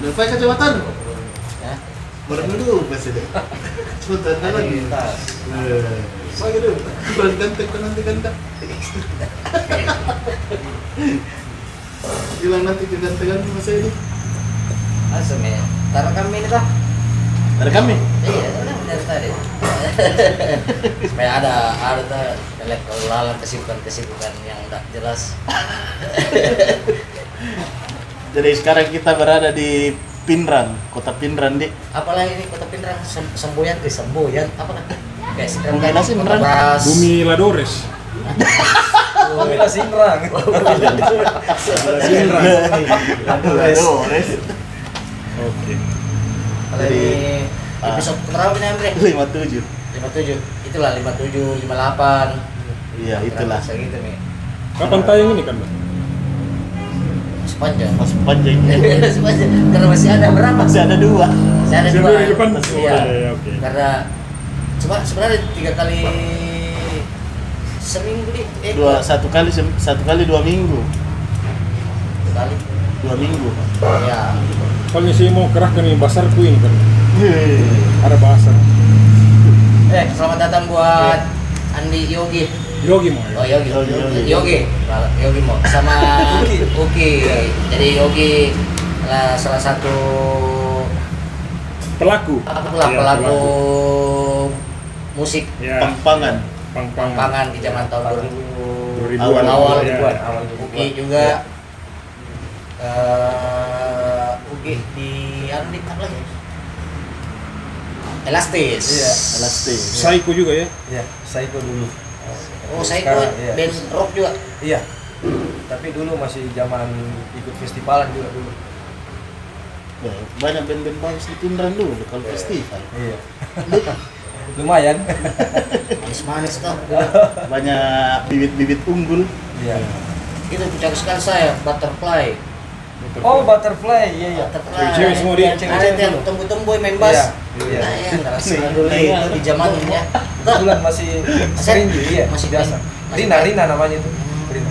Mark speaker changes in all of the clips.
Speaker 1: Lupa kacamata lu? Ya. Baru dulu lupa sih deh. Sebentar lagi. Wah gitu. Baru gantek kan nanti gantek. Hilang nanti kegantengan masa ini.
Speaker 2: Asam ya. Taruh kami ini lah.
Speaker 1: Ada kami.
Speaker 2: Iya, udah benar tadi. Supaya ada ada elek lalang kesibukan kesibukan yang tidak jelas.
Speaker 1: Jadi sekarang kita berada di Pinran, kota Pinran dek.
Speaker 2: Apalagi ini kota Pindrang sem semboyan ke semboyan apa lah? Kayak Sindrang
Speaker 1: Bumi nasi,
Speaker 2: Kota
Speaker 1: beneran.
Speaker 2: Beras.
Speaker 3: Bumi Ladores.
Speaker 2: Oh, iya.
Speaker 4: Kami lah sindrang. Sindrang.
Speaker 1: Ores.
Speaker 3: Oke.
Speaker 2: Kalau ini
Speaker 1: Ah.
Speaker 2: episode berapa ini Andre?
Speaker 1: Lima tujuh.
Speaker 2: 57. Itulah 57, 58.
Speaker 1: Iya itulah.
Speaker 2: Segitu nih.
Speaker 3: Kapan tayang ini kan, Bang?
Speaker 2: Sepanjang.
Speaker 1: Mas panjang.
Speaker 2: Sepanjang. Karena masih ada berapa?
Speaker 1: Masih ada dua.
Speaker 2: Masih ada
Speaker 3: Sudah
Speaker 2: dua.
Speaker 3: di depan.
Speaker 2: Iya.
Speaker 3: Oh, iya, oke.
Speaker 2: Karena cuma sebenarnya tiga kali seminggu di eh
Speaker 1: Dua satu kali sem- satu kali dua minggu.
Speaker 2: dua kali.
Speaker 1: Dua minggu.
Speaker 2: Iya.
Speaker 3: Soalnya sih mau kerah ke nih pasar Queen kan.
Speaker 1: Hei.
Speaker 3: Ada pasar.
Speaker 2: Eh, selamat datang buat Andi Yogi.
Speaker 3: Yogi mau.
Speaker 2: Oh
Speaker 3: ya?
Speaker 2: Yogi,
Speaker 1: Yogi, Yogi.
Speaker 2: Yogi, Yogi, Yogi mau sama Uki. Jadi Yogi lah salah satu
Speaker 3: Pelaku.
Speaker 2: apa lah
Speaker 3: Iya,
Speaker 2: pelaku musik
Speaker 1: Iya.
Speaker 3: Ya.
Speaker 1: Pampangan.
Speaker 3: Pang-pang.
Speaker 2: pangan di
Speaker 3: ya.
Speaker 2: zaman tahun 2000
Speaker 3: 2000-an.
Speaker 2: awal.
Speaker 3: Ya.
Speaker 4: Awal, awal. Ya.
Speaker 2: Uki juga eh Uki di anu di apa lagi? Elastis.
Speaker 4: Iya,
Speaker 1: Elastis.
Speaker 3: Saiko juga ya.
Speaker 4: Iya, Saiko dulu.
Speaker 2: Oh, saya ikut
Speaker 4: Sekarang, iya.
Speaker 2: band rock juga.
Speaker 4: Iya. Tapi dulu masih zaman ikut festivalan juga dulu.
Speaker 1: Wah, Ya, Banyak band-band bagus di Pinran dulu kalau festival.
Speaker 4: Iya. Lumayan.
Speaker 2: Manis-manis tuh.
Speaker 1: Banyak bibit-bibit unggul.
Speaker 4: Iya.
Speaker 2: Itu puncak sekali saya butterfly.
Speaker 4: Oh, butterfly. Iya, iya.
Speaker 2: Butterfly.
Speaker 3: Cewek-cewek semua dia,
Speaker 2: Ada
Speaker 4: cewek-cewek
Speaker 2: yang
Speaker 4: semua.
Speaker 2: tumbuh-tumbuh main bass.
Speaker 4: Iya.
Speaker 2: Nah,
Speaker 4: iya.
Speaker 2: ya, nggak rasa dulu itu di ya. zamannya.
Speaker 4: Kebetulan masih sering juga, iya.
Speaker 2: Masih
Speaker 4: biasa.
Speaker 2: main- masih
Speaker 4: Rina,
Speaker 2: main. Hmm.
Speaker 4: Rina namanya itu. Rina.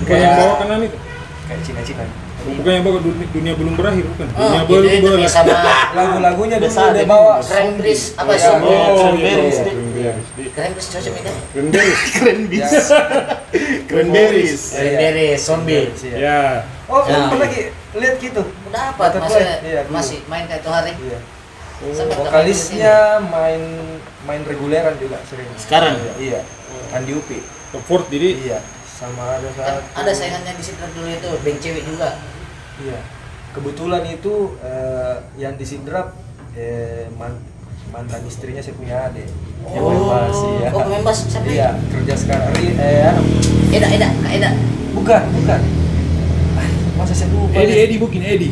Speaker 3: Bukan
Speaker 2: Iya.
Speaker 3: yang bawa kanan itu.
Speaker 4: Kayak Cina-Cina.
Speaker 2: Ah,
Speaker 3: Bukan yang bawa dunia, dunia belum berakhir bukan.
Speaker 2: Oh,
Speaker 3: Dunia
Speaker 2: gitu itu
Speaker 3: belum
Speaker 2: nih
Speaker 3: berakhir.
Speaker 2: sama
Speaker 4: Lagu-lagunya dulu
Speaker 1: Besar,
Speaker 4: dia
Speaker 1: jadi
Speaker 4: bawa
Speaker 1: besar.
Speaker 2: Cranberries apa
Speaker 4: Iya.
Speaker 2: sih?
Speaker 3: Oh,
Speaker 1: Cranberries, Dik.
Speaker 3: iya. Cranberries, Dik.
Speaker 2: Cranberries cocok itu.
Speaker 3: Cranberries.
Speaker 1: Cranberries. Cranberries.
Speaker 4: Iya, iya.
Speaker 2: Cranberries, zombie.
Speaker 4: Iya.
Speaker 3: Ya.
Speaker 4: Oh,
Speaker 2: Ya.
Speaker 4: pernah lagi lihat gitu.
Speaker 2: Udah dapat
Speaker 4: Butterfly,
Speaker 2: maksudnya
Speaker 4: iya, dulu.
Speaker 2: masih main kayak itu hari.
Speaker 4: Iya.
Speaker 2: Sempet
Speaker 4: Vokalisnya main main reguleran juga sering.
Speaker 1: Sekarang?
Speaker 4: Iya. Andi Upi.
Speaker 3: Top fourth jadi
Speaker 4: Iya. Sama ada
Speaker 2: Kan Oh.
Speaker 4: satu.
Speaker 2: ada saingannya di situ dulu itu band cewek juga.
Speaker 4: Iya. Kebetulan itu eh, yang disindrap eh, man- mantan istrinya saya punya adik. Yang main bass, iya.
Speaker 2: Oh, pemain bass siapa?
Speaker 4: Iya, kerja sekarang. Ri- Eh, anu,
Speaker 2: Eda, Eda, Kak Eda.
Speaker 4: bukan, bukan. Ah, Masa saya lupa.
Speaker 3: Edi
Speaker 4: nih?
Speaker 3: Edi bukin Edi.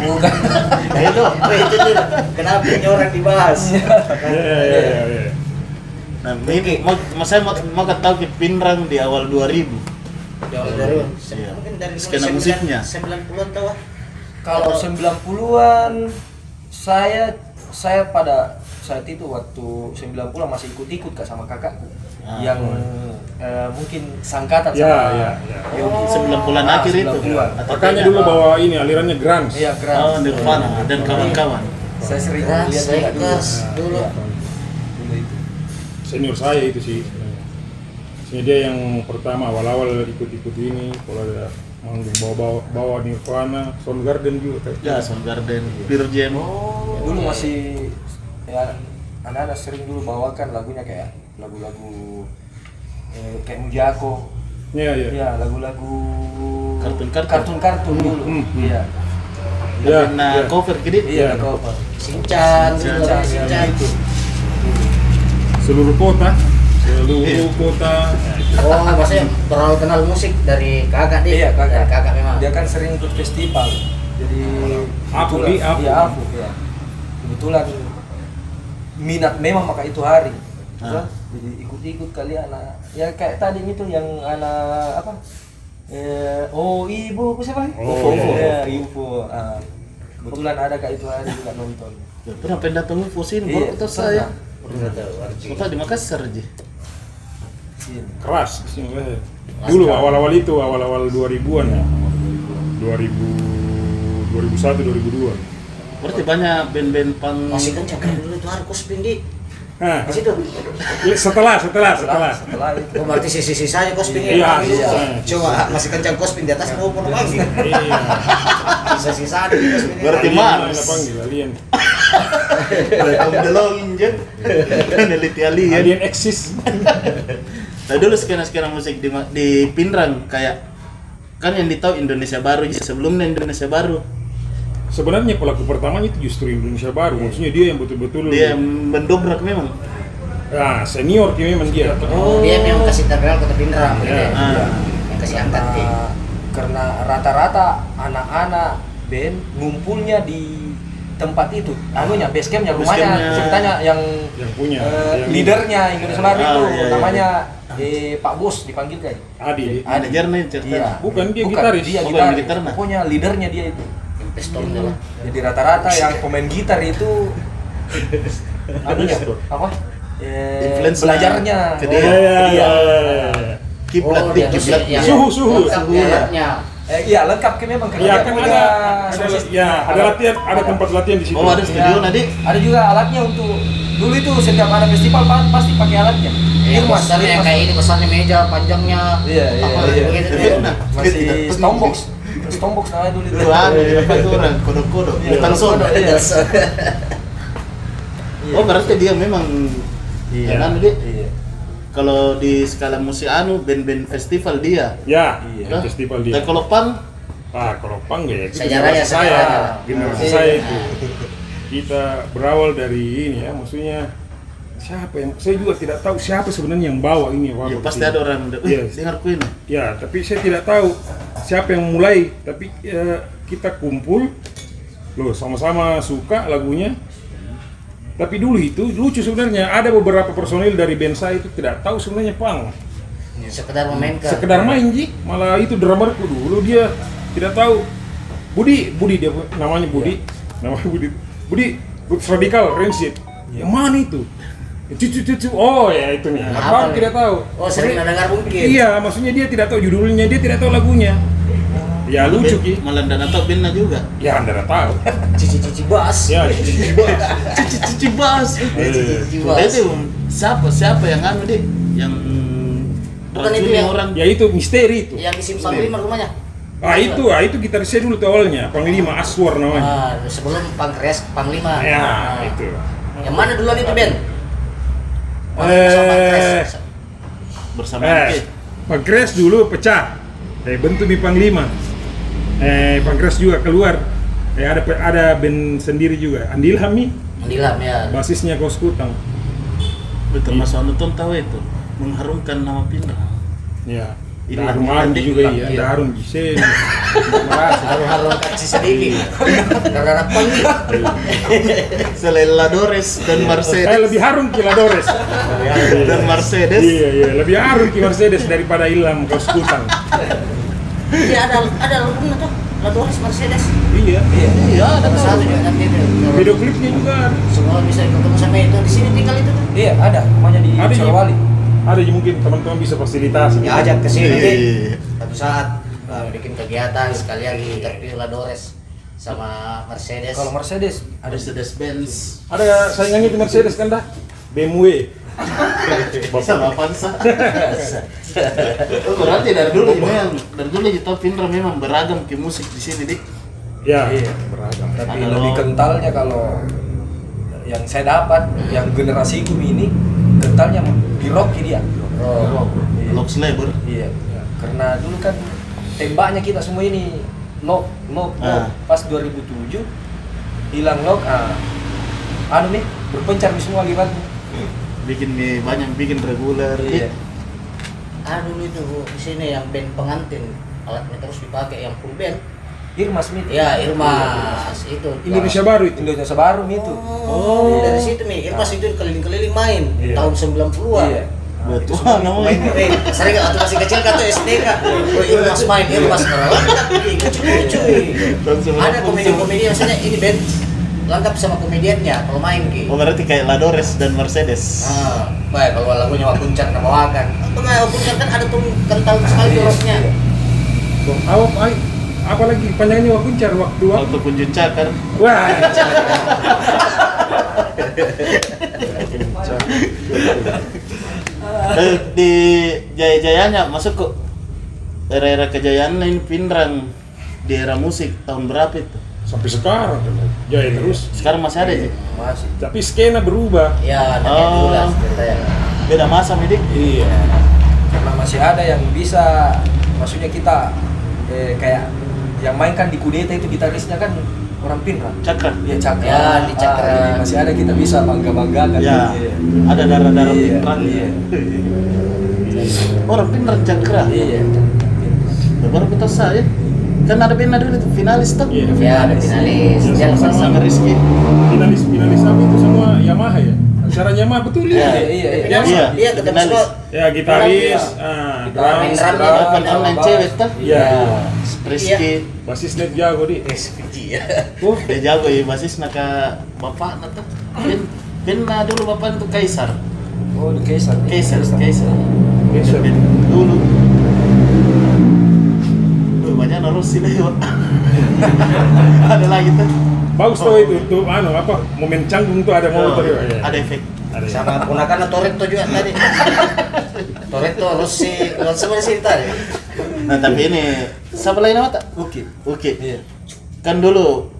Speaker 4: Bukan.
Speaker 2: Ya. Nah itu, weh, itu tuh. Kenapa ini orang dibahas?
Speaker 4: Iya.
Speaker 3: Ya ya ya. ya.
Speaker 1: Nah, ini mau, mau saya mau, mau ketahui ke Pinrang di awal 2000.
Speaker 2: Jauh dari
Speaker 1: Iya.
Speaker 2: mungkin dari
Speaker 1: Skena musiknya.
Speaker 2: 90-an tahu ah.
Speaker 4: Kalau 90-an saya saya pada saat itu waktu 90 masih ikut-ikut kak sama kakakku
Speaker 1: Ah.
Speaker 4: yang eh, mungkin sangkatan
Speaker 3: Ya,
Speaker 4: sama
Speaker 3: ya, ya.
Speaker 4: Yogi.
Speaker 1: 90-an Oh.
Speaker 4: Ah,
Speaker 1: akhir itu.
Speaker 4: 90-an.
Speaker 1: Atau
Speaker 3: Makanya dulu bawa ini alirannya grunge.
Speaker 4: Iya, keren.
Speaker 1: Oh, Nirvana dan kawan-kawan.
Speaker 4: Saya sering
Speaker 2: Keras,
Speaker 4: lihat juga dulu.
Speaker 2: keras dulu.
Speaker 4: Iya, dulu itu.
Speaker 3: Senior saya itu sih. Sini dia yang pertama awal-awal ikut-ikut ini, kalau ada manggung bawa-bawa bawa Nirvana, Soundgarden juga kayak. gitu.
Speaker 1: Ya, Soundgarden, Pearl Jam.
Speaker 2: Oh,
Speaker 4: Dulu masih ya anak-anak sering dulu bawakan lagunya kayak lagu-lagu eh, kayak Mujako.
Speaker 3: Iya, iya.
Speaker 4: Iya, lagu-lagu
Speaker 1: Kartun-kartun.
Speaker 4: kartun-kartun dulu.
Speaker 3: Hmm, hmm.
Speaker 4: Iya.
Speaker 3: Iya,
Speaker 1: Nah,
Speaker 3: iya.
Speaker 1: cover gede.
Speaker 4: Iya,
Speaker 3: Iya.
Speaker 4: kau apa?
Speaker 2: Kan Sinchan,
Speaker 1: Sinchan,
Speaker 2: dulu
Speaker 4: iya,
Speaker 2: Sinchan.
Speaker 4: gitu.
Speaker 3: seluruh kota,
Speaker 1: Iya.
Speaker 3: seluruh kota.
Speaker 2: Oh, maksudnya terlalu kenal musik dari kakak deh.
Speaker 4: Iya, kakak.
Speaker 2: Dari kakak memang.
Speaker 4: Dia kan sering ikut festival. Jadi
Speaker 3: Aku,
Speaker 4: kebetulan-
Speaker 3: Bi, aku.
Speaker 4: Iya, aku, iya. Kebetulan minat memang maka itu hari.
Speaker 1: Ah.
Speaker 4: Jadi ikut-ikut kali anak. Ya kayak tadi itu yang anak apa? Eh, oh ibu, aku siapa?
Speaker 3: Oh,
Speaker 4: Iya,
Speaker 3: Ufo.
Speaker 4: Ufo. Ah, kebetulan ada kak itu hari juga nonton.
Speaker 1: Ya, pernah pengen datang lu pusing, baru ketemu saya.
Speaker 4: Iya, pernah. Pernah.
Speaker 1: Kota di Makassar aja.
Speaker 4: Sini.
Speaker 3: keras Bismillah.
Speaker 1: kan?
Speaker 3: dulu awal-awal itu awal-awal 2000-an ya 2002 2001 2002
Speaker 1: Berarti banyak band-band pang
Speaker 2: masih kencang kan dulu itu harus pindi
Speaker 3: Hah,
Speaker 2: di situ
Speaker 3: Nah, ya, setelah setelah setelah
Speaker 4: setelah
Speaker 2: oh,
Speaker 4: itu
Speaker 2: berarti sisi sisanya kospin ya
Speaker 3: Iya, iya.
Speaker 2: coba masih kencang kospin di atas mau pun lagi
Speaker 3: iya
Speaker 2: sisa sisa di kospin ya.
Speaker 1: Berarti
Speaker 3: Alien,
Speaker 1: Mars.
Speaker 3: mana panggil alien
Speaker 1: Welcome the Longjong Neliti alien
Speaker 3: alien exist
Speaker 1: Nah dulu skena-skena musik di, di Pinrang kayak kan yang ditahu Indonesia Baru sebelumnya Indonesia Baru
Speaker 3: sebenarnya pelaku pertamanya itu justru Indonesia baru maksudnya dia yang betul-betul
Speaker 1: dia yang mendobrak memang
Speaker 3: nah senior dia memang dia
Speaker 1: Oh.
Speaker 2: dia yang kasih terkenal kota Pindrang
Speaker 3: Iya.
Speaker 2: gitu.
Speaker 1: ah,
Speaker 2: yang kasih angkat eh, dia
Speaker 4: karena, Eh, karena rata-rata anak-anak band ngumpulnya di tempat itu anunya base campnya
Speaker 1: Base
Speaker 4: rumahnya
Speaker 1: campnya.
Speaker 4: ceritanya yang
Speaker 3: yang punya
Speaker 4: eh,
Speaker 3: yang-
Speaker 4: leadernya Indonesia Baru
Speaker 1: Ah,
Speaker 4: itu
Speaker 1: iya, iya.
Speaker 4: namanya eh, Pak Bos dipanggil kayak
Speaker 3: Adi
Speaker 1: manajer nih cerita
Speaker 4: Iya.
Speaker 3: Bukan, dia
Speaker 4: Bukan,
Speaker 3: gitaris.
Speaker 4: dia
Speaker 1: Bukan, Iya.
Speaker 4: gitaris.
Speaker 1: gitar mah.
Speaker 4: pokoknya leadernya dia itu
Speaker 2: yang pistolnya
Speaker 3: Iya.
Speaker 2: lah
Speaker 4: jadi rata-rata yang pemain gitar itu
Speaker 1: Iya.
Speaker 4: anunya
Speaker 3: Pistol.
Speaker 4: apa Eh,
Speaker 1: Influence
Speaker 4: belajarnya
Speaker 1: ke
Speaker 4: Oh,
Speaker 1: dia.
Speaker 4: ke dia.
Speaker 3: Iya, iya, iya, iya.
Speaker 1: kiblat
Speaker 2: Oh,
Speaker 1: di
Speaker 2: dia tuh
Speaker 1: kiblat
Speaker 2: yang-
Speaker 3: Suhu, suhu.
Speaker 2: lengkap
Speaker 1: Suhu.
Speaker 2: ya, alatnya.
Speaker 4: Eh, iya lengkap kan memang karena
Speaker 3: Iya
Speaker 4: dia
Speaker 3: kan
Speaker 4: punya
Speaker 3: ada, ada,
Speaker 4: sosis.
Speaker 3: ya, ada latihan, ada tempat latihan di situ.
Speaker 1: oh ada studio
Speaker 4: Iya.
Speaker 1: tadi
Speaker 4: Ada juga alatnya untuk dulu itu setiap ada festival pa- pasti pakai alatnya.
Speaker 2: Yang besarnya Iya,
Speaker 4: Irmas,
Speaker 3: Iya.
Speaker 2: yang
Speaker 4: Irmas.
Speaker 2: kayak ini besarnya meja panjangnya
Speaker 4: Iya, iya,
Speaker 2: apa
Speaker 4: iya.
Speaker 2: begitu
Speaker 1: Iya.
Speaker 2: ya.
Speaker 1: Nah,
Speaker 4: masih
Speaker 1: Tidak peduli.
Speaker 4: Stombox. Stombox namanya dulu itu.
Speaker 1: dulu ada di depan tuh orang kodo-kodo
Speaker 4: Iya,
Speaker 1: Betang Son.
Speaker 4: kodo-kodo.
Speaker 2: Ada so-
Speaker 4: Iya.
Speaker 1: oh berarti dia memang
Speaker 4: Iya.
Speaker 1: yang anu dia
Speaker 4: Iya.
Speaker 1: kalau di skala musik anu band-band festival dia
Speaker 3: Ya,
Speaker 4: Iya.
Speaker 3: yang festival dia.
Speaker 1: Nah, kalau pang
Speaker 3: Ah, kalau pang ya itu
Speaker 2: Sejarahnya,
Speaker 3: generasi saya,
Speaker 2: sejarahnya.
Speaker 3: generasi
Speaker 4: Iya.
Speaker 3: saya itu. Kita berawal dari ini ya, maksudnya siapa yang saya juga tidak tahu siapa sebenarnya yang bawa
Speaker 1: ya
Speaker 3: ini waktu
Speaker 1: pasti
Speaker 3: itu.
Speaker 1: ada orang "Wih,
Speaker 3: Iya.
Speaker 1: dengar Queen
Speaker 3: Ya, tapi saya tidak tahu siapa yang mulai, tapi eh, kita kumpul loh sama-sama suka lagunya. Tapi dulu itu lucu sebenarnya ada beberapa personil dari band saya itu tidak tahu sebenarnya pang.
Speaker 2: eh, sekedar memainkan
Speaker 3: sekedar main Ji malah itu drummerku dulu dia tidak tahu Budi Budi dia namanya Budi
Speaker 2: Iya.
Speaker 3: namanya Budi Budi Budi Radikal Rancid yang mana itu cucu cucu oh ya itu nih
Speaker 2: Iya, Apa
Speaker 3: apa
Speaker 2: nih?
Speaker 3: tidak tahu
Speaker 2: Oh, sering
Speaker 3: Maksudnya-
Speaker 2: mendengar mungkin.
Speaker 3: iya maksudnya dia tidak tahu judulnya dia tidak tahu lagunya ya lucu ki
Speaker 1: malah dan atau Bena juga
Speaker 3: ya anda tidak tahu
Speaker 2: cici cici bas
Speaker 3: ya cici bas.
Speaker 1: cici cici bas
Speaker 2: cici
Speaker 3: Iya.
Speaker 1: Dia
Speaker 2: bas
Speaker 1: tuh siapa siapa yang anu deh yang
Speaker 2: Bukan itu
Speaker 1: racuni
Speaker 2: yang-
Speaker 1: orang
Speaker 3: ya itu misteri itu
Speaker 2: yang di simpang lima rumahnya
Speaker 3: Iya. ah itu ah itu gitaris saya dulu tuh awalnya panglima Aswar namanya
Speaker 2: Ah, sebelum pangkres panglima
Speaker 3: ya
Speaker 2: Nah,
Speaker 3: itu
Speaker 2: yang mana duluan itu Ben
Speaker 3: Eh.
Speaker 2: Pangkres.
Speaker 1: bersama
Speaker 3: Eh,
Speaker 1: Kit.
Speaker 3: Pankres dulu pecah. Eh, bentuk di Panglima. Eh, Pankres juga keluar. Eh, ada ada band sendiri juga. Andil Hami,
Speaker 2: Mendilam ya
Speaker 3: basisnya Kos Kutang.
Speaker 1: Betul
Speaker 3: Iya.
Speaker 1: Mas Anton tahu itu mengharumkan nama Pinrang.
Speaker 3: Ya.
Speaker 1: Ini
Speaker 3: Darum
Speaker 1: Andil
Speaker 3: Ardi juga
Speaker 1: Hami,
Speaker 3: iya,
Speaker 1: iya.
Speaker 3: Darum Gisen.
Speaker 2: haru-haru kaci sedikit karena panggil
Speaker 1: Selain Ladores dan
Speaker 3: Eh,
Speaker 1: Mercedes
Speaker 3: lebih harum Kiladores. Eh.
Speaker 1: dan Mercedes
Speaker 3: Iya, iya, lebih harum Ki Mercedes daripada Ilham Kos Kutang.
Speaker 2: iya ada ada lagunya tuh Ladoris Mercedes
Speaker 3: Iya.
Speaker 4: Iya.
Speaker 2: iya ada satu juga nanti itu
Speaker 3: Video klipnya juga ada.
Speaker 2: semua bisa ketemu sama itu di sini tinggal itu tuh
Speaker 4: Iya, ada rumahnya di
Speaker 3: Ada juga.
Speaker 4: Solowali.
Speaker 3: Ada juga mungkin teman-teman bisa fasilitasi.
Speaker 2: ya ajak ke sini nanti
Speaker 1: Iya.
Speaker 2: satu saat uh, bikin kegiatan sekalian interview Ladores sama Mercedes
Speaker 4: Kalau Mercedes
Speaker 1: ada Mercedes Benz
Speaker 3: Ada saingannya di Mercedes kan dah? BMW.
Speaker 1: sama Avanza. Oh, Berarti dari dulu memang dari dulu kita Pinrang memang beragam ke musik di sini dik.
Speaker 3: Ya.
Speaker 4: Iya.
Speaker 3: beragam.
Speaker 4: tapi
Speaker 1: Analog.
Speaker 4: lebih kentalnya kalau yang saya dapat yang generasi gue ini kentalnya di rock dia.
Speaker 2: Rock.
Speaker 4: Iya.
Speaker 1: Lox Labor.
Speaker 4: Iya. Karena dulu kan tembaknya kita semua ini lock, lock, lock.
Speaker 1: Ah.
Speaker 4: Pas 2007 hilang lock, ah, anu nih berpencar di semua alirannya.
Speaker 1: Bikin nih banyak bikin reguler.
Speaker 4: Iya.
Speaker 2: ah dulu itu Bu, di sini yang band pengantin alatnya terus dipakai yang full band
Speaker 4: Irma Smith.
Speaker 2: ya
Speaker 4: Irma
Speaker 2: Irmas itu
Speaker 3: Indonesia baru itu.
Speaker 4: Indonesia baru itu.
Speaker 2: oh dari situ nih Irmas itu keliling-keliling main
Speaker 4: Iya.
Speaker 2: tahun 90-an
Speaker 4: Iya.
Speaker 1: Buat
Speaker 4: Itu
Speaker 1: wah namanya.
Speaker 2: Eh, sering waktu masih kecil kan tuh SD kak oh, Irmas main Irmas lengkap kan? ih, lucu-lucu ih.
Speaker 1: Tahun
Speaker 2: ada
Speaker 1: 90.
Speaker 2: komedi-komedi maksudnya ini band lengkap sama komediannya kalau main ki
Speaker 1: Oh berarti kayak Ladores dan Mercedes.
Speaker 2: Ah, baik kalau lagunya Wakuncar nama Nah, Wakan. Tengah Wakuncar kan ada tuh kental sekali
Speaker 4: Iya.
Speaker 2: dorosnya.
Speaker 3: Awak ay, apalagi panjangnya wakuncar waktu waktu
Speaker 1: waktu punjunca kan
Speaker 3: Wah,
Speaker 1: Eh, di jaya-jayanya masuk ke era-era kejayaan lain Pindrang di era musik tahun berapa itu
Speaker 3: sampai sekarang jaya terus.
Speaker 1: sekarang masih ada sih
Speaker 2: masih
Speaker 3: Tapi skena berubah.
Speaker 2: ya ada yang dulu lah
Speaker 1: Oh.
Speaker 2: cerita yang
Speaker 1: beda masa midik
Speaker 3: Iya.
Speaker 4: karena masih ada yang bisa maksudnya kita eh, kayak yang main kan di kudeta itu gitarisnya kan orang pinrang
Speaker 1: cakra
Speaker 4: dia cakra
Speaker 2: Ya, di cakra.
Speaker 4: jadi masih ada kita bisa bangga banggakan
Speaker 1: ya ada darah-darah
Speaker 4: Iya,
Speaker 1: Pindrang
Speaker 4: iya.
Speaker 3: Iya.
Speaker 1: orang Pindrang cakra
Speaker 4: iya
Speaker 1: Ya, baru kita saya kan ada Pina dulu tuh finalis tuh
Speaker 3: Iya.
Speaker 2: ya ada finalis
Speaker 3: Iya,
Speaker 2: yang
Speaker 3: sama-sama.
Speaker 1: sama Rizky
Speaker 3: Finalis finalis apa itu semua Yamaha ya. Acara Yamaha betul
Speaker 4: iya
Speaker 3: ya.
Speaker 4: iya iya
Speaker 2: Iya.
Speaker 1: iya
Speaker 2: Iya, ketemu
Speaker 1: finalis.
Speaker 2: sekolah.
Speaker 3: Ya gitaris, ah, drums,
Speaker 2: Drum,
Speaker 3: drum.
Speaker 1: drum. Open online cewek tuh.
Speaker 3: Iya.
Speaker 1: Rizky
Speaker 3: Basis net jago di.
Speaker 4: Eh,
Speaker 2: SPG ya
Speaker 3: Oh,
Speaker 1: dia jago ya basis naka bapak nata Pin Pina dulu bapak itu kaisar
Speaker 4: oh di kaisar
Speaker 1: Kaisar, Kaisar.
Speaker 3: Kaisar.
Speaker 1: Dulu. Duh, banyak naruh sih deh. Ada lagi tuh.
Speaker 3: bagus tau itu tuh anu apa momen canggung tuh ada
Speaker 4: Oh,
Speaker 3: mau tuh.
Speaker 4: iya,
Speaker 1: Oh, iya. Ada efek.
Speaker 3: Ada ya.
Speaker 2: sama ponakan Toretto juga tadi Toretto Rossi kalau semua sih tadi
Speaker 1: Nah, tapi ini siapa lagi nama tak?
Speaker 4: bukit
Speaker 1: Oke.
Speaker 4: iya
Speaker 1: Kan dulu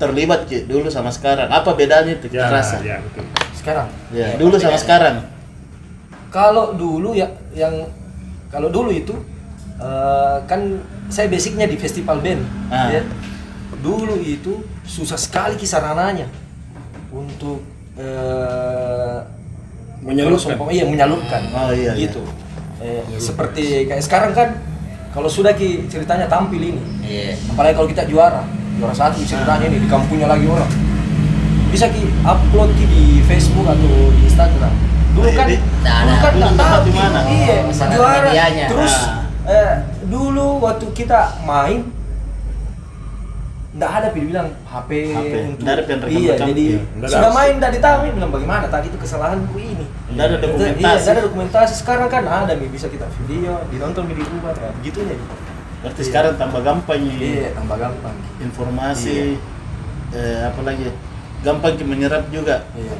Speaker 1: terlibat Ki, dulu sama sekarang. Apa bedanya itu
Speaker 3: Ya,
Speaker 4: Iya,
Speaker 1: terasa?
Speaker 3: ya, betul.
Speaker 4: sekarang
Speaker 1: Ya, dulu sama sekarang.
Speaker 4: Kalau dulu ya yang kalau dulu itu eh, kan saya basicnya di festival band.
Speaker 1: Ah.
Speaker 4: ya. Dulu itu susah sekali kisarannya untuk eh,
Speaker 3: Menyalurkan.
Speaker 4: kalau seumpama- iya menyalurkan.
Speaker 1: Oh, iya, iya.
Speaker 4: Gitu. Eh, seperti kayak sekarang kan kalau sudah ki ceritanya tampil ini,
Speaker 2: iya
Speaker 4: apalagi kalau kita juara, juara satu ceritanya ini di kampungnya lagi orang. Bisa ki upload ki di Facebook atau di Instagram. Dulu kan
Speaker 1: Jadi,
Speaker 2: Nah,
Speaker 4: dulu
Speaker 2: nah,
Speaker 4: kan
Speaker 1: dulu
Speaker 4: nggak
Speaker 1: tempat
Speaker 4: tahu
Speaker 1: di mana?
Speaker 4: Iya,
Speaker 2: Oh, sana ada
Speaker 4: juara.
Speaker 2: medianya.
Speaker 4: Terus
Speaker 1: Nah.
Speaker 4: eh, dulu waktu kita main nggak ada pilih bilang HP,
Speaker 1: HP.
Speaker 4: untuk
Speaker 1: Nggak ada pilihan rekam-
Speaker 4: iya
Speaker 1: rekam.
Speaker 4: jadi
Speaker 1: Iya,
Speaker 3: nggak ada
Speaker 4: sudah
Speaker 3: opsi.
Speaker 4: main dari tahu ini bilang bagaimana tadi itu kesalahanku ini
Speaker 1: Nggak ada dokumentasi.
Speaker 4: iya, nggak ada dokumentasi sekarang kan ada nih bisa kita video dinonton di rumah kayak gitu ya
Speaker 1: Berarti
Speaker 4: Iya.
Speaker 1: sekarang tambah gampang ya.
Speaker 4: iya tambah gampang
Speaker 1: Informasi eh, apa lagi? Gampang Ki, menyerap juga.
Speaker 4: iya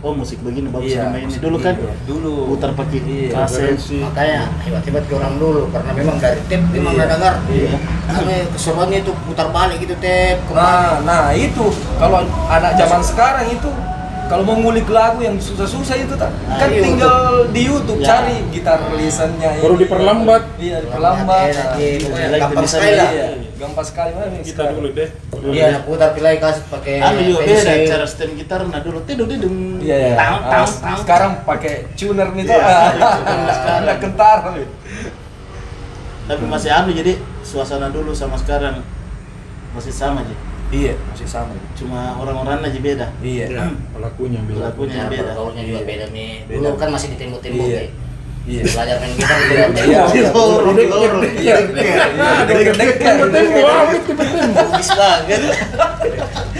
Speaker 1: Oh, musik begini bagus
Speaker 4: Iya,
Speaker 1: sama ini.
Speaker 4: musik
Speaker 1: Dulu kan
Speaker 4: iya. Dulu.
Speaker 1: putar pakai
Speaker 4: Iya.
Speaker 1: kaset.
Speaker 3: Referensi.
Speaker 2: makanya hebat-hebat ke orang dulu karena memang dari tape memang
Speaker 4: Iya.
Speaker 2: nggak dengar
Speaker 1: Iya.
Speaker 2: tapi keseruannya itu putar balik gitu tape kemana
Speaker 4: Nah, nah itu kalau anak zaman sekarang itu kalau mau ngulik lagu yang susah-susah itu tak,
Speaker 1: Nah,
Speaker 4: kan
Speaker 1: di
Speaker 4: tinggal di YouTube
Speaker 1: Ya.
Speaker 4: cari gitar lisannya
Speaker 3: Baru diperlambat.
Speaker 4: Iya, diperlambat.
Speaker 2: Enak, iya, pokoknya
Speaker 1: Jelek
Speaker 2: gampang
Speaker 1: bisa
Speaker 2: sekali
Speaker 1: dilihat.
Speaker 2: lah
Speaker 4: Iya, gampang sekali mana ini
Speaker 3: Kita dulu deh.
Speaker 1: kan?
Speaker 2: iya nak putar pilih kaset pakai
Speaker 1: Anu juga
Speaker 2: pensil.
Speaker 1: beda cara stand gitar nah dulu tidur di dung
Speaker 4: Iya, iya.
Speaker 1: tang
Speaker 4: Ah,
Speaker 1: tang tang.
Speaker 4: sekarang pakai tuner nih tuh.
Speaker 1: Iya,
Speaker 4: Ah, Anak kentar.
Speaker 1: tapi masih anu jadi suasana dulu sama sekarang masih sama aja.
Speaker 4: Iya, masih sama.
Speaker 1: Cuma orang-orang aja beda.
Speaker 4: Iya.
Speaker 3: Ya, pelakunya beda.
Speaker 1: Pelakunya
Speaker 2: Nah,
Speaker 1: beda.
Speaker 2: pergaulannya juga beda nih
Speaker 4: Beda.
Speaker 2: dulu kan masih di tembok-tembok
Speaker 4: Iya.
Speaker 2: ya
Speaker 4: Iya.
Speaker 2: belajar main gitar di
Speaker 4: Iya.
Speaker 2: tembok
Speaker 1: Loro, loro.
Speaker 4: Iya.
Speaker 3: Ah,
Speaker 4: Deker-deker.
Speaker 3: Ketemu, wah, ketemu.
Speaker 2: bagus banget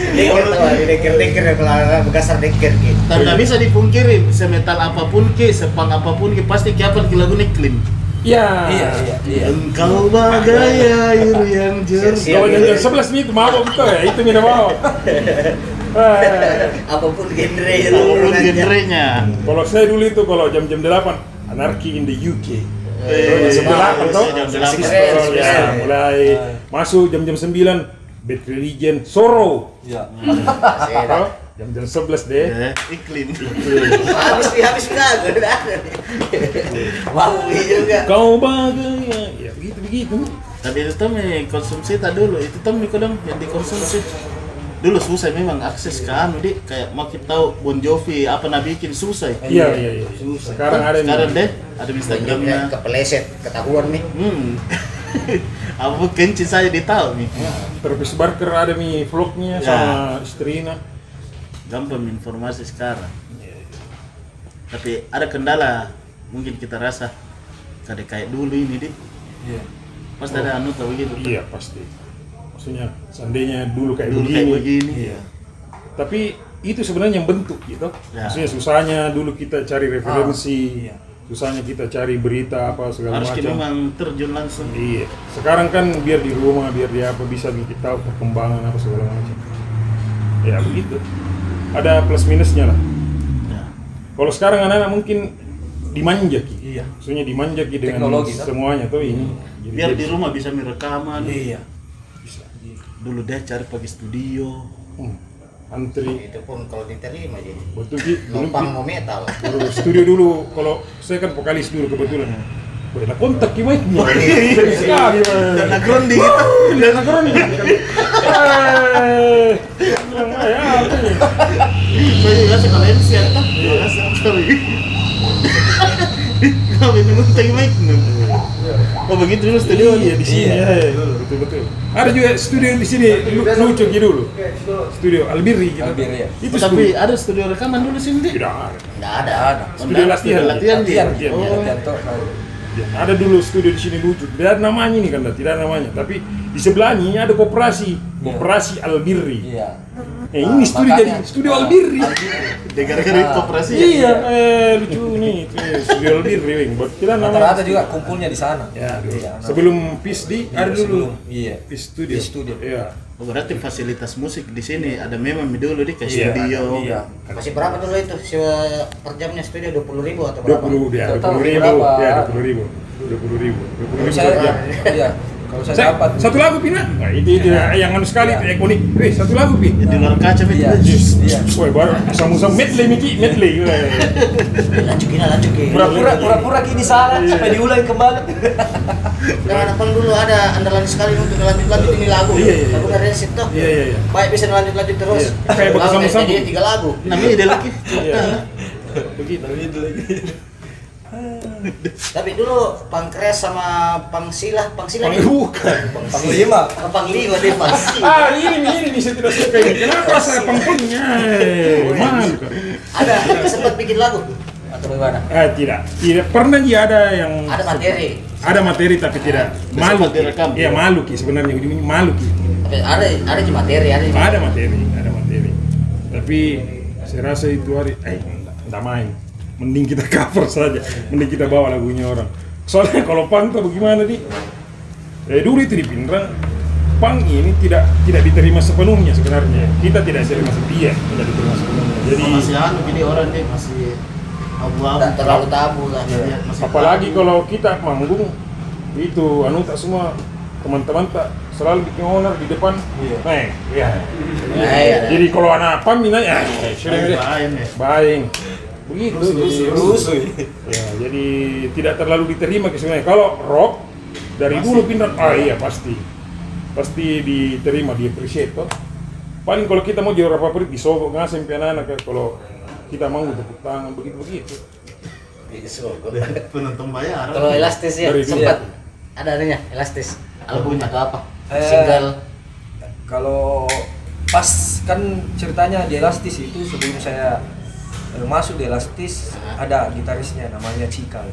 Speaker 2: deker tuh deker deker ya kalau bekasar deker gitu
Speaker 1: Tapi nggak bisa dipungkiri semetal apapun ki, sepang apapun ki pasti kiapan ki lagu niklim.
Speaker 3: Ya.
Speaker 4: Iya, iya, iya.
Speaker 1: Engkau bagai air yang jernih.
Speaker 4: Iya,
Speaker 3: Kalau yang sebelas nih itu mabok betul ya, itu minum mabok. Wah.
Speaker 2: apapun genre ya
Speaker 1: Apapun genrenya.
Speaker 3: Kalau saya dulu itu kalau jam-jam 8 anarki in the UK.
Speaker 1: Eh,
Speaker 3: Jam 8 toh.
Speaker 1: jam Iya,
Speaker 2: Masih
Speaker 3: Pistol,
Speaker 2: keren, masih
Speaker 3: ya,
Speaker 2: keren.
Speaker 3: mulai masuk jam-jam 9 Bad Religion, Sorrow.
Speaker 4: Iya.
Speaker 3: Atau jam-jam 11 deh.
Speaker 1: Eh, Iklim.
Speaker 2: habis habis enggak udah wow
Speaker 1: Iya.
Speaker 2: juga
Speaker 3: Kau bagai ya begitu begitu.
Speaker 1: Tapi itu tuh mi konsumsi tak dulu, itu tuh mi kodong yang dikonsumsi dulu susah memang akses ke anu di kayak mau kita tahu Bon Jovi apa nabi bikin susah ya.
Speaker 3: Iya iya iya. Sekarang ada Iya,
Speaker 1: sekarang
Speaker 3: nih.
Speaker 1: deh ada Instagramnya
Speaker 2: Jamnya kepeleset ketahuan nih
Speaker 1: hmm apa kencing saya ditahu nih
Speaker 3: Travis Barker ada mi
Speaker 1: Ya.
Speaker 3: vlognya sama istrina.
Speaker 1: gampang informasi sekarang tapi ada kendala mungkin kita rasa kada kayak dulu ini deh
Speaker 4: Iya.
Speaker 1: pas ada anu tahu gitu
Speaker 3: Iya pasti. Maksudnya seandainya dulu kayak
Speaker 1: dulu kayak
Speaker 3: begini. Iya,
Speaker 1: begini
Speaker 4: iya.
Speaker 3: Tapi itu sebenarnya yang bentuk gitu.
Speaker 1: Ya. Ah,
Speaker 3: Maksudnya susahnya dulu kita cari referensi.
Speaker 4: iya.
Speaker 3: susahnya kita cari berita apa segala
Speaker 1: harus kita
Speaker 3: macam
Speaker 1: memang terjun langsung
Speaker 3: iya sekarang kan biar di rumah biar dia apa bisa bikin tahu perkembangan apa segala macam ya begitu ada plus minusnya lah
Speaker 1: Ya.
Speaker 3: Iya, kalau sekarang anak-anak mungkin dimanjaki
Speaker 4: Iya.
Speaker 3: maksudnya dimanjaki dengan
Speaker 4: Teknologi, kan?
Speaker 3: semuanya tuh ini Jadi
Speaker 1: biar
Speaker 3: dia
Speaker 1: di rumah bisa merekaman
Speaker 4: Iya.
Speaker 1: dulu dia cari pagi studio
Speaker 3: Hmm, antri
Speaker 2: itu pun kalau diterima jadi Hmm.
Speaker 3: betul Ki. Dulu
Speaker 2: numpang
Speaker 3: Ki.
Speaker 2: mau metal
Speaker 3: Dulu studio dulu kalau saya kan vokalis dulu kebetulan Wah, enak kontak gimana?
Speaker 1: Iya.
Speaker 3: Sekali, Mas.
Speaker 1: dan grounding kita
Speaker 3: Lihat aku nih. Eh, bilang, "Eh, apa ini?"
Speaker 1: saya juga sekalian siapa ya sorry kami nunggu tadi mic oh begitu dulu studio
Speaker 3: Iya di sini.
Speaker 4: Iya.
Speaker 3: eh, Betul betul. Ada juga studio di sini lu- lucu gitu dulu. Studio Albirri gitu.
Speaker 4: Albirri, ya.
Speaker 3: Itu
Speaker 1: tapi
Speaker 3: tapi
Speaker 1: ada studio rekaman dulu sih Dik?
Speaker 3: tidak ada.
Speaker 2: nggak ada
Speaker 3: Studio
Speaker 1: Ada
Speaker 3: latihan.
Speaker 1: latihan Dik?
Speaker 3: Latihan.
Speaker 1: Oh.
Speaker 4: Latihan tuh. iya.
Speaker 3: Ya, ada dulu studio di sini lucu. Tidak ada namanya ini kan, tidak ada namanya. Tapi di sebelahnya ada koperasi, koperasi Albirri.
Speaker 4: Iya.
Speaker 3: Eh, ini
Speaker 4: Nah,
Speaker 3: studio
Speaker 4: makanya,
Speaker 3: jadi studio
Speaker 4: ah,
Speaker 3: Albirri.
Speaker 1: Dia gara-gara itu operasi ya?
Speaker 3: Iya, eh lucu nih, itu ya, studio Albirri. Weng. Buat kita
Speaker 4: Rata-rata
Speaker 3: namanya.
Speaker 4: juga kumpulnya di sana.
Speaker 3: Ya, dulu.
Speaker 4: Iya.
Speaker 3: sebelum PISD
Speaker 4: Iya,
Speaker 3: ada dulu
Speaker 4: sebelum, Iya.
Speaker 3: Peace Studio.
Speaker 4: Peace Studio.
Speaker 3: Iya.
Speaker 1: Oh, berarti fasilitas musik di sini ada memang dulu di kayak
Speaker 3: Iya,
Speaker 1: studio
Speaker 4: Iya.
Speaker 2: masih berapa dulu itu se- per jamnya studio dua puluh ribu atau
Speaker 3: Dua
Speaker 2: berapa
Speaker 3: puluh ya, dua
Speaker 4: Total
Speaker 3: puluh ribu,
Speaker 4: berapa?
Speaker 3: ya dua puluh ribu, dua puluh ribu, dua puluh ribu
Speaker 4: Kalau saya,
Speaker 3: setiap.
Speaker 4: iya. Kalau saya
Speaker 3: Saya-
Speaker 4: dapat. Iya.
Speaker 3: satu lagu pina? Nah, itu itu yang anu sekali itu ikonik. Wih, satu lagu
Speaker 1: Ya,
Speaker 3: pina.
Speaker 1: di luar kaca itu
Speaker 4: Iya. Iya.
Speaker 3: Woi, baru sama-sama medley Miki, medley. Iya, Weh.
Speaker 2: lanjutin lanjutin
Speaker 4: Pura-pura, pura-pura kini salah supaya diulang kembali.
Speaker 2: Nah, anak pang dulu ada andalan sekali untuk lanjut-lanjut ini lagu.
Speaker 3: Iya, iya, iya.
Speaker 2: Lagu dari situ.
Speaker 3: Iya, iya, iya.
Speaker 2: Baik bisa lanjut-lanjut terus.
Speaker 3: Iya. Kayak
Speaker 2: Lagu
Speaker 3: bersama-sama.
Speaker 2: kayak jadi tiga lagu.
Speaker 1: namanya dia lagi
Speaker 3: Iya.
Speaker 4: Begitu. Begitu lagi.
Speaker 2: Tapi dulu Pangkres sama Pangsilah, Pangsilah.
Speaker 3: Pang- bukan.
Speaker 4: Iya. Panglima.
Speaker 2: Ke Panglima deh Mas.
Speaker 3: Ah, ini ini ini saya tidak suka ini. Kenapa saya Eh,
Speaker 4: Iya,
Speaker 3: pengpunya? Malu. kan?
Speaker 2: Ada sempat bikin lagu.
Speaker 4: Atau bagaimana?
Speaker 3: Eh, tidak. Tidak pernah dia ada yang
Speaker 2: Ada materi.
Speaker 3: ada materi tapi tidak
Speaker 1: Bisa
Speaker 3: malu. Ki.
Speaker 1: direkam.
Speaker 3: Iya, malu Ki sebenarnya ujungnya malu Ki.
Speaker 2: Tapi ada ada di materi, ada di
Speaker 3: Nggak ada materi, nggak ada materi. Tapi saya rasa itu hari, eh, nggak nggak main. Mending kita cover saja, mending kita bawa lagunya orang. Soalnya kalau pang tuh bagaimana nih? Eh, dulu itu di Pindrang, pang ini tidak tidak diterima sepenuhnya sebenarnya. Kita tidak diterima setia, tidak diterima sepenuhnya. Jadi
Speaker 1: masih anu jadi orang dia masih abu-abu
Speaker 2: Nggak terlalu tabu lah.
Speaker 1: Iya, masih
Speaker 3: apalagi
Speaker 1: tabu.
Speaker 3: kalau kita manggung itu anu tak semua teman-teman tak selalu bikin owner di depan.
Speaker 4: Iya.
Speaker 3: Eh, iya.
Speaker 2: Iya, iya.
Speaker 3: Jadi kalau anak pam ini, eh, sudah
Speaker 1: Main
Speaker 3: sudah.
Speaker 1: main ya
Speaker 3: Baik. Begitu. jadi- Ya, jadi tidak terlalu diterima sebenarnya. Kalau rock dari
Speaker 1: Masih.
Speaker 3: dulu pindah ah iya pasti. Pasti diterima, di appreciate toh. Paling kalau kita mau juara favorit di Solo nggak sampai anak-anak ya. kalau kita mau tepuk tangan begitu begitu.
Speaker 1: penonton bayaran
Speaker 2: Kalau elastis ya
Speaker 3: Dari dulu.
Speaker 2: sempat ada adanya elastis. Album
Speaker 1: Albumnya.
Speaker 2: atau apa?
Speaker 4: Eh,
Speaker 2: Single.
Speaker 4: Kalau pas kan ceritanya di Elastis itu sebelum saya eh, masuk di Elastis ada gitarisnya namanya Cikal.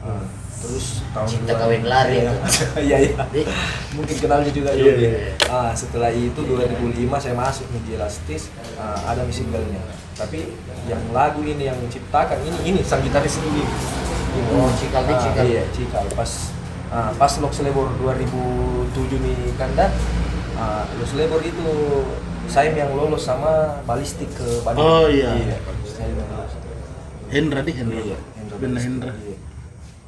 Speaker 4: Ah, terus tahun
Speaker 2: Cinta
Speaker 4: 2000
Speaker 2: kawin lari
Speaker 4: Iya,
Speaker 2: itu.
Speaker 4: Iya iya.
Speaker 2: Jadi,
Speaker 4: Mungkin kenalnya juga
Speaker 3: Iya,
Speaker 4: Yogi.
Speaker 3: iya,
Speaker 4: Ah, setelah itu
Speaker 2: iya.
Speaker 4: 2005 saya masuk nih di Elastis ah, ada singlenya. Tapi yang lagu ini yang menciptakan ini ini sang gitaris ini.
Speaker 2: Oh, Cikal nih,
Speaker 4: Ah,
Speaker 2: Cikal.
Speaker 4: Iya, Cikal pas ah, pas Los Lebor 2007 nih Kanda kan ah, Los Lebor itu saya yang lolos sama balistik ke
Speaker 1: Oh,
Speaker 4: Bandung.
Speaker 1: iya.
Speaker 4: Saim yang lolos.
Speaker 1: Hendra di Hendra
Speaker 4: Iya,
Speaker 1: benar Hendra
Speaker 4: Iya.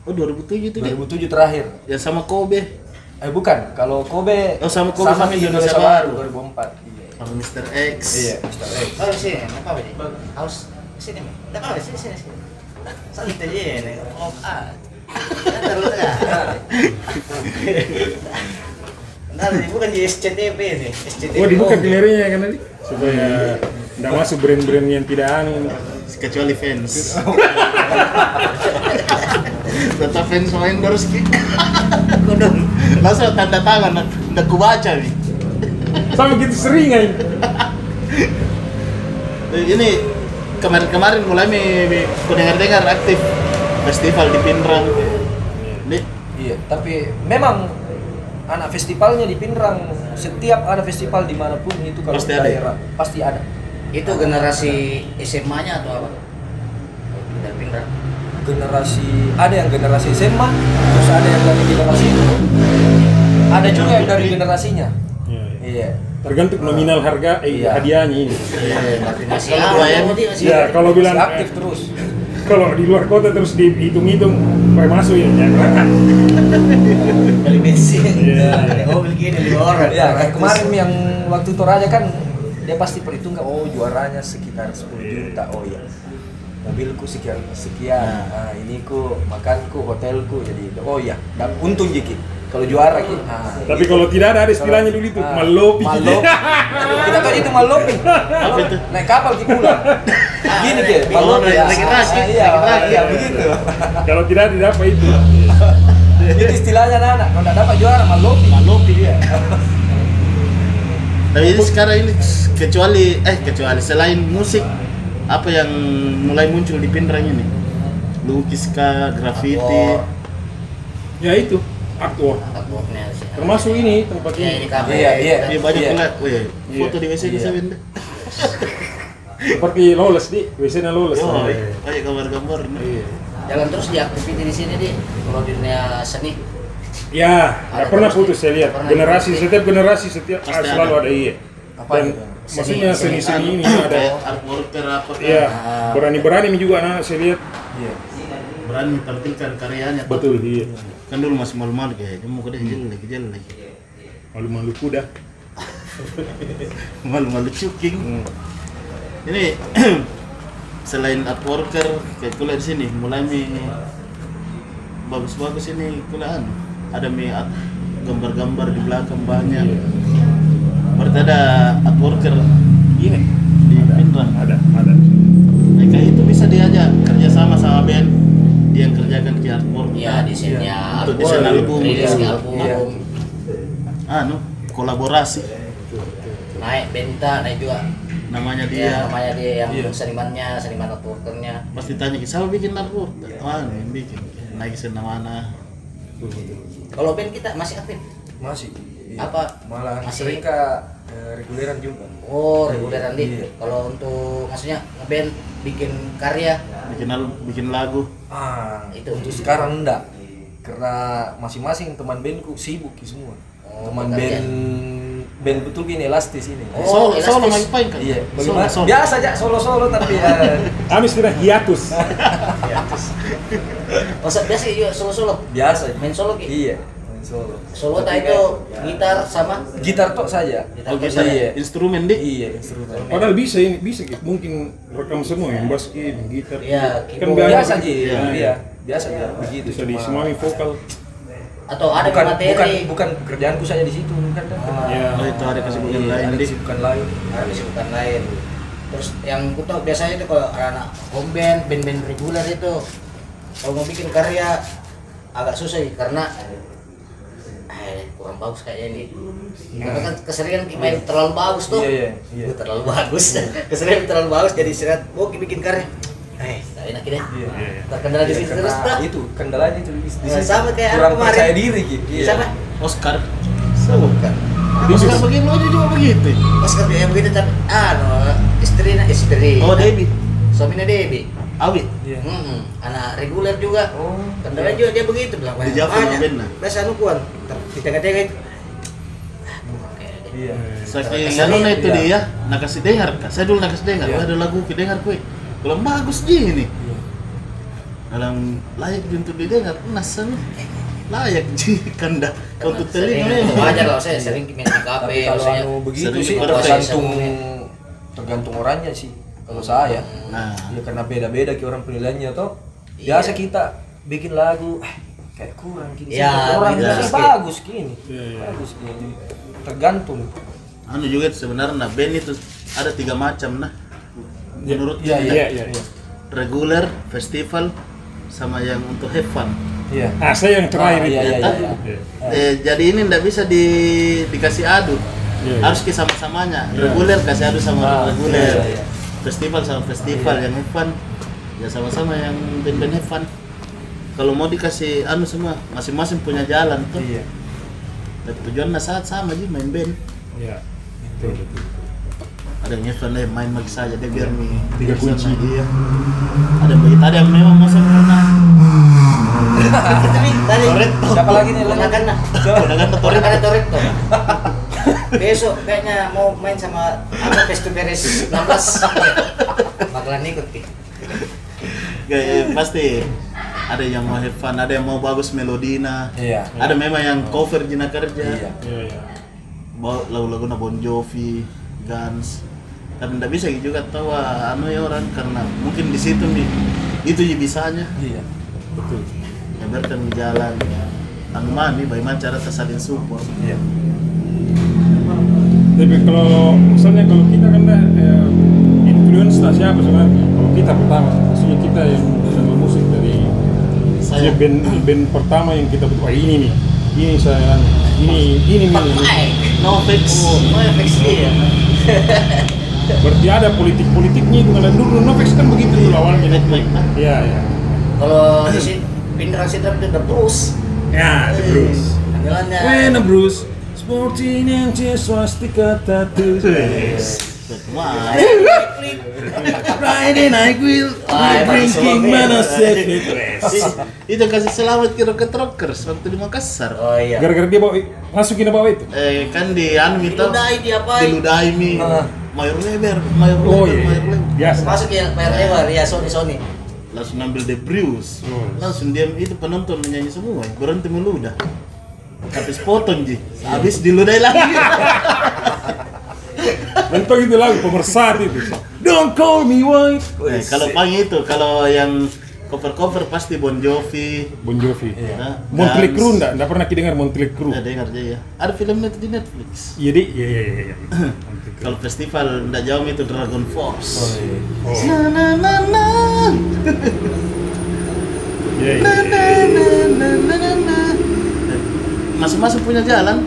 Speaker 1: oh 2007 itu dia
Speaker 4: 2007 terakhir.
Speaker 1: ya sama Kobe
Speaker 4: Eh bukan, kalau Kobe
Speaker 1: Oh, sama Kobe sama
Speaker 4: di
Speaker 1: Indonesia Baru.
Speaker 4: 2004. Iya.
Speaker 1: sama Mr. X
Speaker 4: Iya, Mr. X.
Speaker 2: oh sini, apa ini? Harus sini, Mi. nggak apa-apa, sini, sini, sini. Santai aja ini, ngomong ah. Ntar lu tengah. Ntar dibuka di SCTV nih, SCTV.
Speaker 3: Oh dibuka pilernya ya kan tadi supaya tidak masuk brand-brand yang tidak anu.
Speaker 1: kecuali fans tetap fans lain baru ski Kudung. langsung tanda tangan udah kubaca nih
Speaker 3: Sama gitu sering aja.
Speaker 1: ini kemarin-kemarin mulai mi, mi dengar-dengar aktif festival di Pindrang Nih,
Speaker 4: Iya, tapi memang anak festivalnya di Pindrang setiap ada festival dimanapun itu kalau
Speaker 1: Pasti
Speaker 4: di
Speaker 1: ada ya?
Speaker 4: daerah pasti ada.
Speaker 2: Itu generasi SMA-nya atau apa? Dari Pindrang.
Speaker 4: generasi ada yang generasi SMA terus ada yang dari generasi itu ada juga yang dari generasinya
Speaker 3: Iya, iya.
Speaker 4: iya
Speaker 3: Tergantung nominal harga eh,
Speaker 4: Iya.
Speaker 3: hadiahnya ini.
Speaker 2: Iya, nominasi
Speaker 1: Kalau
Speaker 2: apa
Speaker 1: bayar-
Speaker 2: dia masih
Speaker 3: Iya, kalau
Speaker 4: Masih
Speaker 3: bilang
Speaker 4: aktif
Speaker 3: eh,
Speaker 4: terus
Speaker 3: kalau di luar kota terus dihitung-hitung pakai masuk ya jangan.
Speaker 2: beli bensin
Speaker 3: Iya.
Speaker 2: ada mobil gini lima orang
Speaker 4: ya kayak kemarin yang waktu Toraja kan dia pasti perhitungkan oh juaranya sekitar 10 juta oh iya mobilku sekian sekian ah, ini ku makanku hotelku jadi oh iya dan untung jiki kalau juara ki Ah,
Speaker 3: Tapi kalau tidak ada, ada istilahnya dulu itu
Speaker 4: Ah,
Speaker 3: malopi.
Speaker 4: malopi kita tahu itu malopi
Speaker 1: Apa itu?
Speaker 4: naik kapal ki pulang gini ki
Speaker 1: Ah,
Speaker 4: malopi
Speaker 1: naik- naik keras, Ki.
Speaker 4: Ah, iya
Speaker 1: Naik keras,
Speaker 4: iya
Speaker 1: Ki.
Speaker 4: begitu
Speaker 3: kalau tidak tidak apa itu.
Speaker 4: itu istilahnya anak kalau tidak dapat juara malopi
Speaker 1: Malopi dia. Tapi Nah, ini sekarang ini kecuali eh kecuali selain musik apa yang mulai muncul di Pindrang ini? Lukis kah,
Speaker 3: Oh,
Speaker 1: graffiti,
Speaker 2: Artwork.
Speaker 3: Ya itu aktor.
Speaker 2: Takutnya sih.
Speaker 3: Termasuk ini tempat
Speaker 2: Iya,
Speaker 3: ini.
Speaker 2: ini kafe
Speaker 4: Iya, iya.
Speaker 1: Iya banyak
Speaker 4: Iya.
Speaker 1: pula. Wih,
Speaker 3: Iya. Oh,
Speaker 1: foto di WC di
Speaker 4: Iya.
Speaker 1: Seven deh.
Speaker 3: Seperti lolos di biasanya lolos.
Speaker 1: Oh,
Speaker 3: Iya.
Speaker 1: iya. banyak gambar-gambar. Nah,
Speaker 2: jangan terus diaktifin di sini di kalau di dunia seni
Speaker 3: Ya, nggak pernah
Speaker 2: pasti.
Speaker 3: putus saya lihat.
Speaker 2: Pernah.
Speaker 3: Generasi setiap generasi setiap
Speaker 1: Pasti ada.
Speaker 3: selalu ada iya.
Speaker 4: Apa gitu?
Speaker 3: Dan
Speaker 4: itu?
Speaker 3: maksudnya
Speaker 2: Seni-
Speaker 3: seni-seni ini
Speaker 1: anu, Kayak
Speaker 3: ada.
Speaker 1: artwork apa kan?
Speaker 3: Iya,
Speaker 2: Ah.
Speaker 3: berani-berani juga anak saya lihat.
Speaker 4: iya
Speaker 1: berani tampilkan karyanya.
Speaker 3: Betul, iya.
Speaker 1: Kan dulu masih malu-malu kayak dia mau kedai jelek jelek.
Speaker 3: Malu-malu kuda.
Speaker 1: Malu-malu cuking. Ini selain artworker kayak kuliah di sini mulai mi bagus-bagus ini kuliahan. Ada mi art- gambar-gambar di belakang banyak. Berarti ada artworker
Speaker 3: Iya,
Speaker 1: di Pindrang.
Speaker 3: ada, ada.
Speaker 1: Mereka itu bisa diajak kerjasama sama band dia yang kerjakan di artwork.
Speaker 2: ya desainnya
Speaker 1: Untuk desain album.
Speaker 2: rilis ke album
Speaker 4: Iya.
Speaker 1: Anu kolaborasi
Speaker 2: naik benta naik juga
Speaker 1: namanya dia.
Speaker 2: dia namanya dia yang
Speaker 4: Iya.
Speaker 2: senimannya seniman networkernya
Speaker 1: Pas ditanya siapa bikin artwork? Anu yang bikin. Lagi senang mana?
Speaker 2: kalau band kita masih aktif
Speaker 4: masih Iya.
Speaker 2: Apa?
Speaker 4: malah
Speaker 2: Masih-
Speaker 4: sering ke eh, reguleran juga
Speaker 2: oh reguleran
Speaker 4: Iya.
Speaker 2: di kalau untuk maksudnya ngeband bikin karya
Speaker 1: Bikin al- bikin lagu.
Speaker 4: Ah,
Speaker 2: Itu.
Speaker 4: Untuk sekarang enggak. Karena masing-masing teman bandku sibuk ya semua.
Speaker 2: Oh,
Speaker 4: teman
Speaker 2: bekerja.
Speaker 4: band band betul gini elastis ini.
Speaker 2: Oh,
Speaker 1: solo, solo
Speaker 2: elastis.
Speaker 1: main pain kan?
Speaker 4: Iya,
Speaker 1: solo,
Speaker 4: bagaimana?
Speaker 1: solo.
Speaker 4: Biasa aja solo-solo tapi eh,
Speaker 3: Anu istilah hiatus.
Speaker 2: masa biasa ya, yuk solo solo
Speaker 4: biasa.
Speaker 2: main solo gitu
Speaker 4: Iya, main solo.
Speaker 2: solo
Speaker 4: Tapi
Speaker 2: tak itu gitar sama
Speaker 4: kayak gitar tok saja.
Speaker 2: Gitar
Speaker 1: Oh,
Speaker 2: tok
Speaker 1: bisa
Speaker 4: Iya.
Speaker 1: instrumen deh.
Speaker 4: Iya, instrumen.
Speaker 3: Padahal bisa ini, bisa gitu. Mungkin rekam semua yang bass kit, gitar.
Speaker 2: Iya,
Speaker 3: kan
Speaker 2: keyboard.
Speaker 3: banyak.
Speaker 4: Biasa aja,
Speaker 1: Iya.
Speaker 4: iya. Biasa aja begitu.
Speaker 3: Bisa
Speaker 4: cuma-
Speaker 3: disemami vokal.
Speaker 2: atau ada
Speaker 4: bukan, bukan
Speaker 2: materi
Speaker 4: bukan pekerjaanku saja di situ bukan kan.
Speaker 3: Iya.
Speaker 1: Oh, itu ada kesibukan
Speaker 4: Iya,
Speaker 1: lain
Speaker 4: ada
Speaker 1: deh.
Speaker 4: kesibukan lain.
Speaker 2: ada kesibukan lain terus yang ku tahu biasanya itu kalau anak-anak home band band-band reguler itu kalau mau bikin karya agak susah sih karena eh, kurang bagus kayaknya nih karena kan keseringan kita main terlalu bagus tuh
Speaker 4: Iya, iya, iya.
Speaker 2: Gua terlalu bagus keseringan terlalu bagus jadi seret oh bikin karya eh tak enak deh
Speaker 4: Iya.
Speaker 2: terkendala di
Speaker 4: Iya,
Speaker 2: sini
Speaker 4: karena
Speaker 2: terus tak
Speaker 4: itu kendalanya itu di di
Speaker 2: Nah,
Speaker 4: situ.
Speaker 2: sama kayak
Speaker 4: kurang
Speaker 2: aku kemarin.
Speaker 4: percaya diri gitu Iya.
Speaker 2: siapa kan.
Speaker 1: Oscar.
Speaker 2: bukan
Speaker 1: Oscar begini aja juga begitu.
Speaker 2: pas kerja yang begitu tapi ah no istri eh, istri
Speaker 1: Oh, Debbie.
Speaker 2: suaminya Debbie
Speaker 1: Awit.
Speaker 4: Iya.
Speaker 2: Mm-mm. Hmm, anak reguler juga.
Speaker 4: Oh.
Speaker 2: Kendala juga dia begitu bilang.
Speaker 1: Di Java
Speaker 2: "Banyak.
Speaker 1: ngamen lah."
Speaker 2: Biasa anu kuan. Ditega-tega itu. Ah, kurang kayaknya deh.
Speaker 4: Iya.
Speaker 1: Saking
Speaker 2: Terkesan,
Speaker 1: anu nah itu
Speaker 4: iya.
Speaker 1: dia ya, nakasih dengar kak. Saya dulu nakasih dengar,
Speaker 4: Iya.
Speaker 1: ada lagu kedengar kue. Kalau bagus dia ini. Dalam layak dia untuk didengar, nas anu. Layak ji kan kanda untuk
Speaker 2: Sering,
Speaker 4: Iya,
Speaker 1: telinga eh. ya. memang.
Speaker 2: wajar lah saya sering main di kafe
Speaker 4: Tapi kalau
Speaker 2: saya.
Speaker 4: anu begitu
Speaker 1: sering
Speaker 4: sih
Speaker 1: dipercaya
Speaker 4: tergantung
Speaker 2: sama
Speaker 4: tergantung orangnya sih. Kalau saya,
Speaker 1: Nah,
Speaker 4: ya karena beda-beda ki orang penilaiannya toh. Biasa
Speaker 2: Iya.
Speaker 4: kita bikin lagu, ah, kayak kurang gini.
Speaker 2: Iya,
Speaker 4: Sih, orang
Speaker 2: iya.
Speaker 4: bilang, bagus gini.
Speaker 3: Iya, iya.
Speaker 4: Bagus gini. Tergantung.
Speaker 1: anu juga sebenarnya band itu ada tiga macam nah. Menurut
Speaker 4: Iya,
Speaker 1: kita.
Speaker 3: Iya, iya. iya.
Speaker 1: reguler, festival, sama yang untuk have fun.
Speaker 4: Iya.
Speaker 3: Ah, saya yang terakhir
Speaker 4: Ah,
Speaker 3: itu.
Speaker 4: iya, iya, iya, iya.
Speaker 3: Iya.
Speaker 1: Eh, jadi ini tidak bisa di, dikasih adu,
Speaker 3: Iya, iya.
Speaker 1: harus ke sama-samanya.
Speaker 3: Iya.
Speaker 1: Reguler kasih adu sama
Speaker 4: Ah,
Speaker 1: reguler,
Speaker 4: iya, iya.
Speaker 1: festival sama festival, yang have fun ya sama-sama yang band-band have fun. Kalau mau dikasih anu semua, masing-masing punya jalan tuh.
Speaker 4: Iya.
Speaker 1: Dan tujuannya saat sama aja main band.
Speaker 3: Iya. Betul, betul.
Speaker 1: ada yang Evan dia main bagi saja dia biar mi
Speaker 3: Tiga kunci.
Speaker 1: iya ada yang bagi tadi yang memang masa pernah
Speaker 2: Tapi tadi
Speaker 1: Toretto.
Speaker 4: Siapa lagi nih?
Speaker 2: Ponakan nah.
Speaker 1: Ponakan Toretto.
Speaker 2: Ponakan Toretto. Besok kayaknya mau main sama apa Pesto Perez 16. Bakalan ikut nih.
Speaker 4: Iya.
Speaker 1: kayak eh, pasti ada yang mau have fun, ada yang mau bagus melodina
Speaker 4: Iya.
Speaker 1: ada memang yang cover Jina Kerja
Speaker 4: Iya.
Speaker 3: Iya, iya.
Speaker 1: bawa lagu-lagu na Bon Jovi, Guns tapi tidak bisa juga tahu ah, anu ya orang karena mungkin di situ nih itu ya bisanya
Speaker 4: Iya.
Speaker 1: betul ya berarti mi jalan tang mani bagaimana cara tersalin support
Speaker 4: Iya.
Speaker 3: Tapi kalau misalnya kalau kita kan dah eh, influence tak siapa sebenarnya? Kalau kita pertama, maksudnya kita yang dalam musik dari
Speaker 1: Saya.
Speaker 3: saya
Speaker 1: Iya.
Speaker 3: band band pertama yang kita butuh ini nih. Ini saya ini ini nih.
Speaker 2: Pakai.
Speaker 1: no fix
Speaker 2: Oh, efek sih ya.
Speaker 3: Berarti ada politik-politiknya itu kan dulu Novex kan begitu dulu awalnya.
Speaker 1: baik baik nah.
Speaker 3: Iya, iya.
Speaker 2: Kalau di sini pindahan sih tapi udah terus.
Speaker 3: Ya, The Bruce.
Speaker 2: Jalannya.
Speaker 3: Wena nah, Bruce. Sporting yang swastika tattoo.
Speaker 1: Wah,
Speaker 3: Friday night will
Speaker 2: Wah, emang
Speaker 3: drinking
Speaker 2: semangat.
Speaker 3: mana gitu. save
Speaker 1: itu kasih selamat ke Rocket Rockers waktu di Makassar.
Speaker 2: Oh iya.
Speaker 3: Gara-gara dia bawa masukin apa itu?
Speaker 1: Eh kan di anu itu
Speaker 2: Diludahi dia apa?
Speaker 1: diludahi mi.
Speaker 4: Ah.
Speaker 1: Mayor lebar, mayor lebar,
Speaker 3: Oh iya,
Speaker 1: mayor
Speaker 3: iya.
Speaker 1: lebar.
Speaker 3: biasa.
Speaker 2: Masuk ya PR Lebar ya Sony Sony.
Speaker 1: Langsung ambil the brews.
Speaker 3: Hmm.
Speaker 1: Langsung dia itu penonton menyanyi semua, berhenti meludah. Habis potong ji, habis diludahi lagi.
Speaker 3: Bentuk itu lagu pemersatu itu. Don't call me white.
Speaker 1: Eh,
Speaker 4: Oh,
Speaker 1: kalau
Speaker 4: iya.
Speaker 1: pang itu, kalau yang cover-cover pasti Bon Jovi.
Speaker 3: Bon Jovi.
Speaker 1: Nah,
Speaker 3: Montlik
Speaker 1: Guns.
Speaker 3: Crew enggak? Enggak pernah kita dengar Montlik Crew.
Speaker 1: Ada yang kerja ya. Ada filmnya itu di Netflix.
Speaker 3: Iya, Dik. Iya, iya, iya, iya. Montlik Crew.
Speaker 1: Kalau festival ndak jauh itu Dragon Force.
Speaker 3: Oh.
Speaker 1: Na, na, na, na.
Speaker 3: Iya, iya,
Speaker 1: Na, na,
Speaker 3: iya.
Speaker 1: na, na, na, na, na. Masing-masing punya jalan.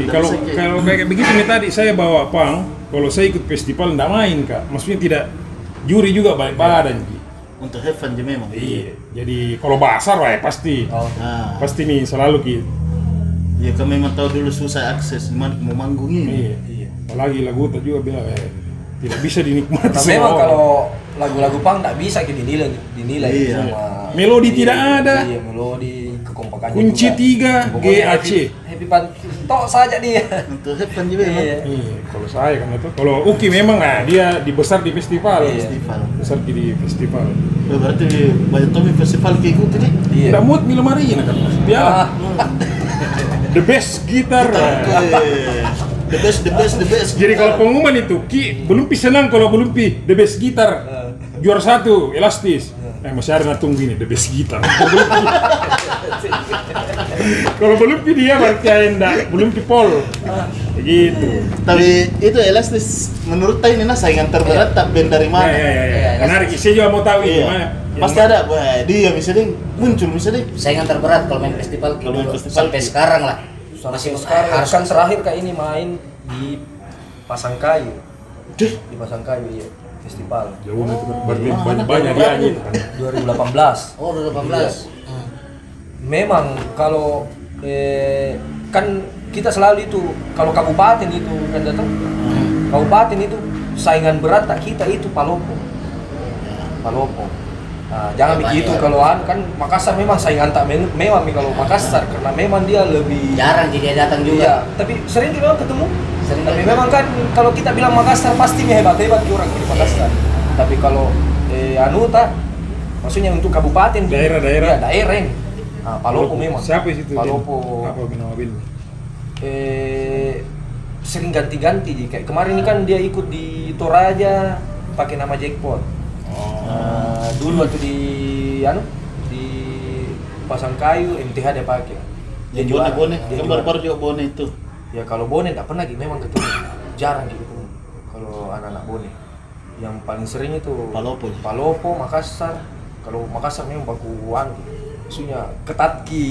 Speaker 3: Eh, Kalau kalau kayak begitu nih tadi saya bawa pang, kalau saya ikut festival enggak main, Kak. Maksudnya tidak juri juga balik
Speaker 4: Iya.
Speaker 3: badan, Ji.
Speaker 1: Untuk have fun aja memang.
Speaker 3: Iya. Jadi kalau basar wah pasti.
Speaker 4: Oh.
Speaker 1: Nah,
Speaker 3: Pasti nih selalu Ki.
Speaker 1: ya kamu memang tahu dulu susah akses dimana mau manggung ini.
Speaker 3: Iya. Apalagi lagu tadi juga bilang eh, tidak bisa dinikmati
Speaker 4: Tapi
Speaker 3: semua
Speaker 4: memang
Speaker 3: orang.
Speaker 4: kalau lagu-lagu punk nggak bisa kita dinilai, dinilai
Speaker 1: Iya.
Speaker 4: sama-
Speaker 3: Melodi tidak ada.
Speaker 4: Iya, melodi kekompakannya.
Speaker 3: Kunci
Speaker 4: juga.
Speaker 3: tiga,
Speaker 4: Pokoknya
Speaker 3: GAC.
Speaker 4: Happy, happy punk tok saja dia.
Speaker 1: Untuk have fun aja memang.
Speaker 4: Iya.
Speaker 3: Iya, kalau saya kan itu. Kalau Uki memang nah dia dibesar di festival.
Speaker 4: Iya.
Speaker 1: Festival.
Speaker 3: Besar di festival.
Speaker 1: Ya, berarti banyak Tommy festival kayak gitu nih.
Speaker 4: Iya.
Speaker 3: Tidak mood Milo Marina kan.
Speaker 4: Ah,
Speaker 3: Piala the best gitar.
Speaker 1: Eh, The best, the best, the best.
Speaker 3: Iya. Jadi kalau pengumuman itu Ki belum pi senang kalau belum pi the best gitar. Juara satu, elastis. Eh, masih ada yang tunggu ini, the best gitar. kalau belum pi dia berarti enggak, belum pi pol. Gitu. Begitu.
Speaker 1: Tapi itu elastis menurut saya ini nah saingan terberat tak band dari
Speaker 3: Ya,
Speaker 1: mana?
Speaker 3: ya, ya, ya. Menarik, saya juga mau tahu itu
Speaker 1: Iya.
Speaker 3: mana.
Speaker 1: Pasti ada, wah, dia misalnya muncul misalnya
Speaker 2: Saingan terberat kalau main festival gitu.
Speaker 1: Kalau main festival
Speaker 2: sampai
Speaker 1: gitu.
Speaker 2: sekarang lah.
Speaker 4: masih sekarang
Speaker 2: harus
Speaker 4: kan terakhir kayak ini main di Pasangkayu.
Speaker 1: Dih.
Speaker 4: Di Pasangkayu iya, festival
Speaker 3: Jauh nanti berarti banyak banyak dia aja.
Speaker 4: 2018.
Speaker 2: Oh, udah 18.
Speaker 1: Iya.
Speaker 2: Hmm.
Speaker 4: Memang kalau eh, kan kita selalu itu kalau kabupaten itu kan datang kabupaten itu saingan berat tak kita itu Palopo. Palopo. Nah, jangan
Speaker 2: Banyak.
Speaker 4: begitu kalau an- kan Makassar memang saingan tak men- mewah nih kalau Makassar karena memang dia lebih
Speaker 2: Jarang dia datang
Speaker 4: Iya,
Speaker 2: Ya, juga.
Speaker 4: tapi sering juga ketemu.
Speaker 2: Sering
Speaker 4: tapi
Speaker 2: ketemu.
Speaker 4: memang kan kalau kita bilang Makassar pasti nih hebat hebat orang di Makassar. Tapi kalau eh, anu tak, maksudnya untuk kabupaten di-
Speaker 3: Daerah-daerah.
Speaker 4: Iya, daerah. ini. Nah, Palopo memang.
Speaker 3: Siapa situ?
Speaker 4: Palopo.
Speaker 3: Apa nama bin?
Speaker 4: Eh, sering ganti-ganti di kayak kemarin ini kan dia ikut di Toraja pakai nama
Speaker 1: Oh.
Speaker 4: jackpot. Nah, dulu waktu di anu di Pasangkayu MTH dia pakai.
Speaker 1: Yang
Speaker 4: Dia juara.
Speaker 1: bone bone,
Speaker 4: Dia
Speaker 1: yang
Speaker 4: juara.
Speaker 1: baru juga bone itu.
Speaker 4: Ya kalau Bone nggak pernah gitu, memang ketemu. Jarang gitu ketemu kalau anak-anak Bone. Yang paling sering itu
Speaker 1: Palopo.
Speaker 4: Palopo, Makassar. Kalau Makassar memang bakuan gitu. Maksudnya ketat ki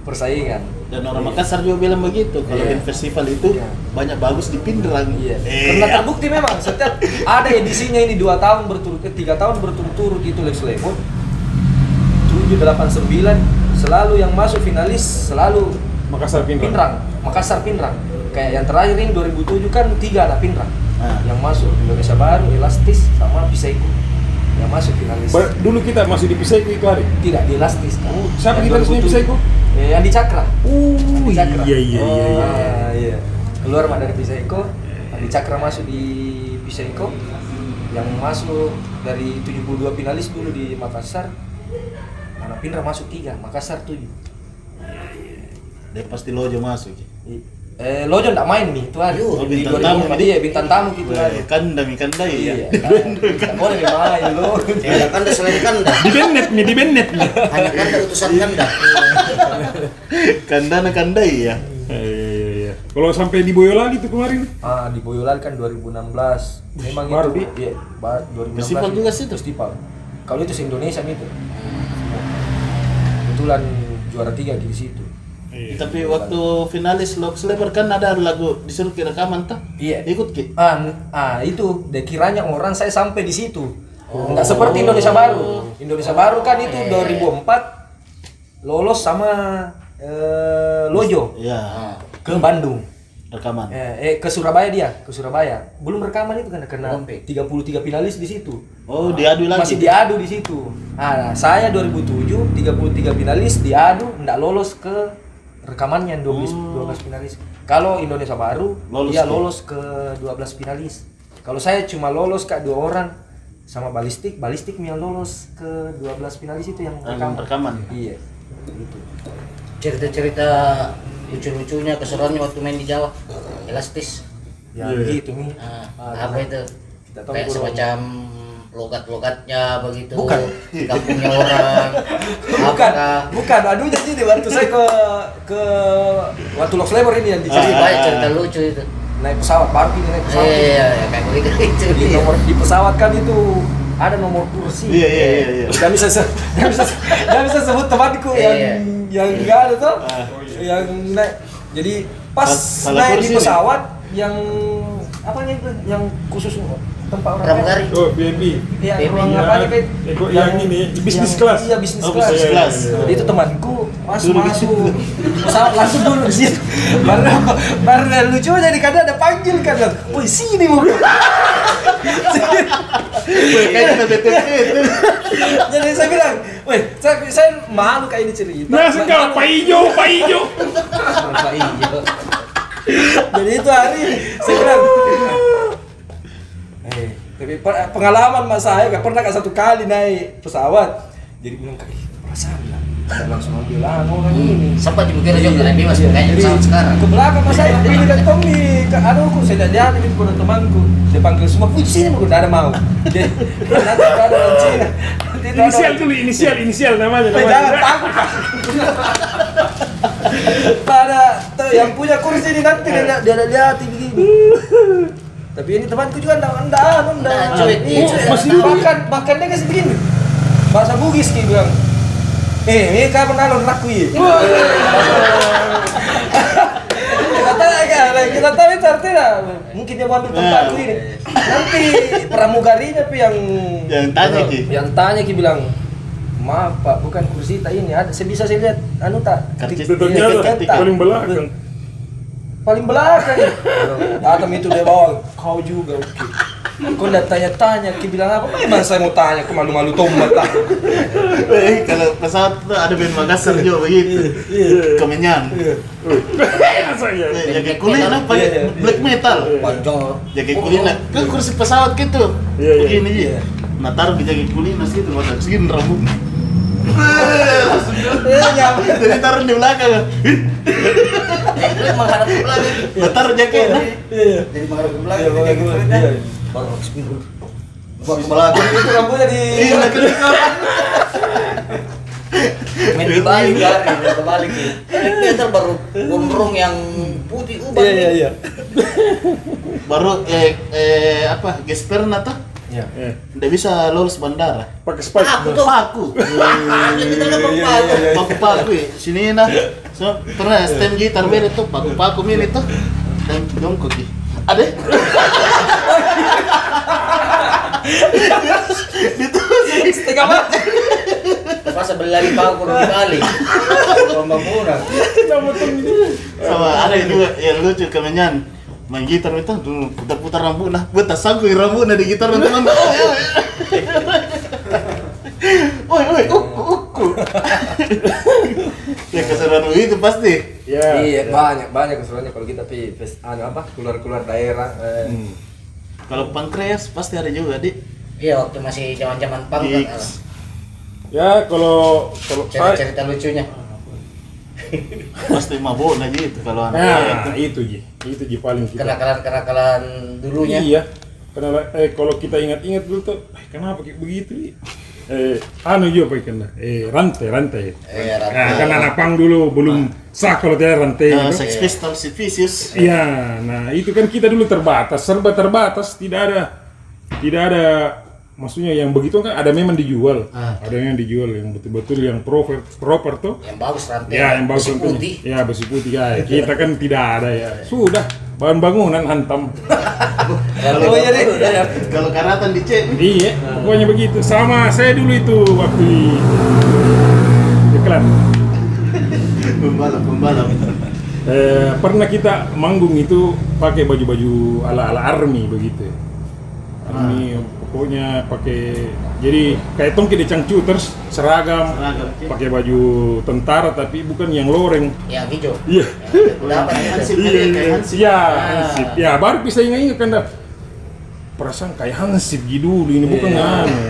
Speaker 4: persaingan.
Speaker 1: Nah. Dan orang Makassar juga bilang begitu. Kalau
Speaker 4: Iya.
Speaker 1: band festival itu
Speaker 4: Iya.
Speaker 1: banyak bagus di Pindrang.
Speaker 4: Iya.
Speaker 1: Eh,
Speaker 4: Karena terbukti memang setiap ada edisinya ini dua tahun berturut eh, tiga tahun berturut-turut itu Lex Lemon. 7 8 9 selalu yang masuk finalis selalu
Speaker 3: Makassar Pindrang.
Speaker 4: Pinrang, Makassar Pinrang. Kayak yang terakhir ini 2007 kan tiga ada Pinrang.
Speaker 1: Ah.
Speaker 4: yang masuk Indonesia Baru, Elastis sama Pisaiku yang masuk finalis.
Speaker 3: Ba- dulu kita masih di Pisaiku itu hari.
Speaker 4: Tidak di Elastis. Kak.
Speaker 3: Oh, siapa
Speaker 4: Yang
Speaker 3: gitarisnya
Speaker 4: 2007?
Speaker 3: Pisaiku?
Speaker 4: Ya, yang di Cakra.
Speaker 3: Uh,
Speaker 4: Di Cakra.
Speaker 3: iya iya iya. iya.
Speaker 4: Ah, iya. Keluar mah dari Pisaiko, di Cakra masuk di Pisaiko. Yang masuk dari 72 finalis dulu di Makassar. Anak Pindra masuk 3, Makassar 7.
Speaker 1: Dia pasti lojo masuk.
Speaker 4: Eh, Lojon enggak main nih itu hari.
Speaker 1: Oh,
Speaker 4: di
Speaker 1: bintang tamu.
Speaker 4: 2004 dia bintang tamu gitu hari.
Speaker 1: Eh, Kandang, kandang
Speaker 4: Iya.
Speaker 1: ya.
Speaker 3: Kan.
Speaker 4: Enggak boleh nih main lo.
Speaker 1: Iya.
Speaker 3: Iya,
Speaker 2: ada kanda selain kanda
Speaker 3: Di Bennett nih, di Bennett nih.
Speaker 2: hanya kanda utusan kanda
Speaker 1: Kandana kandai ya.
Speaker 3: Iya iya iya. Kalau sampai di Boyolali tuh kemarin.
Speaker 4: Ah, di Boyolali kan 2016. Memang
Speaker 3: Baru
Speaker 4: itu.
Speaker 3: di-
Speaker 4: Iya, ba- 2016.
Speaker 1: Festival juga sih itu.
Speaker 4: festival. Kalau itu se-Indonesia itu. Kebetulan juara tiga di situ.
Speaker 3: Iya.
Speaker 1: Tapi waktu finalis Lok Sleeper kan ada lagu disuruh kira rekaman tah?
Speaker 4: Iya.
Speaker 1: Ikut ki.
Speaker 4: Ah, n- ah itu deh, kiranya orang saya sampai di situ. Enggak
Speaker 1: Oh.
Speaker 4: seperti Indonesia Baru. Indonesia Baru kan itu 2004 lolos sama eh, Lojo
Speaker 1: Iya,
Speaker 4: ke Bandung.
Speaker 1: rekaman.
Speaker 4: Ah. Eh, eh, ke Surabaya dia, ke Surabaya. Belum rekaman itu kan karena
Speaker 2: Belum, Pi.
Speaker 4: 33 finalis di situ.
Speaker 1: Oh, diadu lagi.
Speaker 4: Masih diadu di situ. Ah, nah, saya 2007 33 finalis diadu enggak lolos ke rekamannya 12 12 finalis. Kalau Indonesia Baru
Speaker 1: Oh. Lolos
Speaker 4: dia
Speaker 1: ke-
Speaker 4: lolos ke 12 finalis. Kalau saya cuma lolos kak dua orang sama balistik, balistik yang lolos ke 12 finalis itu yang
Speaker 1: Yang
Speaker 4: rekaman.
Speaker 1: rekaman.
Speaker 4: Iya.
Speaker 2: cerita-cerita lucu-lucunya keseruannya waktu main di Jawa elastis
Speaker 4: Ya
Speaker 5: Iya.
Speaker 4: gitu nih.
Speaker 2: Nah,
Speaker 4: Ah,
Speaker 2: apa itu
Speaker 4: Kita tahu
Speaker 2: kayak
Speaker 4: kurang.
Speaker 2: semacam logat-logatnya begitu
Speaker 4: Bukan.
Speaker 2: kampungnya orang
Speaker 4: bukan, bukan. Aduh jadi deh, waktu saya ke ke waktu Los Labor ini yang di
Speaker 2: jadi
Speaker 1: Ah.
Speaker 2: banyak cerita lucu itu
Speaker 4: naik pesawat parkir naik pesawat.
Speaker 2: iya iya, kayak begitu
Speaker 4: di
Speaker 2: itu
Speaker 4: nomor di pesawat kan itu ada nomor kursi.
Speaker 1: Iya, iya, iya, iya.
Speaker 4: Gak bisa se- gak bisa se- gak bisa sebut temanku
Speaker 2: Iya,
Speaker 4: yang
Speaker 2: iya.
Speaker 4: yang enggak ada tuh.
Speaker 1: Ah.
Speaker 4: Yang naik jadi pas
Speaker 1: Salah
Speaker 4: naik di
Speaker 1: kursi nih.
Speaker 4: pesawat yang apa nih itu yang khusus tempat orang
Speaker 2: pramugari
Speaker 3: Oh, BNB.
Speaker 4: Iya,
Speaker 2: Baby.
Speaker 4: ruang apa aja kayak
Speaker 3: Eko- yang ini, bisnis class.
Speaker 4: Iya, bisnis
Speaker 1: Oh,
Speaker 4: class.
Speaker 1: bisnis class.
Speaker 4: Jadi itu temanku pas
Speaker 1: Dulu di
Speaker 4: masuk
Speaker 1: situ.
Speaker 4: pesawat langsung dulu di situ. Baru baru yang lucu jadi kadang ada panggil kan. Woi, sini mau.
Speaker 1: Kayaknya itu.
Speaker 4: jadi saya bilang, "Woi, saya saya malu kayak ini cerita."
Speaker 3: Nah, sekarang Pak Ijo, Pak Ijo.
Speaker 4: Pak Ijo. Jadi itu hari saya bilang, eh, tapi per- pengalaman mas saya gak pernah kan satu kali naik pesawat. Jadi bilang kayak "Ih, perasaan lah. Saya langsung ambil lah orang ini.
Speaker 2: sempat dibukir Hmm. aja kalian mas
Speaker 4: Iya,
Speaker 2: kayaknya
Speaker 4: jadi
Speaker 2: pesawat sekarang
Speaker 4: Ke belakang mas saya, pilih kan Tommy, ke aduhku, saya tidak jadi ini kepada temanku. Dia panggil semua, "Wih, sini aku tidak ada mau. Dia- Nanti tidak ada orang Cina. Nanti tidak ada
Speaker 3: Inisial
Speaker 4: orang
Speaker 3: dulu, inisial, inisial namanya.
Speaker 4: Eh,
Speaker 3: namanya.
Speaker 4: jangan takut. Pada tuh, yang punya kursi ini nanti dia dia dia, dia tinggi gini. Tapi ini temanku juga enggak enggak enggak.
Speaker 2: Nggak, cuy.
Speaker 4: Ini, cuy,
Speaker 2: Oh, masih dulu.
Speaker 4: bahkan bahkan dia kasih begini. Bahasa Bugis ki bilang. Eh, ini kapan alon raku ya? kita tahu kan, kita tahu itu artinya mungkin dia mau ambil
Speaker 1: Nah,
Speaker 4: tempatku
Speaker 1: iya,
Speaker 4: ini. Nanti pramugarinya pi yang
Speaker 1: Yang tanya, Ki.
Speaker 4: yang tanya ki bilang maaf pak bukan kursi tak ini ada saya bisa saya lihat anu tak
Speaker 1: Karcis.
Speaker 4: Iya,
Speaker 3: Tutupnya
Speaker 4: karcis tak.
Speaker 3: paling belakang.
Speaker 4: paling belakang datang itu dia bawa kau juga oke kau tidak tanya-tanya ki bilang apa memang saya mau tanya kau malu-malu tomat lah
Speaker 1: Eh, Kalau pesawat tuh ada band Makassar juga begitu.
Speaker 4: Iya,
Speaker 1: Kemenyan.
Speaker 3: Iya, Saya.
Speaker 1: Eh, Jaket kulina
Speaker 4: Iya,
Speaker 1: pakai black metal.
Speaker 2: Bonjol.
Speaker 4: Oh,
Speaker 1: Jaket kulina. Kan kursi pesawat gitu.
Speaker 3: Iya, iya.
Speaker 1: Begini iya. Nah, taruh di jaket kulina situ, masa segini rambut.
Speaker 4: Iya. eh nyaman
Speaker 1: Jadi taruh di belakang.
Speaker 2: eh lu menghadap ke belakang
Speaker 1: Nah, taruh jaket. nah.
Speaker 2: jadi menghadap ke belakang
Speaker 4: Iya,
Speaker 2: jadi
Speaker 4: bagus.
Speaker 2: gitu
Speaker 4: Iya.
Speaker 2: kan baru buat ke belakang
Speaker 4: itu rambutnya di
Speaker 1: Iya, nah, kenapa?
Speaker 2: main
Speaker 4: Iya,
Speaker 2: di Bali kan main ke Bali gitu Ternyata baru gondrong yang putih ubah
Speaker 4: iya iya iya
Speaker 1: Baru eh eh apa? Gesper nata?
Speaker 4: iya
Speaker 3: Eh,
Speaker 1: Nggak bisa lolos bandara.
Speaker 3: pakai spike.
Speaker 2: Aku tuh.
Speaker 1: Paku.
Speaker 4: iya,
Speaker 1: paku paku ya sini nah so, pernah stem gitar beda tuh paku paku ini tuh dan jongkok ya ada itu
Speaker 4: setengah mati iya.
Speaker 2: pas sebelah lagi paku di Bali lomba murah
Speaker 1: sama ada juga yang lucu kemenyan main gitar itu dulu putar-putar rambut nah gue tak sanggup rambut nah di gitar teman-teman oi oi uku uku ya kesadaran gue itu pasti
Speaker 3: Ya.
Speaker 4: iya banyak banyak keseruannya kalau kita pi fes- anu apa keluar keluar daerah eh,
Speaker 3: Hmm.
Speaker 1: kalau pankreas pasti ada juga di
Speaker 2: Iya waktu masih zaman-zaman pang
Speaker 3: Iya.
Speaker 2: kan.
Speaker 1: Gigs.
Speaker 3: Ya kalau kalau
Speaker 2: Cerita,
Speaker 3: saya
Speaker 2: cerita lucunya.
Speaker 1: pasti mabok nah gitu kalau anak
Speaker 3: Nah, itu Ji. Itu Ji paling kita.
Speaker 2: Kenakalan-kenakalan dulunya.
Speaker 3: Iya. Kenapa eh kalau kita ingat-ingat dulu tuh, eh, kenapa kayak begitu? Ji? Eh, anu juga pakai kena. Eh, rantai, rantai.
Speaker 2: Iya, rantai. Ah.
Speaker 3: Nah, kan anak pang dulu belum sah kalau dia rantai.
Speaker 1: Eh,
Speaker 3: gitu.
Speaker 1: sex pistols si vicious
Speaker 3: Iya, nah itu kan kita dulu terbatas, serba terbatas, tidak ada, tidak ada, maksudnya yang begitu kan ada memang dijual,
Speaker 5: Ah.
Speaker 3: ada yang dijual yang betul-betul yang proper, proper tuh,
Speaker 2: Yang bagus rantai.
Speaker 3: ya yang bagus
Speaker 2: Besi
Speaker 3: tentunya.
Speaker 2: putih.
Speaker 3: ya besi putih ya, kita kan tidak ada ya, sudah bahan bangunan hantam,
Speaker 2: Rantai
Speaker 4: oh iya deh iya, iya.
Speaker 1: kalau karatan di C
Speaker 3: iya, pokoknya begitu, sama saya dulu itu waktu di iklan,
Speaker 1: pembalap pembalap
Speaker 3: Eh, pernah kita manggung itu pakai baju-baju ala-ala army begitu.
Speaker 1: Ah.
Speaker 3: Army pokoknya pakai jadi kayak tongki di cangcuters seragam,
Speaker 1: seragam C
Speaker 3: pakai baju tentara tapi bukan yang loreng.
Speaker 2: Yang hijau.
Speaker 3: Iya.
Speaker 2: Dapat
Speaker 1: hansip
Speaker 2: itu.
Speaker 1: kan ya kayak hansip
Speaker 3: Iya, hansip. Ya, baru bisa ingat-ingat kan dah. Perasaan kayak hansip gitu dulu ini bukan
Speaker 1: Iya.
Speaker 3: anu.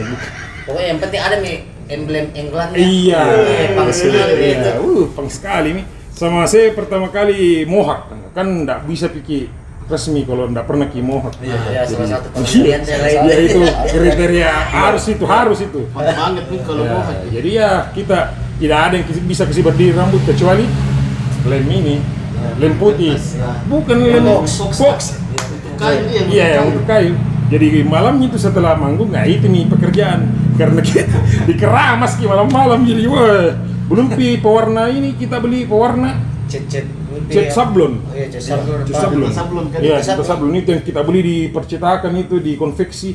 Speaker 2: Pokoknya yang penting ada nih emblem Englandnya.
Speaker 3: Iya.
Speaker 2: Eh, Pang sekali
Speaker 3: Iya,
Speaker 2: gitu.
Speaker 3: uh, pang sekali nih. Sama saya pertama kali mohak kan nggak bisa pikir resmi kalau nggak pernah ki mohak.
Speaker 2: Ya,
Speaker 3: Iya.
Speaker 2: salah satu penelitian saya lain.
Speaker 3: Ya itu kriteria harus itu harus itu.
Speaker 1: Mahal banget nih kalau
Speaker 3: Ya,
Speaker 1: mau
Speaker 3: jadi ya kita tidak ada yang kisi- bisa kesibat di rambut kecuali lem ini, lem putih, bukan lem
Speaker 1: Iya, Box, box, box.
Speaker 3: box.
Speaker 1: kayu dia yang
Speaker 3: Iya, yang
Speaker 1: kayu.
Speaker 3: untuk kayu. Jadi malam itu setelah manggung, nah itu nih pekerjaan karena kita dikeramas ki malam-malam jadi wah belum pi pewarna ini kita beli pewarna
Speaker 2: Cet-cet putih.
Speaker 3: cat sablon.
Speaker 2: Oh iya, cet sablon.
Speaker 3: Cat sablon.
Speaker 1: Sablon kan?
Speaker 2: Cat
Speaker 3: Iya, cat
Speaker 2: sablon.
Speaker 3: sablon itu yang kita beli di percetakan itu di konveksi.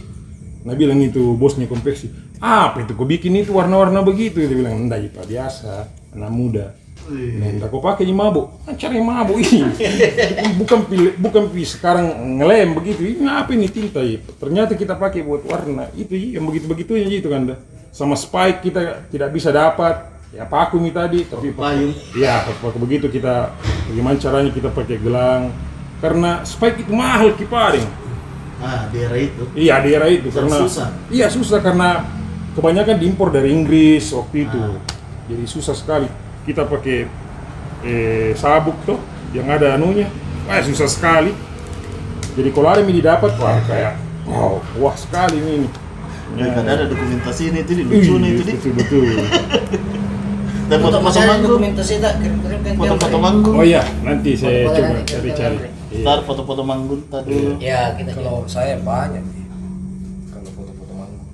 Speaker 3: Nah bilang itu bosnya konveksi. Apa itu kau bikin itu warna-warna begitu? Dia bilang enggak itu biasa anak muda. Nah, enggak kau pakai ini mabuk. Ah, Cari mabuk ini. bukan pilih, bukan pilih sekarang ngelem begitu. Ini apa ini tinta ya? Ternyata kita pakai buat warna itu Ji, yang begitu-begitunya gitu kan dah. Sama spike kita tidak bisa dapat. Ya paku ini tadi, tapi
Speaker 1: payung
Speaker 3: Iya, pakai begitu kita bagaimana caranya kita pakai gelang karena spike itu mahal kiparing.
Speaker 1: Nah,
Speaker 5: ah daerah itu
Speaker 3: Iya, daerah itu
Speaker 5: Dan
Speaker 3: karena
Speaker 5: susah.
Speaker 3: Iya, susah karena kebanyakan diimpor dari Inggris waktu itu. Jadi susah sekali. Kita pakai eh, sabuk tuh yang ada anunya. Wah, susah sekali. Jadi kalau ada yang didapat wah kayak wow, wah sekali ini.
Speaker 1: Ya, kadang ada dokumentasi ini, itu
Speaker 3: Iya.
Speaker 1: di lucu nih, itu di
Speaker 3: betul betul.
Speaker 1: dan foto-foto
Speaker 2: Masalah
Speaker 1: manggung
Speaker 2: dokumentasi tak kirim-kirimkan.
Speaker 1: foto-foto manggung
Speaker 3: Oh iya, nanti saya
Speaker 2: Foto-foto
Speaker 3: coba
Speaker 2: nanti,
Speaker 3: cari-cari.
Speaker 2: foto-foto.
Speaker 3: Iya.
Speaker 1: ntar foto-foto manggung ntar dulu
Speaker 2: Ya,
Speaker 1: Nah,
Speaker 2: kita
Speaker 1: iya.
Speaker 4: kalau saya banyak sih kalau foto-foto manggung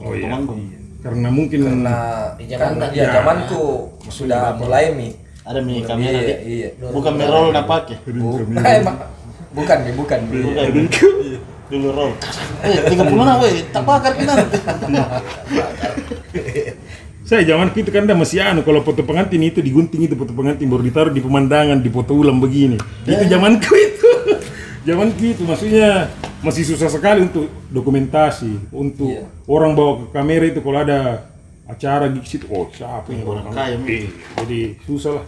Speaker 3: Oh iya.
Speaker 1: manggung.
Speaker 3: Karena mungkin
Speaker 4: karena
Speaker 1: Nah,
Speaker 2: Di
Speaker 1: kan
Speaker 2: Jakarta.
Speaker 4: karena- ya
Speaker 1: iya.
Speaker 4: zamanku sudah mulai mi
Speaker 1: ada mie
Speaker 4: Udah,
Speaker 1: kami
Speaker 4: iya,
Speaker 1: nanti
Speaker 4: iya
Speaker 1: bukan mie roll nak pakai
Speaker 4: Bu- Oh. Emang. bukan mi bukan mi
Speaker 1: bukan Iya, dulu roll eh tiga puluh nak weh tak bakar kita
Speaker 3: Saya zaman itu kan dah masih anu kalau foto pengantin itu digunting itu foto pengantin baru ditaruh di pemandangan di foto ulang begini. Itu zamanku itu. zamanku itu maksudnya masih susah sekali untuk dokumentasi untuk
Speaker 4: Iya.
Speaker 3: orang bawa ke kamera itu kalau ada acara gigs itu oh siapa yang
Speaker 1: Orang
Speaker 3: bawa
Speaker 1: kaya,
Speaker 3: kamera?
Speaker 1: Mi.
Speaker 3: Eh, Jadi susah lah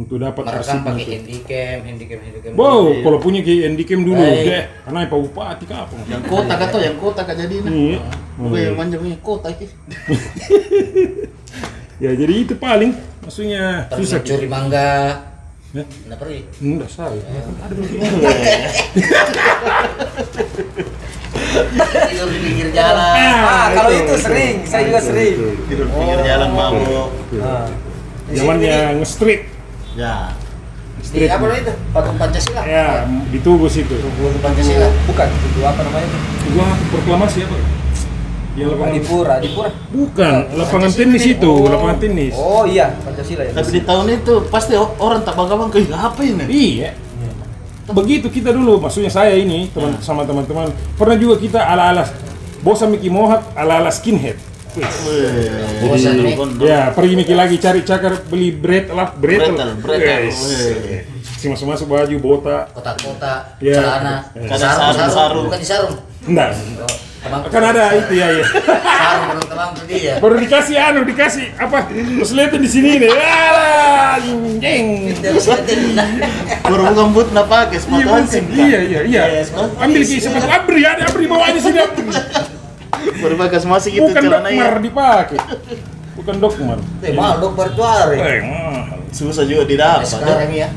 Speaker 3: untuk dapat
Speaker 2: merekam
Speaker 3: arsip
Speaker 2: pakai
Speaker 3: itu.
Speaker 2: handycam, handycam, handycam.
Speaker 3: Wow, kalau punya kayak handycam dulu,
Speaker 2: Baik.
Speaker 3: deh. Karena Pak Bupati kapan?
Speaker 1: yang kota kata yang kota kak jadi nah
Speaker 3: Iya.
Speaker 1: bukan yang manjang ini kota ki
Speaker 3: Ya jadi itu paling maksudnya
Speaker 2: Terus
Speaker 3: susah. gitu.
Speaker 2: curi mangga.
Speaker 3: Ya.
Speaker 2: Nggak pergi.
Speaker 3: Enggak saya.
Speaker 2: Tidur di pinggir jalan.
Speaker 4: ah kalau itu sering saya
Speaker 3: Iya,
Speaker 4: juga sering
Speaker 1: tidur pinggir jalan mabuk
Speaker 4: Ah.
Speaker 3: Zamannya nge-street.
Speaker 1: ya
Speaker 2: Di apa namanya itu? Patung Pancasila.
Speaker 3: Ya, di Tugus itu.
Speaker 2: Patung Pancasila.
Speaker 4: bukan itu apa namanya itu
Speaker 3: Gua proklamasi apa? Ya lapangan
Speaker 4: Adipura Adipura
Speaker 3: Bukan, lapangan Oh. tenis itu, lapangan tenis.
Speaker 4: oh iya Pancasila ya
Speaker 1: tapi di tahun itu pasti o- orang tak bakar bangga "Ih, apa ini
Speaker 3: Iya. Begitu kita dulu, maksudnya saya ini teman sama teman-teman pernah juga kita ala-ala bosan Mickey Mohak ala-ala skinhead. Iya,
Speaker 1: Weh,
Speaker 2: Bosan, Mi.
Speaker 1: gondol.
Speaker 3: Ya, pergi Mickey lagi cari cakar beli bread lah, bread.
Speaker 1: Bretel, bretel. Weh.
Speaker 3: si masuk-masuk baju botak
Speaker 2: kotak-kotak,
Speaker 3: Iya.
Speaker 2: celana,
Speaker 3: Iya.
Speaker 1: Kadang sarung, sarung.
Speaker 2: bukan di sarung.
Speaker 3: Nah,
Speaker 2: Oh, Teman
Speaker 3: kan ada itu ya, ya.
Speaker 2: sarung belum teman beli ya.
Speaker 3: Baru dikasih anu, dikasih apa? Terus liatin di sini nih. Alah, anjing.
Speaker 2: Iya,
Speaker 1: Burung gembut nggak pakai
Speaker 3: Iya,
Speaker 1: sepatu
Speaker 3: mancing.
Speaker 1: anjing kan?
Speaker 3: Iya, iya, iya.
Speaker 1: Iya, sepatu
Speaker 3: Ambil ki sepatu abri, ada abri bawa aja sini. Abri.
Speaker 1: Iya. Berbagai masih gitu
Speaker 3: Bukan dokmer
Speaker 1: celananya.
Speaker 3: dipakai. Bukan dokmer.
Speaker 2: Eh, mahal dong bertuari.
Speaker 3: Eh, mahal.
Speaker 1: Susah juga didapat. dok.
Speaker 2: Sekarang ya.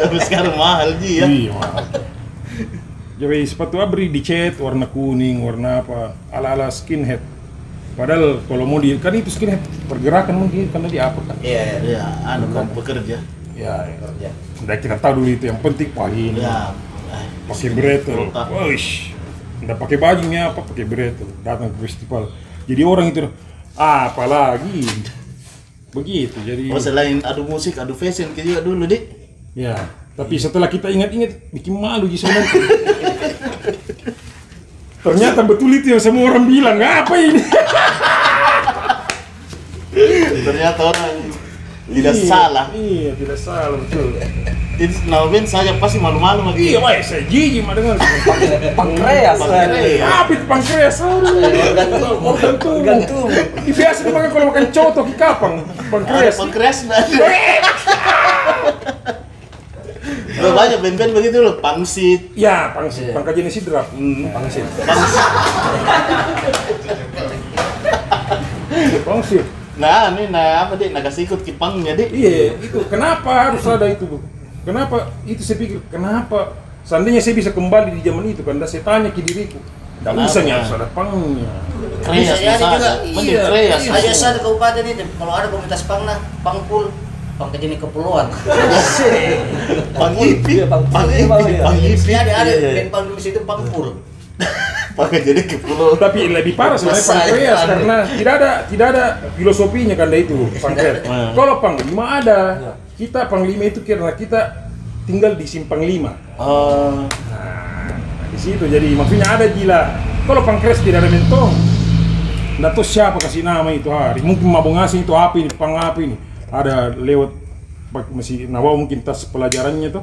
Speaker 1: Tapi sekarang mahal ji ya.
Speaker 3: Iya, mahal. Jadi sepatu abri dicet warna kuning, warna apa? Ala-ala skinhead. Padahal kalau mau di kan itu skinhead pergerakan mungkin karena dia apa kan?
Speaker 2: Iya, iya.
Speaker 1: Ya, anu kamu pekerja.
Speaker 3: Ya, ya.
Speaker 2: Kerja.
Speaker 3: Udah kita tahu dulu itu yang penting pahit.
Speaker 1: Ya, eh,
Speaker 3: pakai brettel
Speaker 1: Botak.
Speaker 3: wish nggak pakai bajunya apa pakai brettel datang ke festival jadi orang itu ah, apalagi begitu jadi
Speaker 1: Oh selain adu musik, adu fashion ke juga dulu dik.
Speaker 3: ya tapi setelah kita ingat-ingat bikin malu gitu sebenarnya ternyata betul itu yang semua orang bilang apa ini
Speaker 1: Ternyata orang tidak
Speaker 3: Iya,
Speaker 1: salah.
Speaker 3: iya tidak salah betul
Speaker 1: Itu Nalben saja pasti malu-malu lagi.
Speaker 3: iya wah saya jijik mah dengar
Speaker 4: Pankreas
Speaker 1: Pankreas.
Speaker 3: apa itu pankreas organ tubuh organ tubuh biasa dimakan kalau makan coto di kapang
Speaker 1: Ada
Speaker 3: pankreas
Speaker 1: pankreas nggak ada? Loh, banyak band-band begitu loh, pangsit,
Speaker 3: Ya, pangsit, pangkat jenis sidrap. Pangsit. Pangsit.
Speaker 1: Nah, ini nah apa dik? Nah kasih ikut kipangnya dik.
Speaker 3: Iya, itu kenapa harus ada itu, Bu? Kenapa itu saya pikir, kenapa seandainya saya bisa kembali di zaman itu kan dan saya tanya ke diriku, enggak
Speaker 1: Kenapa?
Speaker 3: usah nih harus ada pangnya.
Speaker 1: Kreas
Speaker 2: Bisa jadi
Speaker 1: nggak
Speaker 2: iya, juga,
Speaker 1: ada. Mending
Speaker 3: iya,
Speaker 1: kreas.
Speaker 3: iya.
Speaker 2: Aja saat kabupaten itu kalau ada komunitas pang nah, pangpul, pang kejeni kepulauan.
Speaker 1: Pang ipi,
Speaker 4: Iya, pang-
Speaker 1: pang ipi,
Speaker 4: pang- iya.
Speaker 1: pang ipi.
Speaker 2: Jadi ada ada
Speaker 1: Iya, iya.
Speaker 2: band pang dulu situ pangpul.
Speaker 1: Pakai jadi ke pulau.
Speaker 3: Tapi lebih parah sebenarnya
Speaker 2: Masa
Speaker 3: pankreas
Speaker 2: depan.
Speaker 3: karena tidak ada tidak ada filosofinya kan dari itu pankreas.
Speaker 1: Hmm.
Speaker 3: Kalau panglima ada, kita panglima itu karena kita tinggal di simpang lima.
Speaker 1: Oh,
Speaker 3: Nah, di situ jadi maksudnya ada gila. Kalau pankreas tidak ada mentong. Nggak tahu siapa kasih nama itu hari. Mungkin mabung asing itu api ini, pang api ini. Ada lewat pak- masih nawa mungkin tas pelajarannya tuh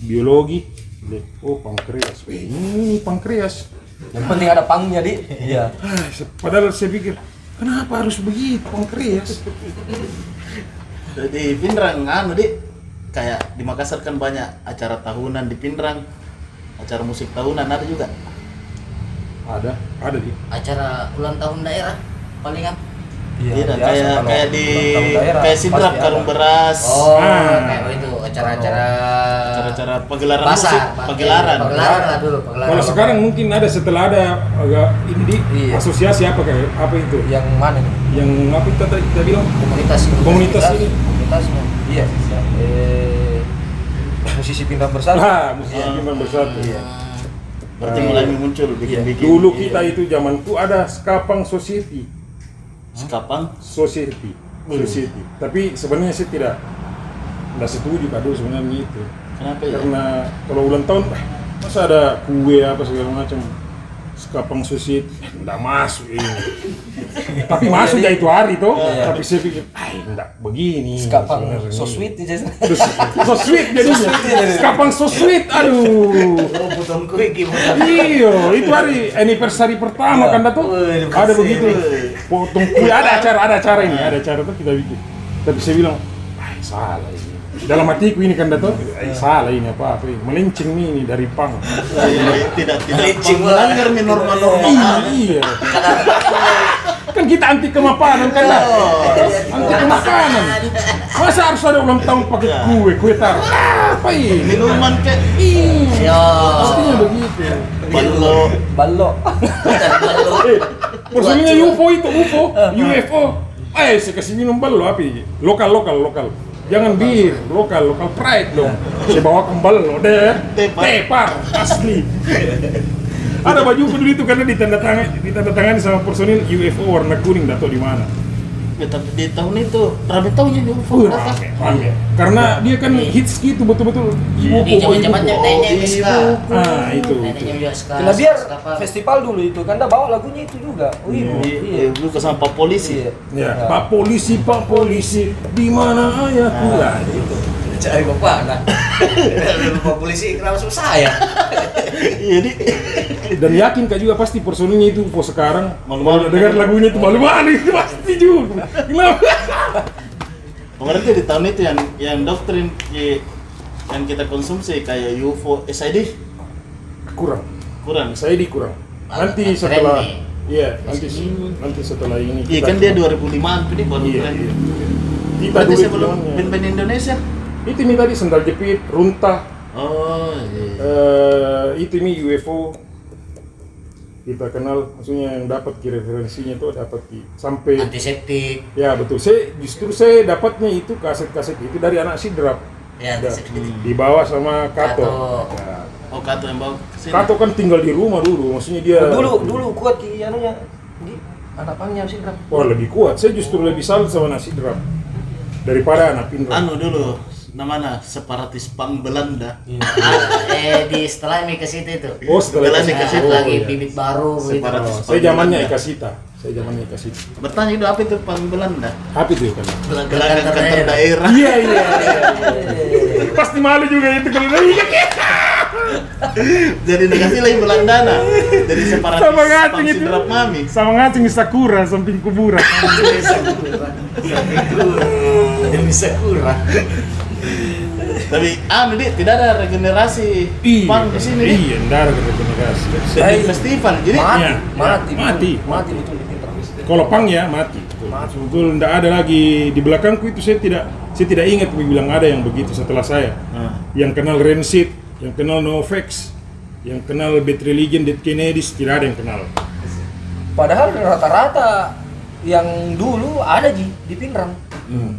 Speaker 3: biologi. Lihat, Oh pankreas, Wih, ini pankreas.
Speaker 4: Yang penting ada pangnya di. Iya.
Speaker 3: Ah, se- Padahal saya pikir kenapa harus begitu pankreas?
Speaker 1: di Pindrang anu dik. Kayak di Makassar kan banyak acara tahunan di Pindrang. Acara musik tahunan ada juga.
Speaker 3: Ada, ada di.
Speaker 2: Acara ulang tahun daerah palingan.
Speaker 1: Iya,
Speaker 4: biasa
Speaker 1: kayak
Speaker 4: kalau
Speaker 1: kayak di
Speaker 4: ulang tahun daerah,
Speaker 1: kayak
Speaker 4: pasti
Speaker 1: Sidrap
Speaker 4: ada.
Speaker 1: karung beras.
Speaker 2: Oh,
Speaker 3: Ah.
Speaker 2: kayak itu acara-acara
Speaker 1: Acara-acara pagelaran musik,
Speaker 2: pasar,
Speaker 1: pagelaran.
Speaker 2: Pagelaran lah dulu, pagelaran.
Speaker 3: Kalau sekarang mungkin ada setelah ada agak ini di
Speaker 4: Iya.
Speaker 3: asosiasi apa kayak apa itu
Speaker 4: Yang mana nih?
Speaker 3: yang apa itu tadi kita bilang
Speaker 2: komunitas
Speaker 3: Komunitas ini.
Speaker 2: komunitasnya.
Speaker 4: Iya. Eh, musisi pintar bersama.
Speaker 3: Nah, musik Bang bersatu.
Speaker 1: Berarti mulai
Speaker 4: Iya.
Speaker 1: muncul bikin-bikin. Iya.
Speaker 3: Dulu kita itu zamanku ada Skapang Society,
Speaker 1: sekapang
Speaker 3: Society, Society. Tapi sebenarnya saya tidak tidak setuju Pak dulu sebenarnya itu.
Speaker 1: kenapa ya?
Speaker 3: Karena kalau ulang tahun ah, masa ada kue apa segala macam Skapang Society tidak masuk ini. tapi masuk ya itu hari tuh. Tapi saya pikir, ah tidak begini.
Speaker 4: Skapang,
Speaker 3: sebenarnya."
Speaker 4: so sweet iya, nih Jason.
Speaker 3: Terus, so sweet jadinya. Skapang so sweet, aduh.
Speaker 2: Oh, butuh kue gimana?
Speaker 3: Iya, itu hari anniversary pertama kan tuh.
Speaker 2: Wih,
Speaker 3: Ada
Speaker 2: masih.
Speaker 3: begitu. Potong kue ada acara, ada acara ini, ada acara tuh kita bikin. Tapi saya bilang, ah salah ini. Dalam hatiku ini kan tuh, "Ah, salah ini apa apa ini. Melenceng nih ini dari pang.
Speaker 1: Iya, tidak tidak
Speaker 2: Licin
Speaker 1: melanggar nih norma norma
Speaker 3: iya. Kan kita anti kemapanan kan lah. Anti kemapanan. Masa harus ada ulang tahun pakai kue, kue tar. Apa ini?
Speaker 1: minuman kek
Speaker 3: Iya.
Speaker 2: Yo,
Speaker 3: Pastinya begitu.
Speaker 1: kalau
Speaker 4: Ballo.
Speaker 2: bukan balok.
Speaker 3: Eh, personilnya UFO itu UFO, UFO. Eh, saya kasih minum bal lo api. Lokal, lokal, lokal. Jangan bir, lokal, lokal pride dong. Saya bawa kembal lo deh.
Speaker 1: Tepar.
Speaker 3: Tepar, asli. Ada baju peduli itu karena ditandatangani ditandatangani sama personil UFO warna kuning atau di mana.
Speaker 1: ya, tapi di tahun itu rame tahunnya di UFO
Speaker 3: Wah,
Speaker 1: datang.
Speaker 3: rame, rame. Karena dia kan hits gitu betul-betul ibu
Speaker 2: Jadi Iya, zaman-zamannya nenek SK.
Speaker 3: Ah, itu. itu.
Speaker 2: Neneknya juga SK.
Speaker 4: Nah, biar
Speaker 2: apa?
Speaker 4: festival dulu itu kan dah bawa lagunya itu juga. Oh, Wih,
Speaker 1: Iya, lu ke sama Pak polisi
Speaker 4: Iya.
Speaker 3: Ya, Pak polisi, Pak polisi, di mana ayahku? Nah, gitu.
Speaker 2: cari bapak anak bapak polisi kenapa susah ya
Speaker 1: Jadi
Speaker 3: Dan yakin kak juga pasti personilnya itu kok sekarang
Speaker 1: Malu-malu.
Speaker 3: kalau dengar lagunya itu malu-malu itu pasti juga. Kenapa?
Speaker 1: pengerti di tahun itu yang yang doktrin di- yang kita konsumsi kayak UFO, SID
Speaker 3: Kurang.
Speaker 1: kurang.
Speaker 3: Saya dikurang. Nanti
Speaker 2: Trending.
Speaker 3: setelah Iya, nanti nanti setelah ini.
Speaker 1: Iya
Speaker 3: kita-
Speaker 1: kan dia 2005an tadi baru
Speaker 3: Iya,
Speaker 1: tren.
Speaker 3: iya. Kita
Speaker 1: Berarti
Speaker 3: dulu
Speaker 1: sebelum
Speaker 3: bilangnya.
Speaker 1: band-band Indonesia.
Speaker 3: Itu nih tadi sendal jepit, runtah,
Speaker 1: Oh iya.
Speaker 3: eh itu nih UFO kita kenal maksudnya yang dapat ki referensinya tuh dapat ki sampai
Speaker 2: antiseptik
Speaker 3: ya betul saya justru saya dapatnya itu kaset-kaset itu dari anak sidrap
Speaker 2: ya
Speaker 3: Ya.
Speaker 1: gitu.
Speaker 2: antiseptik
Speaker 3: dibawa sama Kato.
Speaker 2: Kato.
Speaker 3: Ya.
Speaker 1: Oh Kato yang bawa kesini.
Speaker 3: Kato kan tinggal di rumah dulu, maksudnya dia
Speaker 4: Oh, dulu dulu kuat di anunya di anak pangnya sih Bram.
Speaker 3: Wah Oh, lebih kuat. Saya justru lebih salut sama anak sidrap daripada anak pindra.
Speaker 1: Anu dulu namanya separatis pang Belanda.
Speaker 2: eh di setelah ini ke situ itu
Speaker 3: Oh
Speaker 1: Setelah
Speaker 3: setelah itu-
Speaker 1: dikasih
Speaker 2: Nah, lagi
Speaker 3: iya.
Speaker 2: bibit baru gitu
Speaker 1: Separatis.
Speaker 3: Oh, saya zamannya Eka Sita. Saya zamannya Eka Sita.
Speaker 1: Bertanya itu apa itu pang Belanda?
Speaker 3: Apa itu kan?
Speaker 1: Gerakan kantor daerah.
Speaker 3: Iya iya. iya. Pasti malu juga itu kalau dia ingat.
Speaker 1: Jadi dikasih lagi Belandana. Jadi separatis
Speaker 3: sama
Speaker 1: pang
Speaker 3: ngacing itu.
Speaker 1: Sidrap Mami.
Speaker 3: Sama ngacing di Sakura samping kuburan.
Speaker 2: demi sakura
Speaker 1: Tapi anu Dik, tidak ada regenerasi pang di sini. Dik.
Speaker 3: Iya, ndara ke generasi.
Speaker 1: Jadi festival. Jadi
Speaker 4: mati,
Speaker 3: Iya.
Speaker 4: mati,
Speaker 3: Mati.
Speaker 4: betul. mati betul di Pinterest.
Speaker 3: Kalau pang ya mati.
Speaker 4: Mati.
Speaker 3: Betul, tidak ada lagi di belakangku itu saya tidak saya tidak ingat bilang ada yang begitu setelah saya.
Speaker 1: Nah,
Speaker 3: Yang kenal Rancid, yang kenal NoFX, yang kenal Bad Religion, Dead Kennedys, tidak ada yang kenal.
Speaker 4: Padahal rata-rata yang dulu ada di di Pinrang. Hmm.